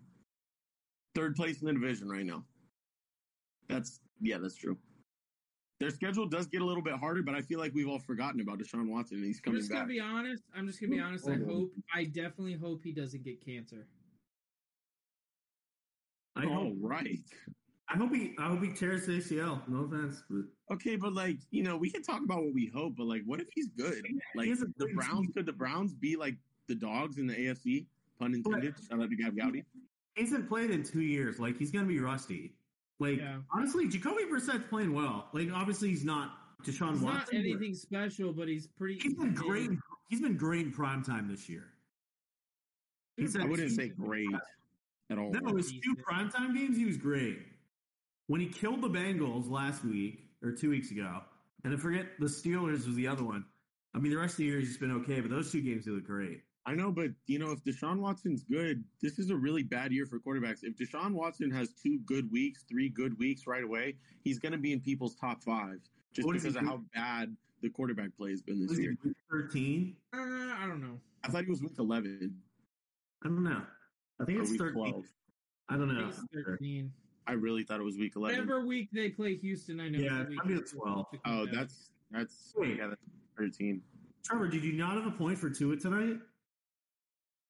[SPEAKER 3] Third place in the division right now. That's, yeah, that's true. Their schedule does get a little bit harder, but I feel like we've all forgotten about Deshaun Watson and he's
[SPEAKER 5] I'm
[SPEAKER 3] coming
[SPEAKER 5] just
[SPEAKER 3] back.
[SPEAKER 5] gonna be honest. I'm just gonna be honest. I
[SPEAKER 3] Hold on.
[SPEAKER 5] hope. I definitely hope he doesn't get cancer.
[SPEAKER 2] I
[SPEAKER 3] oh,
[SPEAKER 2] hope
[SPEAKER 3] right.
[SPEAKER 2] I hope he I hope he tears the ACL. No offense, but
[SPEAKER 3] Okay, but like, you know, we can talk about what we hope, but like, what if he's good? Like,
[SPEAKER 2] he has a
[SPEAKER 3] the
[SPEAKER 2] good
[SPEAKER 3] Browns, could the Browns be like the dogs in the AFC? Pun intended. Shout out to Gav Gowdy.
[SPEAKER 2] He hasn't played in two years. Like he's gonna be rusty. Like
[SPEAKER 5] Yeah.
[SPEAKER 2] honestly, Jacoby Brissett's playing well. Like obviously he's not Deshaun
[SPEAKER 5] He's
[SPEAKER 2] Watson.
[SPEAKER 5] not
[SPEAKER 2] but
[SPEAKER 5] anything special, but he's pretty.
[SPEAKER 2] He's been great. He's been great in prime time this year. He's
[SPEAKER 3] I
[SPEAKER 2] had
[SPEAKER 3] wouldn't
[SPEAKER 2] two-
[SPEAKER 3] say great at all.
[SPEAKER 2] No, his two
[SPEAKER 5] Decent.
[SPEAKER 2] prime time games, he was great. When he killed the Bengals last week or two weeks ago, and I forget the Steelers was the other one. I mean, the rest of the year he's just been okay, but those two games he looked great.
[SPEAKER 3] I know, but you know, if Deshaun Watson's good, this is a really bad year for quarterbacks. If Deshaun Watson has two good weeks, three good weeks right away, he's going to be in people's top five just
[SPEAKER 2] What is
[SPEAKER 3] because
[SPEAKER 2] he
[SPEAKER 3] of how bad the quarterback play has been this
[SPEAKER 2] Was he
[SPEAKER 3] year.
[SPEAKER 2] week 13?
[SPEAKER 6] Uh, I don't know.
[SPEAKER 3] I thought he was week eleven
[SPEAKER 2] I don't know. I think
[SPEAKER 3] or
[SPEAKER 2] it's
[SPEAKER 3] week
[SPEAKER 2] 13.
[SPEAKER 3] twelve.
[SPEAKER 2] I don't know.
[SPEAKER 6] He's 13.
[SPEAKER 3] I really thought it was week eleven.
[SPEAKER 6] Whatever week they play Houston, I know.
[SPEAKER 2] Yeah,
[SPEAKER 6] it's the week
[SPEAKER 2] probably
[SPEAKER 6] after
[SPEAKER 2] it's 12.
[SPEAKER 6] Houston
[SPEAKER 3] Oh,
[SPEAKER 6] does.
[SPEAKER 3] that's that's
[SPEAKER 2] Wait.
[SPEAKER 3] yeah, that's thirteen.
[SPEAKER 2] Trevor, did you not have a point for Tua tonight?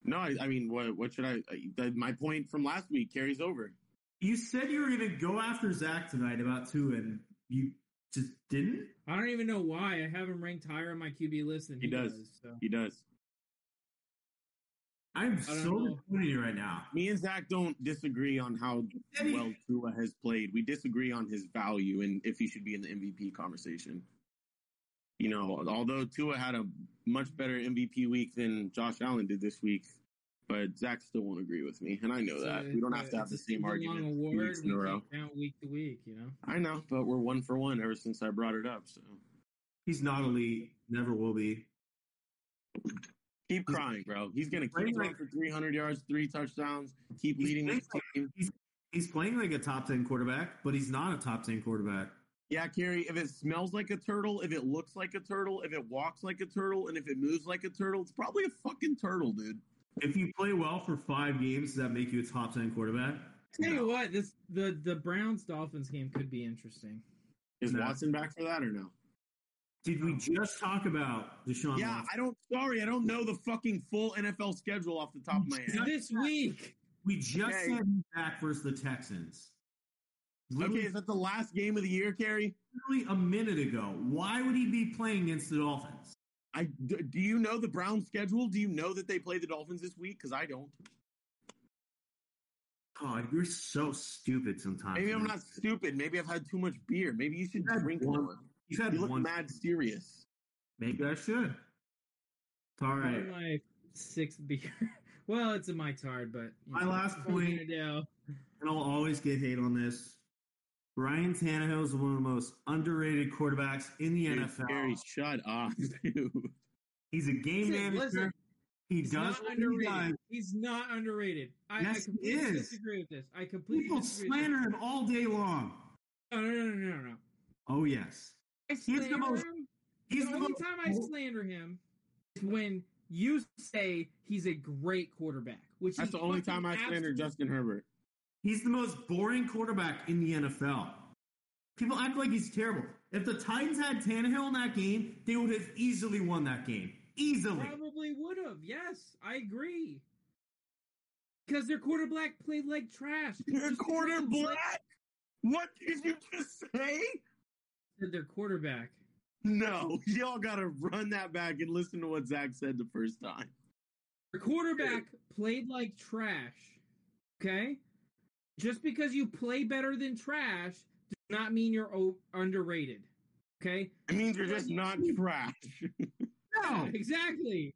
[SPEAKER 3] No, I, I mean, what what should I? I- that- my point from last week carries over.
[SPEAKER 2] You said you were going to go after Zach tonight about Tua, and you just didn't?
[SPEAKER 6] I don't even know why. I have him ranked higher on my QB list than
[SPEAKER 3] He
[SPEAKER 6] he,
[SPEAKER 3] does.
[SPEAKER 6] does. so.
[SPEAKER 3] He does.
[SPEAKER 2] I'm
[SPEAKER 6] I don't
[SPEAKER 2] so
[SPEAKER 6] know.
[SPEAKER 2] disappointed in you right now.
[SPEAKER 3] Me and Zach don't disagree on how
[SPEAKER 2] Said he-
[SPEAKER 3] well Tua has played. We disagree on his value and if he should be in the MVP conversation. You know, although Tua had a much better MVP week than Josh Allen did this week, but Zach still won't agree with me, and I know
[SPEAKER 6] It's
[SPEAKER 3] that.
[SPEAKER 6] a-
[SPEAKER 3] We don't
[SPEAKER 6] it's
[SPEAKER 3] have
[SPEAKER 6] a-
[SPEAKER 3] to have
[SPEAKER 6] it's
[SPEAKER 3] the
[SPEAKER 6] a
[SPEAKER 3] same
[SPEAKER 6] season-long
[SPEAKER 3] argument two
[SPEAKER 6] award.
[SPEAKER 3] weeks in a
[SPEAKER 6] We
[SPEAKER 3] row.
[SPEAKER 6] can't count week to week, you know.
[SPEAKER 3] I know, but we're one for one ever since I brought it up. So
[SPEAKER 2] He's not elite. Never will be.
[SPEAKER 3] keep crying, bro. He's gonna
[SPEAKER 2] Playing
[SPEAKER 3] keep running
[SPEAKER 2] like-
[SPEAKER 3] for three hundred yards, three touchdowns. Keep
[SPEAKER 2] He's
[SPEAKER 3] leading
[SPEAKER 2] playing
[SPEAKER 3] this team.
[SPEAKER 2] He's playing like a top 10 quarterback, but he's not a top 10 quarterback.
[SPEAKER 3] Yeah, Carrie, if it smells like a turtle, if it looks like a turtle, if it walks like a turtle, and if it moves like a turtle, it's probably a fucking turtle, dude.
[SPEAKER 2] If you play well for five games, does that make you a top 10 quarterback?
[SPEAKER 6] Tell you what, this the the Browns Dolphins game could be interesting.
[SPEAKER 3] Is
[SPEAKER 2] No.
[SPEAKER 3] Watson back for that or no?
[SPEAKER 2] Did we just talk about Deshaun
[SPEAKER 3] yeah,
[SPEAKER 2] Watson?
[SPEAKER 3] I don't sorry, I don't know the fucking full NFL schedule off the top of my head.
[SPEAKER 6] This week,
[SPEAKER 2] We just
[SPEAKER 3] Okay.
[SPEAKER 2] said he's back versus the Texans.
[SPEAKER 3] Okay,
[SPEAKER 2] Literally,
[SPEAKER 3] is that the last game of the year, Carrie?
[SPEAKER 2] literally a minute ago. Why would he be playing against the Dolphins?
[SPEAKER 3] I d- do you know the Browns schedule? Do you know that they play the Dolphins this week? Because I don't.
[SPEAKER 2] God, Oh, you're so stupid sometimes.
[SPEAKER 3] Maybe I'm
[SPEAKER 2] man.
[SPEAKER 3] not stupid. Maybe I've had too much beer. Maybe you should
[SPEAKER 2] You had
[SPEAKER 3] drink
[SPEAKER 2] one-
[SPEAKER 3] more.
[SPEAKER 2] You've had
[SPEAKER 3] You look
[SPEAKER 2] one.
[SPEAKER 3] mad serious.
[SPEAKER 2] Maybe I should. It's all
[SPEAKER 6] I'm
[SPEAKER 2] right.
[SPEAKER 6] on my sixth beer. well, it's a my tard, but you
[SPEAKER 2] My last
[SPEAKER 6] what are you
[SPEAKER 2] point-
[SPEAKER 6] gonna do?
[SPEAKER 2] And I'll always get hate on this. Ryan Tannehill is one of the most underrated quarterbacks in the
[SPEAKER 3] Dude,
[SPEAKER 2] NFL.
[SPEAKER 3] Carrie, shut up, dude.
[SPEAKER 2] He's a game
[SPEAKER 6] Listen,
[SPEAKER 2] manager.
[SPEAKER 6] listen,
[SPEAKER 2] he
[SPEAKER 6] He's
[SPEAKER 2] does
[SPEAKER 6] not
[SPEAKER 2] what he does.
[SPEAKER 6] underrated. He's not underrated. I, I
[SPEAKER 2] Yes, he
[SPEAKER 6] completely
[SPEAKER 2] is.
[SPEAKER 6] disagree with this. I completely
[SPEAKER 2] People
[SPEAKER 6] disagree. with this.
[SPEAKER 2] slander him all day long.
[SPEAKER 6] No, no, no, no, no, no.
[SPEAKER 2] Oh yes,
[SPEAKER 6] I
[SPEAKER 2] the
[SPEAKER 6] slander
[SPEAKER 2] most-
[SPEAKER 6] him.
[SPEAKER 2] he's
[SPEAKER 6] the
[SPEAKER 2] the
[SPEAKER 6] only
[SPEAKER 2] most-
[SPEAKER 6] time I slander him is when you say he's a great quarterback. Which
[SPEAKER 3] That's
[SPEAKER 6] he
[SPEAKER 3] the only
[SPEAKER 6] fucking
[SPEAKER 3] time I slander
[SPEAKER 6] absolutely-
[SPEAKER 3] Justin Herbert.
[SPEAKER 2] he's the most boring quarterback in the NFL. People act like he's terrible. If the Titans had Tannehill in that game, they would have easily won that game. Easily.
[SPEAKER 6] Probably would have. Yes, I agree. Because their quarterback played like trash. Just because they
[SPEAKER 3] What did you just say?
[SPEAKER 6] said Their quarterback.
[SPEAKER 3] No, y'all gotta run that back and listen to what Zach said the first time.
[SPEAKER 6] Their quarterback played like trash. Okay? Just because you play better than trash does not mean you're o- underrated. Okay?
[SPEAKER 3] It means you're just not trash.
[SPEAKER 2] No.
[SPEAKER 6] Exactly.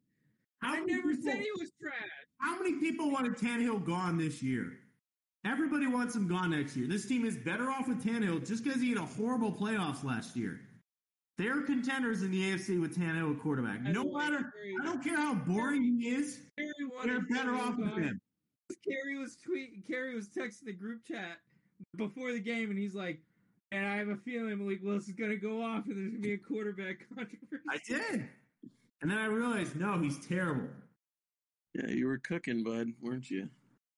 [SPEAKER 2] How
[SPEAKER 6] I
[SPEAKER 2] many
[SPEAKER 6] never
[SPEAKER 2] people-
[SPEAKER 6] said he was trash.
[SPEAKER 2] How many people wanted Tannehill gone this year? Everybody wants him gone next year. This team is better off with Tannehill just because he had a horrible playoffs last year. They're contenders in the AFC with Tannehill at quarterback.
[SPEAKER 6] By
[SPEAKER 2] No
[SPEAKER 6] the way,
[SPEAKER 2] matter,
[SPEAKER 6] Carey-
[SPEAKER 2] I don't care how boring he is.
[SPEAKER 6] Carey wanted
[SPEAKER 2] They're better
[SPEAKER 6] Tannehill
[SPEAKER 2] off with
[SPEAKER 6] gone.
[SPEAKER 2] him.
[SPEAKER 6] Carrie was tweet. Carrie was texting the group chat before the game, and he's like, "And I have a feeling Malik Wilson's gonna go off, and there's gonna be a quarterback controversy."
[SPEAKER 2] I did. And then I realized, no, he's terrible.
[SPEAKER 3] Yeah, you were cooking, bud, weren't you?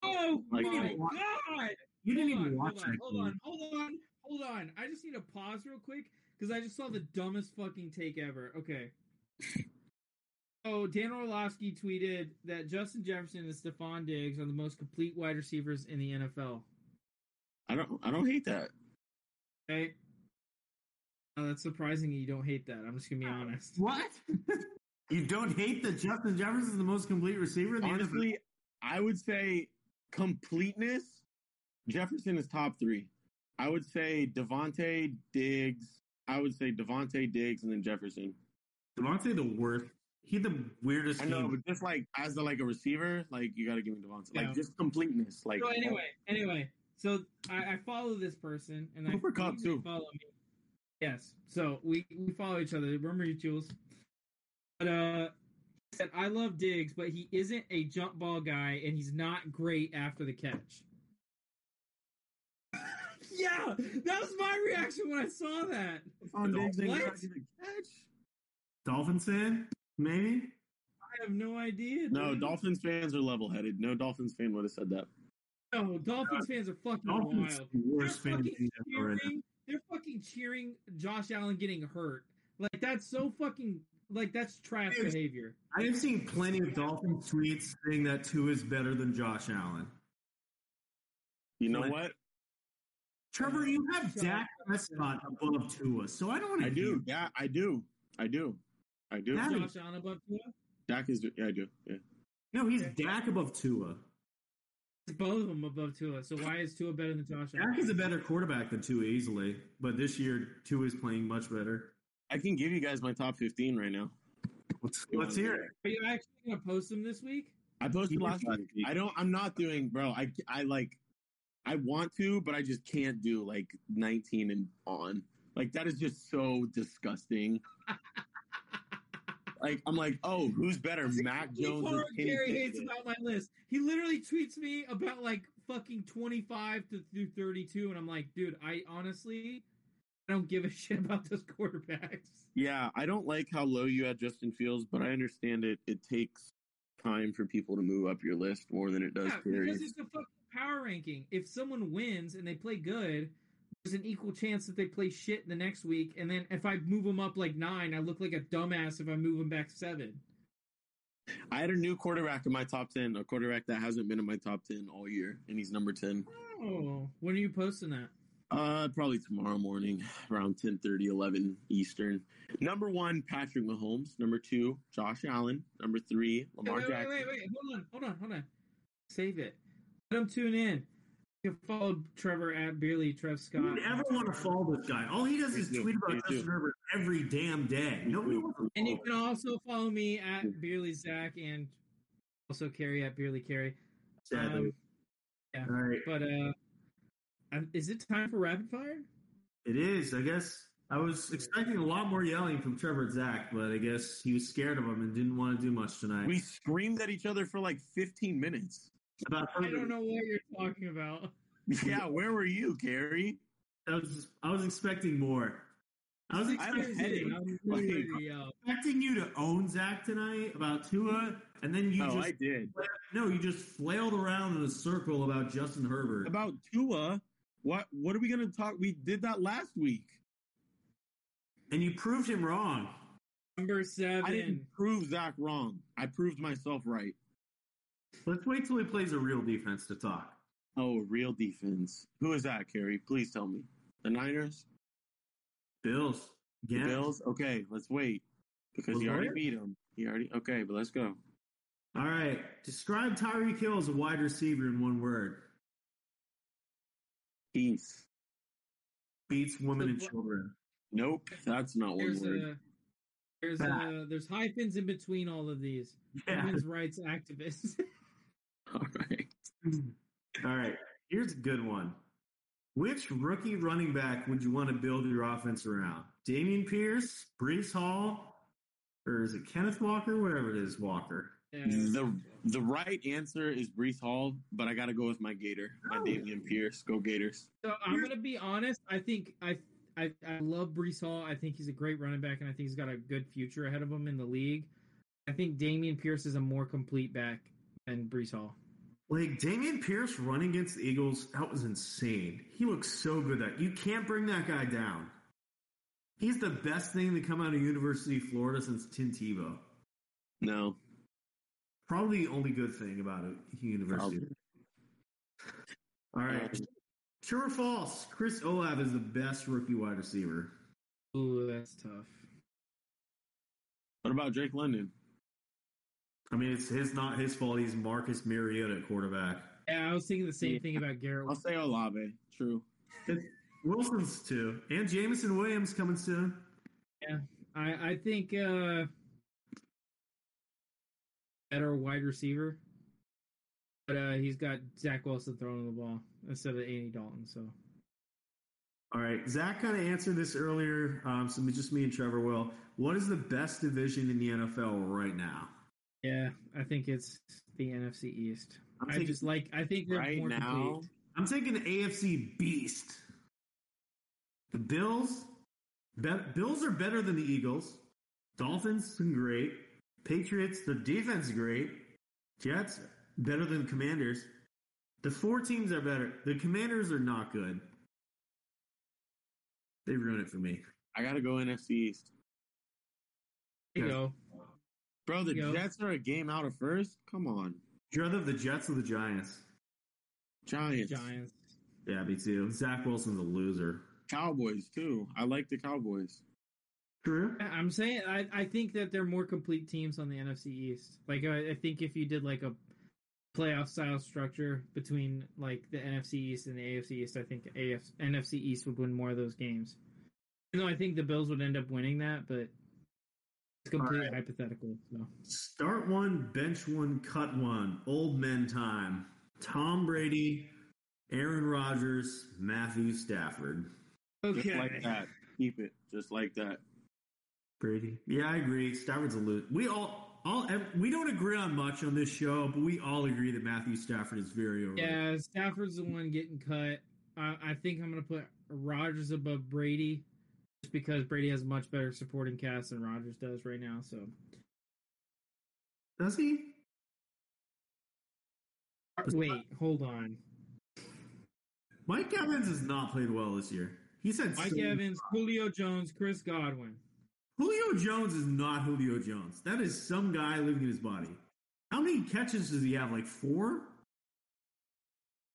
[SPEAKER 6] oh
[SPEAKER 3] Like-
[SPEAKER 6] my
[SPEAKER 2] Hold on,
[SPEAKER 6] god!
[SPEAKER 2] You didn't
[SPEAKER 6] Hold
[SPEAKER 2] even
[SPEAKER 6] on,
[SPEAKER 2] watch
[SPEAKER 6] hold on,
[SPEAKER 2] that
[SPEAKER 6] hold
[SPEAKER 2] game.
[SPEAKER 6] on, hold on, hold on. I just need to pause real quick because I just saw the dumbest fucking take ever. Okay. Oh, Dan Orlovsky tweeted that Justin Jefferson and Stephon Diggs are the most complete wide receivers in the NFL.
[SPEAKER 3] I don't I don't hate that.
[SPEAKER 6] Okay. Oh, that's surprising that you don't hate that. I'm just gonna be honest.
[SPEAKER 2] What? you don't hate that Justin Jefferson is the most complete receiver in the NFL?
[SPEAKER 3] Honestly, I would say completeness, Jefferson is top three. I would say Devontae Diggs. I would say Devontae Diggs and then Jefferson.
[SPEAKER 2] Devontae the worst. He had the weirdest
[SPEAKER 3] I know,
[SPEAKER 2] game.
[SPEAKER 3] but just like as a, like a receiver, like you got to give me Devontae,
[SPEAKER 6] Yeah.
[SPEAKER 3] like just completeness. Like
[SPEAKER 6] So anyway, anyway, so I, I follow this person and I
[SPEAKER 3] Cooper Cup,
[SPEAKER 6] believe they
[SPEAKER 3] too.
[SPEAKER 6] Follow me. Yes, so we we follow each other. Remember you, Jules. But uh, said, I love Diggs, but he isn't a jump ball guy, and he's not great after the catch. yeah, that was my reaction when I saw that.
[SPEAKER 3] On Diggs and
[SPEAKER 6] What?
[SPEAKER 3] catch.
[SPEAKER 2] Dolphin fan, maybe.
[SPEAKER 6] I have no idea.
[SPEAKER 3] No,
[SPEAKER 6] dude.
[SPEAKER 3] Dolphins fans are level headed. No Dolphins fan would have said that.
[SPEAKER 6] No, Dolphins fans are fucking
[SPEAKER 2] Dolphins
[SPEAKER 6] wild. They're
[SPEAKER 2] worst fan
[SPEAKER 6] fucking,
[SPEAKER 2] team ever right now.
[SPEAKER 6] cheering, they're fucking cheering Josh Allen getting hurt. Like that's so fucking like that's trash
[SPEAKER 2] Dude.
[SPEAKER 6] behavior.
[SPEAKER 2] I have seen plenty of Dolphin tweets saying that Tua is better than Josh Allen.
[SPEAKER 3] You know
[SPEAKER 2] What?
[SPEAKER 3] what?
[SPEAKER 2] Trevor, you have Dak Prescott above Tua, so I don't want to.
[SPEAKER 3] I do. Yeah, I do. I do. I do.
[SPEAKER 2] That-
[SPEAKER 6] Josh Allen above Tua.
[SPEAKER 3] Dak is. Yeah, I do. Yeah.
[SPEAKER 2] No, he's Dak above Tua.
[SPEAKER 6] It's both of them above Tua. So why is Tua better than Josh
[SPEAKER 2] Dak
[SPEAKER 6] Allen?
[SPEAKER 2] is a better quarterback than Tua easily, but this year Tua is playing much better.
[SPEAKER 3] I can give you guys my top 15 right now.
[SPEAKER 2] Let's,
[SPEAKER 6] Oh
[SPEAKER 2] let's hear it.
[SPEAKER 6] Are you actually gonna post them this week?
[SPEAKER 3] I posted last week. I don't. I'm not doing, bro. I. I like. I want to, but I just can't do like 19 and on. Like that is just so disgusting. like I'm like, oh, who's better, Mac Jones or Kenny
[SPEAKER 6] Gary hates
[SPEAKER 3] Pickett?
[SPEAKER 6] about my list. He literally tweets me about like fucking twenty five to through thirty two, and I'm like, dude, I honestly I don't give a shit about those quarterbacks.
[SPEAKER 3] Yeah, I don't like how low you had Justin Fields, but I understand it. It takes time for people to move up your list more than it does
[SPEAKER 6] Yeah, because
[SPEAKER 3] carries.
[SPEAKER 6] it's a fucking power ranking. If someone wins and they play good, there's an equal chance that they play shit the next week. And then if I move them up like nine, I look like a dumbass if I move them back seven.
[SPEAKER 3] I had a new quarterback in my top ten, a quarterback that hasn't been in my top ten all year, and he's number ten.
[SPEAKER 6] Oh, when are you posting that?
[SPEAKER 3] Uh, probably tomorrow morning, around 10, 11 Eastern. Number one, Patrick Mahomes. Number two, Josh Allen. Number three,
[SPEAKER 6] Hey,
[SPEAKER 3] Lamar
[SPEAKER 6] wait, wait,
[SPEAKER 3] Jackson.
[SPEAKER 6] wait, wait, hold on, hold on, hold on. Save it. Let them tune in. You can follow Trevor at Beerly Trev Scott.
[SPEAKER 2] You would ever want to follow this guy? All he does is
[SPEAKER 3] Me too.
[SPEAKER 2] tweet
[SPEAKER 3] Me
[SPEAKER 2] about
[SPEAKER 3] too.
[SPEAKER 2] Justin Herbert every damn day. Nobody wants to
[SPEAKER 6] And you
[SPEAKER 3] Oh.
[SPEAKER 2] follow
[SPEAKER 6] can also follow me at Beerly Zach and also Carrie at Beerly Carrie.
[SPEAKER 2] him, sadly.
[SPEAKER 6] Um, yeah.
[SPEAKER 2] All right,
[SPEAKER 6] But uh, I'm- is it time for rapid fire?
[SPEAKER 2] it is. I guess I was expecting a lot more yelling from Trevor and Zach, but I guess he was scared of him and didn't want to do much tonight.
[SPEAKER 3] We screamed at each other for like 15 minutes.
[SPEAKER 2] about
[SPEAKER 6] I don't know what you're talking about.
[SPEAKER 3] Yeah, where were you, Gary?
[SPEAKER 2] I was I was expecting more. I was
[SPEAKER 3] I have a
[SPEAKER 2] expecting,
[SPEAKER 3] headache.
[SPEAKER 6] I'm really
[SPEAKER 3] Like-
[SPEAKER 6] ready to yell.
[SPEAKER 2] expecting you to own Zach tonight about Tua, and then you
[SPEAKER 3] oh,
[SPEAKER 2] just
[SPEAKER 3] I did.
[SPEAKER 2] no, you just flailed around in a circle about Justin Herbert.
[SPEAKER 3] About Tua, what what are we going to talk? We did that last week.
[SPEAKER 2] and you proved him wrong.
[SPEAKER 6] Number
[SPEAKER 3] I didn't
[SPEAKER 6] seven.
[SPEAKER 3] prove Zach wrong. I proved myself right.
[SPEAKER 2] Let's wait till he plays a real defense to talk.
[SPEAKER 3] Oh, real defense. Who is that, Gary? Please tell me. The Niners?
[SPEAKER 2] Bills.
[SPEAKER 3] The
[SPEAKER 2] Yeah.
[SPEAKER 3] Bills? Okay, let's wait because
[SPEAKER 2] Was
[SPEAKER 3] he already
[SPEAKER 2] Lawyer?
[SPEAKER 3] beat him. He already okay, but let's go.
[SPEAKER 2] All right. Describe Tyreek Hill as a wide receiver in one word.
[SPEAKER 3] Peace.
[SPEAKER 2] Beats women and children.
[SPEAKER 3] Nope, that's not one
[SPEAKER 6] There's
[SPEAKER 3] word.
[SPEAKER 6] a there's a there's hyphens in between all of these.
[SPEAKER 2] Yeah.
[SPEAKER 6] Women's rights activists.
[SPEAKER 3] All right.
[SPEAKER 2] All right. Here's a good one. Which rookie running back would you want to build your offense around? Damian Pierce, Brees Hall, or is it Kenneth Walker? Whatever it is, Walker.
[SPEAKER 6] Yeah.
[SPEAKER 3] The the right answer is Brees Hall, but I gotta go with my Gator, my
[SPEAKER 6] Oh.
[SPEAKER 2] No.
[SPEAKER 3] Damian Pierce. Go Gators.
[SPEAKER 6] So I'm gonna be honest. I think I I, I love Brees Hall. I think he's a great running back, and I think he's got a good future ahead of him in the league. I think Damian Pierce is a more complete back than Brees Hall.
[SPEAKER 2] Like Damian Pierce running against the Eagles, that was insane. He looks so good that you can't bring that guy down. He's the best thing to come out of University of Florida since Tim Tebow.
[SPEAKER 3] No.
[SPEAKER 2] Probably the only good thing about it, University. All right. True or false? Chris Olav is the best rookie wide receiver.
[SPEAKER 6] Ooh, that's tough.
[SPEAKER 3] What about Drake London?
[SPEAKER 2] I mean, it's his not his fault. He's Marcus Mariota at quarterback.
[SPEAKER 6] Yeah, I was thinking the same thing about Garrett.
[SPEAKER 3] I'll say Olave. True.
[SPEAKER 2] Wilson's too, and Jamison Williams coming soon.
[SPEAKER 6] I, I think uh better wide receiver. But uh he's got Zach Wilson throwing the ball instead of Andy Dalton, so
[SPEAKER 2] All right, Zach kind of answered this earlier, um, so just me and Trevor will. What is the best division in the NFL right now?
[SPEAKER 6] Yeah, I think it's the NFC East.
[SPEAKER 3] I'm
[SPEAKER 6] I
[SPEAKER 3] taking-
[SPEAKER 6] just like I think they're
[SPEAKER 3] right
[SPEAKER 6] more
[SPEAKER 3] now.
[SPEAKER 6] complete.
[SPEAKER 2] I'm taking the AFC beast. The Bills. Be- Bills are better than the Eagles. Dolphins great. Patriots, the defense great. Jets better than Commanders. The four teams are better. The Commanders are not good. They ruined it for me.
[SPEAKER 3] I gotta go NFC East,
[SPEAKER 6] There you
[SPEAKER 2] Yeah.
[SPEAKER 6] go.
[SPEAKER 3] bro. The
[SPEAKER 6] Yo.
[SPEAKER 3] Jets are a game out of first. Come on,
[SPEAKER 2] You're either the Jets or the Giants.
[SPEAKER 3] Giants,
[SPEAKER 6] Giants.
[SPEAKER 2] Yeah, me too. Zach Wilson's a loser.
[SPEAKER 3] Cowboys too. I like the Cowboys.
[SPEAKER 2] True.
[SPEAKER 6] I- I'm saying I, I think that they're more complete teams on the NFC East. Like I, I think if you did like a playoff style structure between like the NFC East and the AFC East, I think the AF, NFC East would win more of those games. Even though I think the Bills would end up winning that, but it's completely hypothetical. So
[SPEAKER 2] Start one, bench one, cut one. Old men time. Tom Brady, Aaron Rodgers, Matthew Stafford.
[SPEAKER 3] Just like that. Keep it just like that.
[SPEAKER 2] Brady. Yeah, I agree. Stafford's a loser. We all, all, ev- we don't agree on much on this show, but we all agree that Matthew Stafford is very overrated.
[SPEAKER 6] Yeah, Stafford's the one getting cut. I, I think I'm going to put Rodgers above Brady just because Brady has a much better supporting cast than Rodgers does right now. So
[SPEAKER 2] Does he?
[SPEAKER 6] wait, hold on.
[SPEAKER 2] Mike Evans has not played well this year. He said
[SPEAKER 6] Mike
[SPEAKER 2] so-
[SPEAKER 6] Evans, Julio Jones, Chris Godwin.
[SPEAKER 2] Julio Jones is not Julio Jones. That is some guy living in his body. How many catches does he have? Like four?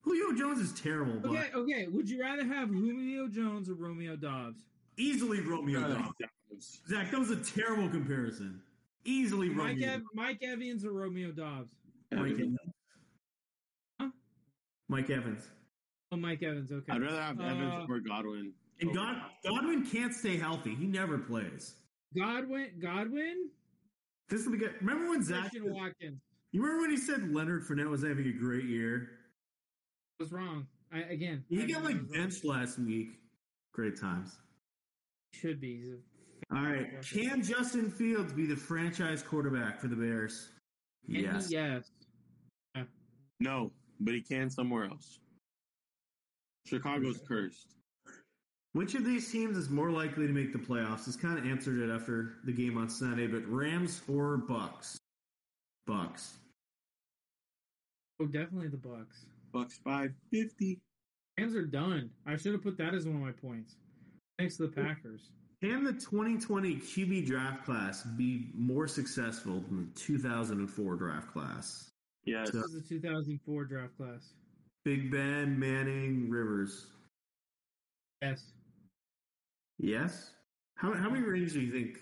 [SPEAKER 2] Julio Jones is terrible, but
[SPEAKER 6] Okay, okay. Would you rather have Julio Jones or Romeo Dobbs?
[SPEAKER 2] easily Romeo
[SPEAKER 3] Uh,
[SPEAKER 2] Dobbs. Zach, that was a terrible comparison. Easily
[SPEAKER 6] Mike,
[SPEAKER 2] Romeo.
[SPEAKER 6] Ev- Mike Evans or Romeo Dobbs?
[SPEAKER 2] Mike
[SPEAKER 3] Evans.
[SPEAKER 2] Evans.
[SPEAKER 6] Huh?
[SPEAKER 2] Mike Evans.
[SPEAKER 6] Oh, Mike Evans. Okay.
[SPEAKER 3] I'd rather have Evans
[SPEAKER 6] Uh,
[SPEAKER 3] or Godwin.
[SPEAKER 2] And
[SPEAKER 3] over
[SPEAKER 2] God, Godwin can't stay healthy. He never plays.
[SPEAKER 6] Godwin, Godwin,
[SPEAKER 2] This is the guy. Remember when Zach?
[SPEAKER 6] Christian Watkins.
[SPEAKER 2] You remember when he said Leonard Fournette was having a great year?
[SPEAKER 6] I was wrong. I again.
[SPEAKER 2] He
[SPEAKER 6] I
[SPEAKER 2] got
[SPEAKER 6] know I was
[SPEAKER 2] like
[SPEAKER 6] wrong.
[SPEAKER 2] benched last week. Great times.
[SPEAKER 6] Should be. He's a
[SPEAKER 2] All right. Can Justin Fields be the franchise quarterback for the Bears?
[SPEAKER 6] And he-
[SPEAKER 2] Yes.
[SPEAKER 6] Yes.
[SPEAKER 3] No, but he can somewhere else. Chicago's cursed.
[SPEAKER 2] Which of these teams is more likely to make the playoffs? This kind of answered it after the game on Sunday, but Rams or Bucks? Bucks.
[SPEAKER 6] Oh, definitely the Bucks.
[SPEAKER 3] Bucks five fifty.
[SPEAKER 6] Rams are done. I should have put that as one of my points. Next to the Packers.
[SPEAKER 2] Can the 2020 QB draft class be more successful than the 2004 draft class?
[SPEAKER 3] Yes.
[SPEAKER 2] So-
[SPEAKER 6] This is the 2004 draft class.
[SPEAKER 2] Big Ben, Manning, Rivers.
[SPEAKER 6] Yes.
[SPEAKER 2] Yes. How, how many rings do you think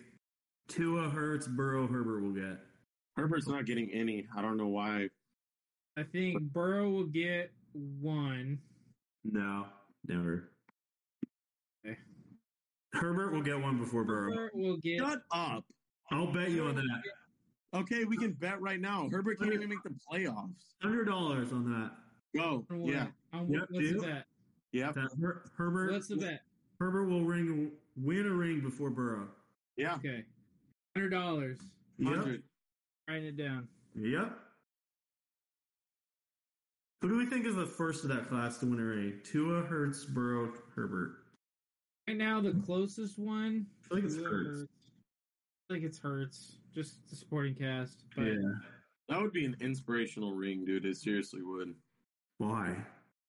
[SPEAKER 2] Tua, Hurts, Burrow, Herbert will get?
[SPEAKER 3] Herbert's not getting any. I don't know why.
[SPEAKER 6] I think Burrow will get one.
[SPEAKER 2] No, never.
[SPEAKER 6] Okay.
[SPEAKER 2] Herbert will get one before Burrow.
[SPEAKER 6] Burrow will get.
[SPEAKER 3] Shut up.
[SPEAKER 2] I'll bet you on that.
[SPEAKER 3] Okay, we can bet right now. Herbert can't even make the playoffs.
[SPEAKER 2] Hundred dollars on that.
[SPEAKER 3] Go.
[SPEAKER 6] on what?
[SPEAKER 3] Yeah.
[SPEAKER 6] On
[SPEAKER 2] Yep,
[SPEAKER 6] what, what's the
[SPEAKER 2] dude.
[SPEAKER 6] bet?
[SPEAKER 3] Yep.
[SPEAKER 2] That Her- Herbert.
[SPEAKER 6] What's the bet?
[SPEAKER 2] Herbert will ring win a ring before Burrow.
[SPEAKER 3] Yeah.
[SPEAKER 6] Okay. Hundred dollars.
[SPEAKER 2] Yep.
[SPEAKER 3] Hundred.
[SPEAKER 6] Writing it down.
[SPEAKER 2] Yep. Who do we think is the first of that class to win a ring? Tua, Hurts, Burrow, Herbert.
[SPEAKER 6] Right now, the closest one.
[SPEAKER 2] I think it's
[SPEAKER 6] Tua
[SPEAKER 2] Hurts.
[SPEAKER 6] I think it's Hurts. Just the supporting cast. But
[SPEAKER 2] Yeah.
[SPEAKER 3] That would be an inspirational ring, dude. It seriously would.
[SPEAKER 2] Why?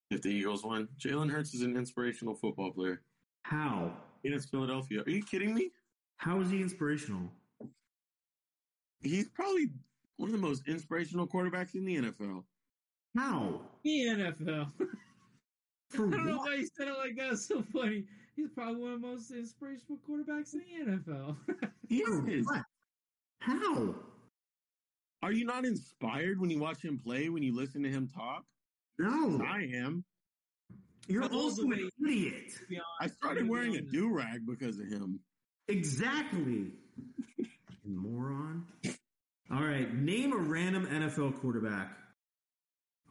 [SPEAKER 3] If the Eagles won. Jalen Hurts is an inspirational football player.
[SPEAKER 2] How?
[SPEAKER 3] And it's Philadelphia. Are you kidding me?
[SPEAKER 2] How is he inspirational?
[SPEAKER 3] He's probably one of the most inspirational quarterbacks in the NFL.
[SPEAKER 2] How?
[SPEAKER 6] the NFL.
[SPEAKER 2] For
[SPEAKER 6] I don't know
[SPEAKER 2] what?
[SPEAKER 6] why he said it like that. It's so funny. He's probably one of the most inspirational quarterbacks in the NFL.
[SPEAKER 3] He
[SPEAKER 2] For
[SPEAKER 6] Hmm.
[SPEAKER 3] is.
[SPEAKER 2] what? How?
[SPEAKER 3] Are you not inspired when you watch him play, when you listen to him talk?
[SPEAKER 6] Hmm.
[SPEAKER 2] No.
[SPEAKER 3] I am.
[SPEAKER 2] You're
[SPEAKER 6] But also
[SPEAKER 2] also an idiot.
[SPEAKER 3] I started wearing a do rag because of him.
[SPEAKER 2] Exactly. You Moron. All right, name a random NFL quarterback.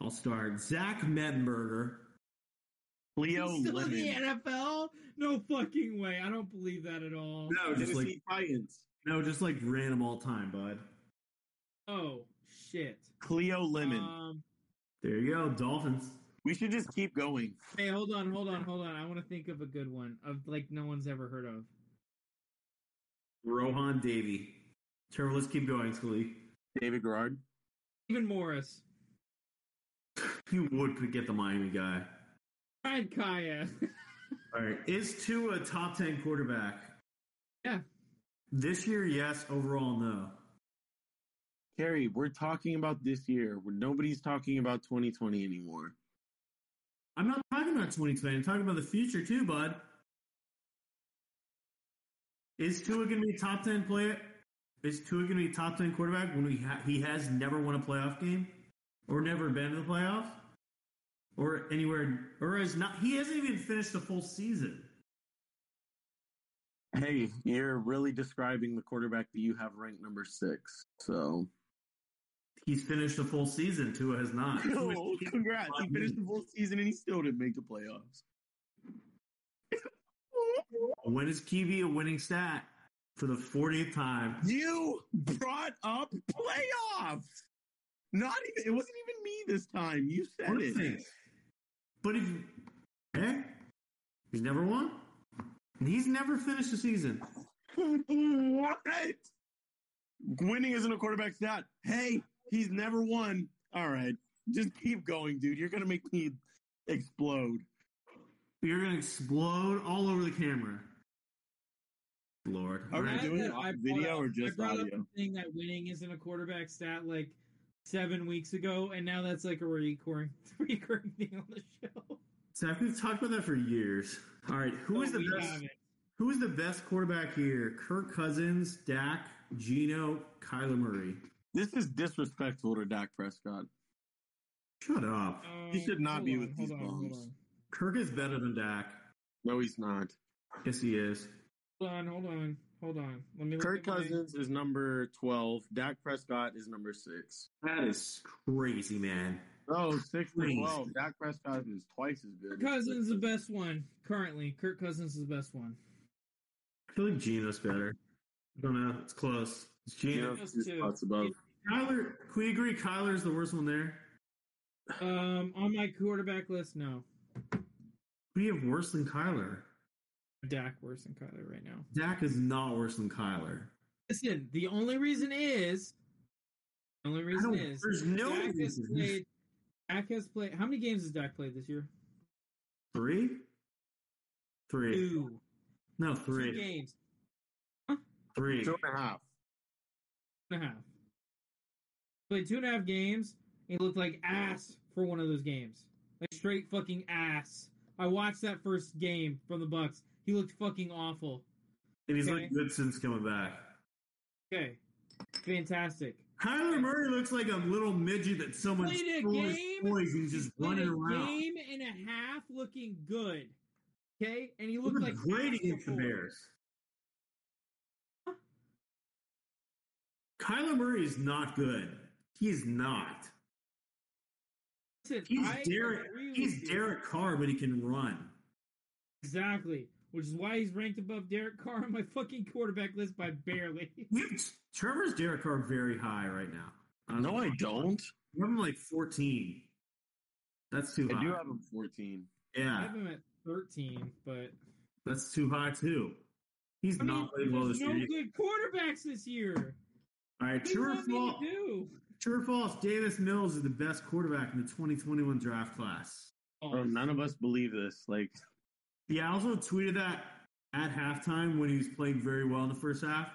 [SPEAKER 2] I'll start. Zach Mettenberger.
[SPEAKER 3] Leo
[SPEAKER 6] He's still in the
[SPEAKER 3] Lemon.
[SPEAKER 6] NFL? No fucking way. I don't believe that at all.
[SPEAKER 2] No, just
[SPEAKER 3] Tennessee
[SPEAKER 2] like
[SPEAKER 3] Titans.
[SPEAKER 2] no, just like random all time, bud.
[SPEAKER 6] Oh shit.
[SPEAKER 3] Cleo Lemon.
[SPEAKER 6] Um,
[SPEAKER 2] There you go, Dolphins.
[SPEAKER 3] we should just keep going.
[SPEAKER 6] hey, hold on, hold on, hold on. I want to think of a good one of like no one's ever heard of.
[SPEAKER 2] Rohan Davy. Trevor, let's keep going, Scully.
[SPEAKER 3] David Garrard.
[SPEAKER 6] Even Morris.
[SPEAKER 2] You would could get the Miami guy.
[SPEAKER 6] Brad Kaya.
[SPEAKER 2] All right. Is Tua a top 10 quarterback?
[SPEAKER 6] Yeah.
[SPEAKER 2] This year, yes. Overall, no.
[SPEAKER 3] Carrie, we're talking about this year. We're- Nobody's talking about 2020 anymore.
[SPEAKER 2] I'm not talking about 2020. I'm talking about the future, too, bud. Is Tua going to be a top 10 player? Is Tua going to be a top 10 quarterback when we ha- he has never won a playoff game or never been to the playoffs or anywhere or is not? He hasn't even finished the full season.
[SPEAKER 3] Hey, you're really describing the quarterback that you have ranked number six. So,
[SPEAKER 2] He's finished the full season. Tua has not.
[SPEAKER 3] congrats. He finished the full season and he still didn't make the playoffs.
[SPEAKER 2] When is QB a winning stat for the 40th time?
[SPEAKER 3] You brought up playoffs. Not even, it wasn't even me this time. You said it.
[SPEAKER 2] But if eh, he's never won, and he's never finished the season.
[SPEAKER 3] what? Winning isn't a quarterback stat. Hey, he's never won. All right. Just keep going, dude. You're going to make me explode.
[SPEAKER 2] You're gonna explode all over the camera. Lord,
[SPEAKER 3] Are we
[SPEAKER 2] All right.
[SPEAKER 3] doing it
[SPEAKER 6] That I
[SPEAKER 3] on video
[SPEAKER 6] brought
[SPEAKER 3] or
[SPEAKER 6] up-
[SPEAKER 3] just
[SPEAKER 6] I brought
[SPEAKER 3] audio?
[SPEAKER 6] Up the thing that winning isn't a quarterback stat like seven weeks ago, and now that's like a recurring recurring thing on the show.
[SPEAKER 2] Zach, we've talked about that for years. All right, who
[SPEAKER 6] But
[SPEAKER 2] is the
[SPEAKER 6] we
[SPEAKER 2] best?
[SPEAKER 6] haven't.
[SPEAKER 2] Who is the best quarterback here? Kirk Cousins, Dak, Gino, Kyler Murray.
[SPEAKER 3] This is disrespectful to Dak Prescott.
[SPEAKER 2] Shut up.
[SPEAKER 3] He should not
[SPEAKER 6] hold
[SPEAKER 3] be
[SPEAKER 6] on,
[SPEAKER 3] with these
[SPEAKER 6] Um, hold on, hold
[SPEAKER 3] bums.
[SPEAKER 6] on.
[SPEAKER 2] Kirk is better than Dak.
[SPEAKER 3] No, he's not.
[SPEAKER 2] Yes, he is.
[SPEAKER 6] Hold on, hold on, hold on. Let me. look
[SPEAKER 3] Kirk
[SPEAKER 6] at my-
[SPEAKER 3] Cousins is number 12. Dak Prescott is number 6.
[SPEAKER 2] That is crazy, man.
[SPEAKER 3] Oh, 6 to
[SPEAKER 2] Please.
[SPEAKER 3] 12. Dak Prescott is twice as good.
[SPEAKER 6] Kirk Cousins is the best one currently. Kirk Cousins is the best one.
[SPEAKER 2] I feel like Gino's better. I don't know. It's close. It's Gino.
[SPEAKER 3] Yeah,
[SPEAKER 6] Those
[SPEAKER 3] two
[SPEAKER 6] two.
[SPEAKER 3] spots above.
[SPEAKER 2] Kyler, can we agree Kyler's the worst one there?
[SPEAKER 6] Um, on my quarterback list, no.
[SPEAKER 2] We have worse than Kyler.
[SPEAKER 6] Dak worse than Kyler right now.
[SPEAKER 2] Dak is not worse than Kyler.
[SPEAKER 6] Listen, the only reason is, the only
[SPEAKER 2] I
[SPEAKER 6] reason
[SPEAKER 2] don't,
[SPEAKER 6] is
[SPEAKER 2] there's no
[SPEAKER 6] Dak has
[SPEAKER 2] reason.
[SPEAKER 6] played. Dak has played. How many games has Dak played this year?
[SPEAKER 2] Three? Three.
[SPEAKER 6] Two.
[SPEAKER 2] No,
[SPEAKER 6] Two
[SPEAKER 2] three.
[SPEAKER 6] games
[SPEAKER 2] Three.
[SPEAKER 3] Two and a half.
[SPEAKER 6] and a half. Played two and a half games. And he looked like ass for one of those games. Like straight fucking ass. I watched that first game from the Bucks. He looked fucking awful.
[SPEAKER 2] And he's
[SPEAKER 6] Okay.
[SPEAKER 2] looked good since coming back.
[SPEAKER 6] Okay. Fantastic.
[SPEAKER 2] Kyler Murray looks like a little midget that someone
[SPEAKER 6] Played a
[SPEAKER 2] stole his
[SPEAKER 6] game.
[SPEAKER 2] toys and just
[SPEAKER 6] Played
[SPEAKER 2] running
[SPEAKER 6] a
[SPEAKER 2] around.
[SPEAKER 6] game and a half looking good. Okay? And he
[SPEAKER 2] We're
[SPEAKER 6] looked like
[SPEAKER 2] great
[SPEAKER 6] ass
[SPEAKER 2] against the
[SPEAKER 6] before.
[SPEAKER 2] Bears. Kyler Murray is not good. He is not.
[SPEAKER 6] Listen,
[SPEAKER 2] He's
[SPEAKER 6] I
[SPEAKER 2] Derek.
[SPEAKER 6] agree with
[SPEAKER 2] He's
[SPEAKER 6] you.
[SPEAKER 2] Derek Carr, but he can run.
[SPEAKER 6] Exactly. Which is why he's ranked above Derek Carr on my fucking quarterback list by barely.
[SPEAKER 2] You, Trevor's Derek Carr very high right now. don't
[SPEAKER 3] No,
[SPEAKER 2] know.
[SPEAKER 3] I don't.
[SPEAKER 2] You have him like fourteen. That's too
[SPEAKER 3] I
[SPEAKER 2] high.
[SPEAKER 3] do have him 14.
[SPEAKER 6] I
[SPEAKER 2] yeah,
[SPEAKER 6] have him at 13, but
[SPEAKER 2] that's too high too. He's
[SPEAKER 6] I mean,
[SPEAKER 2] not played well
[SPEAKER 6] there's
[SPEAKER 2] this
[SPEAKER 6] no
[SPEAKER 2] year.
[SPEAKER 6] good quarterbacks this year.
[SPEAKER 2] All right,
[SPEAKER 6] What do you
[SPEAKER 2] true or
[SPEAKER 6] want me to
[SPEAKER 2] false?
[SPEAKER 6] do?
[SPEAKER 2] True or false? Davis Mills is the best quarterback in the 2021 draft class.
[SPEAKER 6] Oh,
[SPEAKER 3] Bro, Oh, none of us believe this. Like,
[SPEAKER 2] Yeah, I also tweeted that at halftime when he was playing very well in the first half,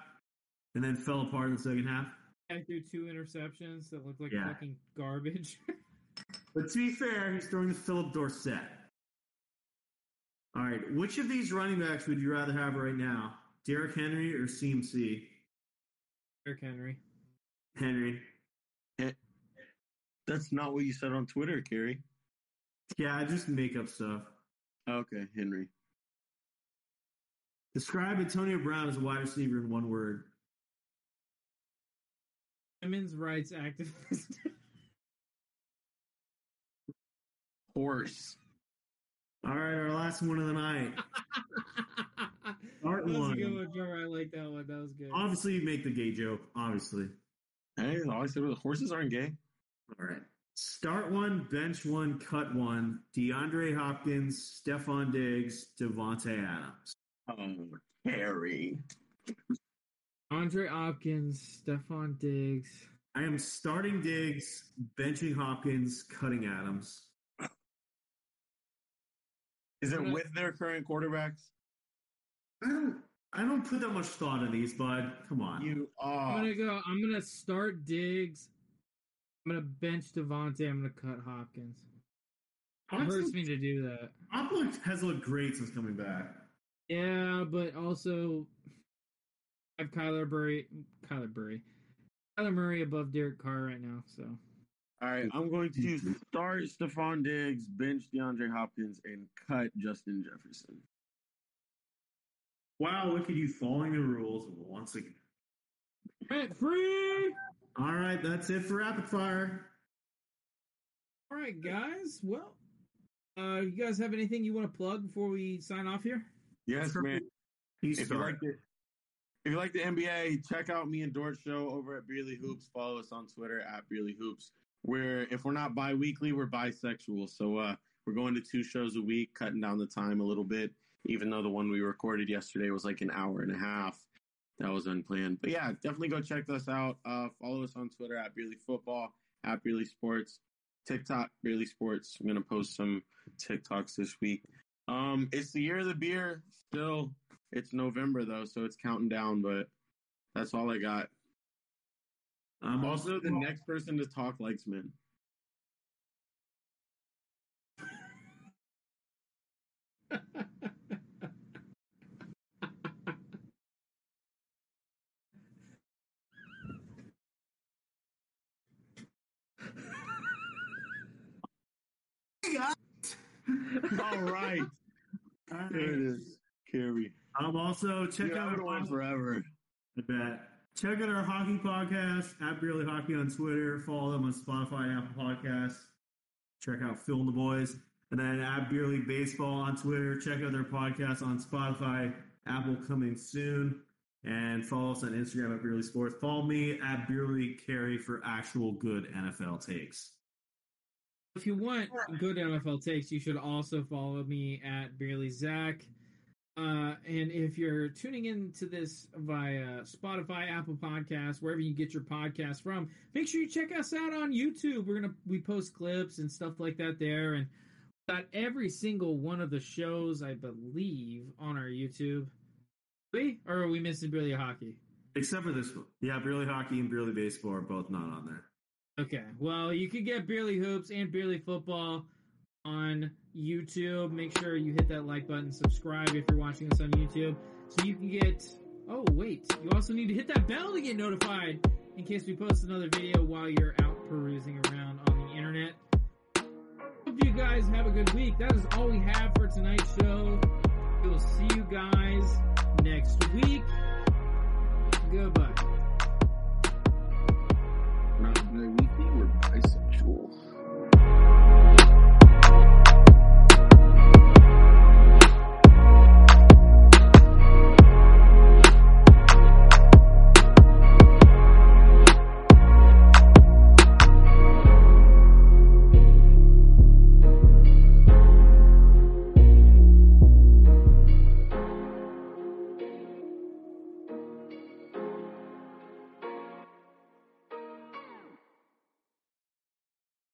[SPEAKER 2] and then fell apart in the second half.
[SPEAKER 6] I threw two interceptions that looked like
[SPEAKER 2] Yeah.
[SPEAKER 6] fucking garbage.
[SPEAKER 2] But to be fair, he's throwing to Philip Dorsett. All right, which of these running backs would you rather have right now, Derrick Henry or CMC?
[SPEAKER 6] Derrick Henry.
[SPEAKER 2] Henry.
[SPEAKER 3] that's not what you said on Twitter, Carrie.
[SPEAKER 2] Yeah, I just make up stuff.
[SPEAKER 3] Oh, Okay, Henry.
[SPEAKER 2] Describe Antonio Brown as a wide receiver in one word.
[SPEAKER 6] Women's rights activist.
[SPEAKER 3] Horse.
[SPEAKER 2] All right, our last one of the night.
[SPEAKER 6] that was a
[SPEAKER 2] one.
[SPEAKER 6] good one, Trevor. I like that one. That was good.
[SPEAKER 2] Obviously, you make the gay joke. Obviously,
[SPEAKER 3] Hey, all I said was horses aren't gay.
[SPEAKER 2] All right. Start one, bench one, cut one. DeAndre Hopkins, Stefan Diggs, Devontae Adams.
[SPEAKER 3] Oh, Harry.
[SPEAKER 6] Andre Hopkins, Stephon Diggs.
[SPEAKER 2] I am starting Diggs, benching Hopkins, cutting Adams.
[SPEAKER 3] Is it
[SPEAKER 6] Yeah.
[SPEAKER 3] with their current quarterbacks?
[SPEAKER 2] I don't I don't put that much thought in these, bud. Come on.
[SPEAKER 3] You
[SPEAKER 6] I'm
[SPEAKER 3] are.
[SPEAKER 6] gonna go. I'm gonna start Diggs. I'm gonna bench Devontae. I'm gonna cut Hopkins. It hurts me to do that.
[SPEAKER 2] Hop looked, has looked great since coming back.
[SPEAKER 6] Yeah, but also I have Kyler Murray, Kyler Murray, Kyler Murray above Derek Carr right now. So
[SPEAKER 3] All right, I'm going to start Stephon Diggs, bench DeAndre Hopkins, and cut Justin Jefferson.
[SPEAKER 2] Wow, look at you following the rules once again.
[SPEAKER 6] rent free.
[SPEAKER 2] All right, that's it for rapid fire.
[SPEAKER 6] All right, guys. Well, uh, you guys have anything you want to plug before we sign off here?
[SPEAKER 3] Yes, man.
[SPEAKER 2] You
[SPEAKER 3] If you
[SPEAKER 2] start.
[SPEAKER 3] like the, if you like the NBA, check out me and Dort show over at Beerly Hoops. Follow us on Twitter at Beerly Hoops. We're if we're not bi-weekly, we're bisexual. So uh, we're going to two shows a week, cutting down the time a little bit. Even though the one we recorded yesterday was like an hour and a half, that was unplanned. But yeah, definitely go check us out. Uh, follow us on Twitter at Beerly Football, at Beerly Sports, TikTok Beerly Sports. I'm gonna post some TikToks this week. Um, it's the year of the beer still. It's November though, so it's counting down, but that's all I got.
[SPEAKER 2] Um,
[SPEAKER 3] Also, the next person to talk likes men. all right.
[SPEAKER 2] all right.
[SPEAKER 3] There it is. Carrie.
[SPEAKER 2] Um, also, check
[SPEAKER 3] You're
[SPEAKER 2] out
[SPEAKER 3] out of one forever.
[SPEAKER 2] I bet. Check out our hockey podcast at Barely Hockey on Twitter. Follow them on Spotify and Apple Podcasts. Check out Phil and the Boys. And then at Barely Baseball on Twitter. Check out their podcast on Spotify. Apple coming soon. And follow us on Instagram at Barely Sports. Follow me at Barely Carry for actual good NFL takes.
[SPEAKER 6] If you want good NFL takes, you should also follow me at Barely Zach. Uh, and if you're tuning in to this via Spotify, Apple Podcasts, wherever you get your podcast from, make sure you check us out on YouTube. We're gonna we post clips and stuff like that there, and we got every single one of the shows, I believe, on our YouTube. We or are we missing Barely Hockey?
[SPEAKER 2] Except for this one. Yeah, Barely Hockey and Barely Baseball are both not on there.
[SPEAKER 6] Okay. Well, you could get Beerly Hoops and Beerly Football on YouTube. Make sure you hit that like button, subscribe if you're watching this on YouTube. So you can get oh wait, you also need to hit that bell to get notified in case we post another video while you're out perusing around on the internet. Hope you guys have a good week. That is all we have for tonight's show. We'll see you guys next week. Goodbye.